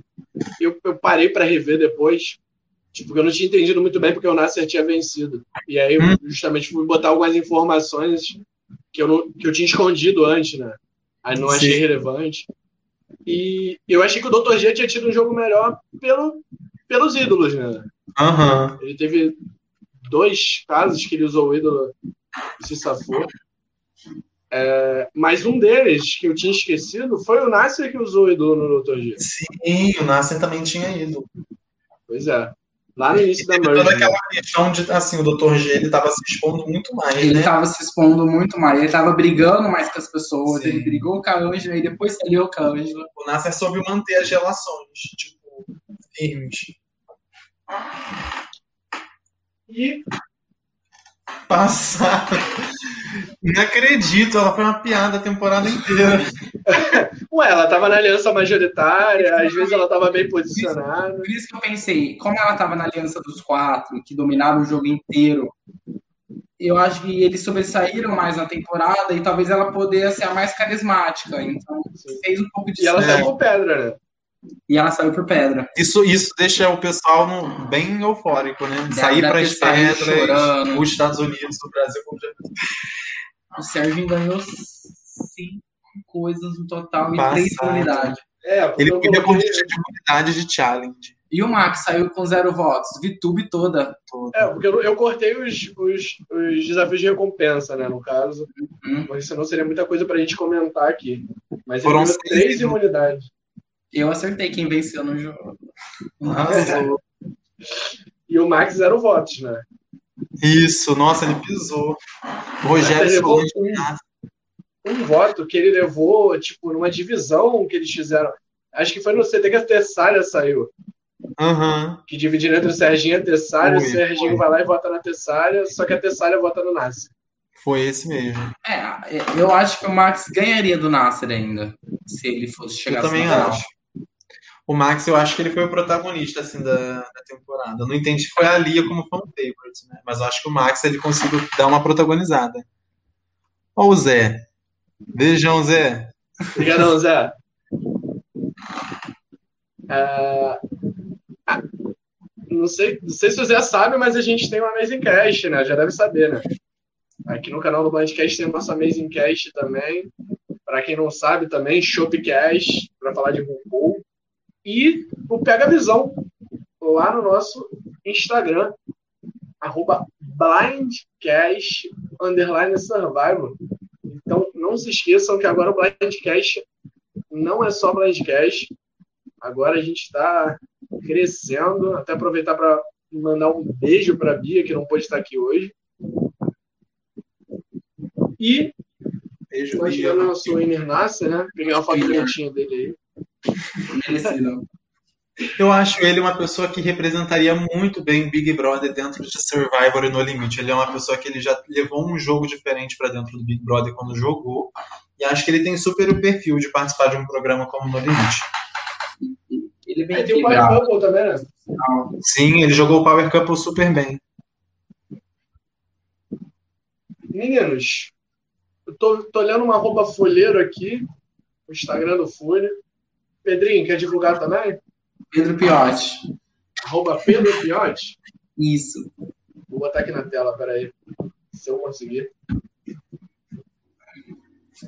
S2: eu, eu parei para rever depois. Tipo, que eu não tinha entendido muito bem porque o Nasser tinha vencido. E aí, eu
S3: Hum.
S2: justamente, fui botar algumas informações que eu, não, que eu tinha escondido antes, né? Aí não achei
S3: Sim.
S2: relevante. E eu achei que o Dr. G tinha tido um jogo melhor pelo, pelos ídolos, né?
S3: Aham.
S2: Ele teve dois casos que ele usou o ídolo e se safou. É, mas um deles, que eu tinha esquecido, foi o Nasser que usou o ídolo no Dr. G.
S3: Sim, o Nasser também tinha ido.
S2: Pois é. Lá no início da
S3: Teve toda
S2: merge. né?
S3: aquela questão de, assim, o Dr. G, ele tava se expondo muito mais,
S4: Ele tá-
S3: né?
S4: estava se expondo muito mais, ele estava brigando mais com as pessoas,
S3: Sim.
S4: ele brigou com a Ângela e depois se aliou com a Ângela.
S3: O Nasser soube manter as relações, tipo, firmes.
S2: E
S3: Passado. Não acredito, ela foi uma piada a temporada inteira.
S2: ué, ela tava na aliança majoritária, às vezes ela tava bem posicionada.
S4: Por isso que eu pensei, como ela estava na aliança dos quatro, que dominava o jogo inteiro, eu acho que eles sobressaíram mais na temporada e talvez ela pudesse ser a mais carismática. Então,
S2: Sim.
S4: fez um pouco de
S2: E ela
S3: Certo.
S2: sacou pedra, né?
S4: E ela saiu por pedra.
S3: Isso, isso deixa o pessoal no- bem eufórico, né? Sair
S4: deve
S3: para as
S4: ter saído
S3: pedras,
S4: chorando.
S3: os Estados Unidos, o Brasil. como já-
S4: O Sérgio ganhou cinco coisas no total e
S3: Passado.
S4: três comunidades.
S2: É, porque
S3: Ele
S2: eu
S3: queria
S2: coloquei-
S3: conquistar de unidade de challenge.
S4: E o Max saiu com zero votos. Vitube toda.
S3: Todo.
S2: É, porque eu, eu cortei os, os, os desafios de recompensa, né, no caso.
S4: Hum.
S2: Porque senão seria muita coisa pra gente comentar aqui. Mas
S3: Uhum. Foram
S2: Foram ele ganhou
S3: seis,
S2: três
S3: né?
S2: imunidades.
S4: Eu acertei quem venceu no jogo.
S3: Arrasou.
S2: E o Max zero votos, né?
S3: Isso, nossa, ele pisou. O
S2: Ele
S3: Rogério né?
S2: levou
S3: Solange.
S2: um, um voto que ele levou, tipo, numa divisão que eles fizeram. Acho que foi no CT que a Tessália saiu.
S3: Aham.
S2: Que dividiram entre o Serginho e a Tessália. O
S3: Foi,
S2: Serginho
S3: foi.
S2: vai lá e vota na Tessália, só que a Tessália vota no Nasser.
S3: Foi esse mesmo.
S4: É, eu acho que o Max ganharia do Nasser ainda. Se ele fosse chegar assim.
S3: Eu também
S4: no final.
S3: acho. O Max, eu acho que ele foi o protagonista assim, da, da temporada. Eu Não entendi se foi a Lia como fan favorite, né? Mas eu acho que o Max ele conseguiu dar uma protagonizada. Ou o Zé. Beijão, Zé.
S2: Obrigadão, Zé. Ah, ah, não, sei, não sei se o Zé sabe, mas a gente tem uma Amazing Cash, né? Já deve saber, né? Aqui no canal do Bandcast tem a nossa Amazing Cash também. Pra quem não sabe também, Shopcast, pra falar de Google. E o Pega Visão, lá no nosso Instagram, arroba blindcast underline survival. Então, não se esqueçam que agora o Blindcast não é só Blindcast. Agora a gente está crescendo. Até aproveitar para mandar um beijo para a Bia, que não pôde estar aqui hoje. E
S3: Beijo,
S2: nós
S3: Lia.
S2: tivemos o nosso Winner Nasser, né? Pegar uma foto bonitinha dele aí.
S4: Merecido.
S3: Eu acho ele uma pessoa que representaria muito bem Big Brother dentro de Survivor e No Limite. Ele é uma pessoa que ele já levou um jogo diferente para dentro do Big Brother quando jogou. E acho que ele tem super o perfil de participar de um programa como No Limite.
S4: Ele vem
S2: Aí tem
S4: aqui,
S2: o Pai
S4: bravo.
S2: Couple também, né?
S3: Sim, ele jogou o Power Couple super bem.
S2: Meninos, eu tô, tô olhando uma roupa folheiro aqui, o Instagram do Folha. Pedrinho, quer divulgar também?
S4: Pedro Piotti.
S2: Arroba Pedro Piotti.
S4: Isso.
S2: Vou botar aqui na tela, peraí. Se eu conseguir.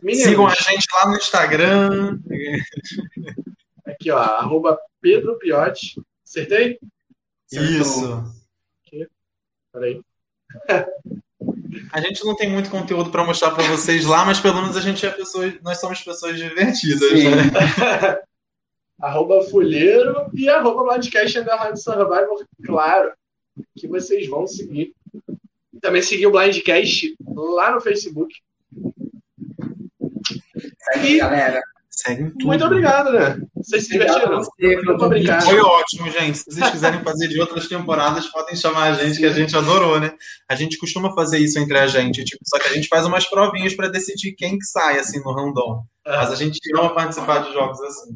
S2: Meninos,
S3: Sigam a gente lá no Instagram.
S2: aqui, ó. Arroba Pedro Piotti. Acertei?
S4: Acertou.
S3: Isso.
S2: Peraí.
S3: A gente não tem muito conteúdo para mostrar para vocês lá, mas pelo menos a gente é pessoas, nós somos pessoas divertidas,
S4: Sim.
S3: né?
S2: Arroba Folheiro e arroba Blindcast Underline Survival, claro, que vocês vão seguir. E Também seguir o Blindcast lá no Facebook.
S4: Segue, galera.
S3: Seguem tudo.
S2: Muito obrigado, né? Vocês se
S4: Obrigado a
S2: divertiram.
S4: você pelo
S2: Muito obrigado.
S3: Foi ótimo, gente. Se vocês quiserem fazer de outras temporadas, podem chamar a gente, que a gente adorou, né? A gente costuma fazer isso entre a gente, tipo, só que a gente faz umas provinhas para decidir quem que sai, assim, no random. Mas a gente ama participar de jogos assim.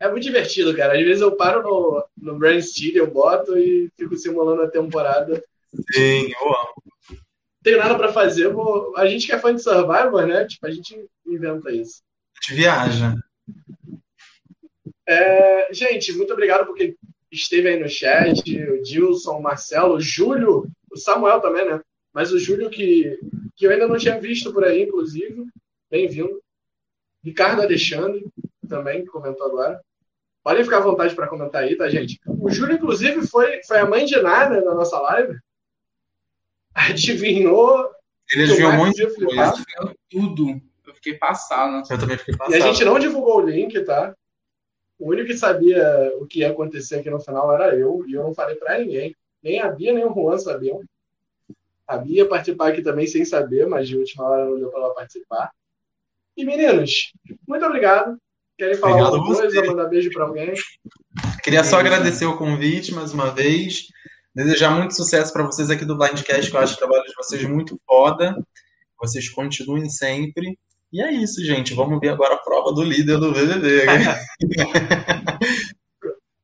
S2: É muito divertido, cara. Às vezes eu paro no, no Brand Studio, eu boto e fico simulando a temporada.
S3: Sim, eu amo.
S2: tem nada pra fazer, vou... a gente que é fã de Survivor, né? Tipo, a gente inventa isso.
S3: A gente viaja.
S2: É, gente, muito obrigado por quem esteve aí no chat, o Dilson, o Marcelo, o Júlio, o Samuel também, né? Mas o Júlio que, que eu ainda não tinha visto por aí, inclusive. Bem-vindo. Ricardo Alexandre também, que comentou agora. Podem ficar à vontade para comentar aí, tá, gente? O Júlio, inclusive, foi, foi a mãe de nada na nossa live. Adivinhou.
S3: Eles
S2: que o
S3: viram
S2: Marcos
S3: muito.
S2: ia flipar.
S4: Eu- Tudo. Eu fiquei passada.
S3: Eu também fiquei
S2: E a
S3: passado.
S2: gente não divulgou o link, tá? O único que sabia o que ia acontecer aqui no final era eu, e eu não falei pra ninguém. Nem a Bia, nem o Juan sabiam. A Bia ia participar aqui também sem saber, mas de última hora não deu pra ela participar. E meninos, muito obrigado. Querem falar
S3: Obrigado
S2: alguma
S3: a
S2: coisa,
S3: você.
S2: mandar beijo pra alguém?
S3: Queria só agradecer o convite mais uma vez. Desejar muito sucesso para vocês aqui do Blindcast, que eu acho o trabalho de vocês muito foda. Vocês continuem sempre. E é isso, gente. Vamos ver agora a prova do líder do BBB.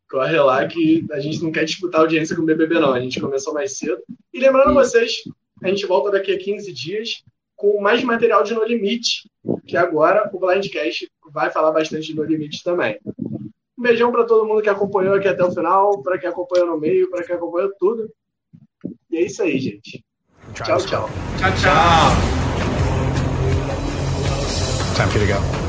S2: Corre lá que a gente não quer disputar audiência com o BBB, não. A gente começou mais cedo. E lembrando vocês, a gente volta daqui a 15 dias com mais material de No Limite, que agora o Blindcast vai falar bastante de No Limite também. Um beijão para todo mundo que acompanhou aqui até o final, para quem acompanhou no meio, para quem acompanhou tudo. E é isso aí, gente. Tchau, tchau.
S3: Tchau, tchau.
S1: Time for you to go.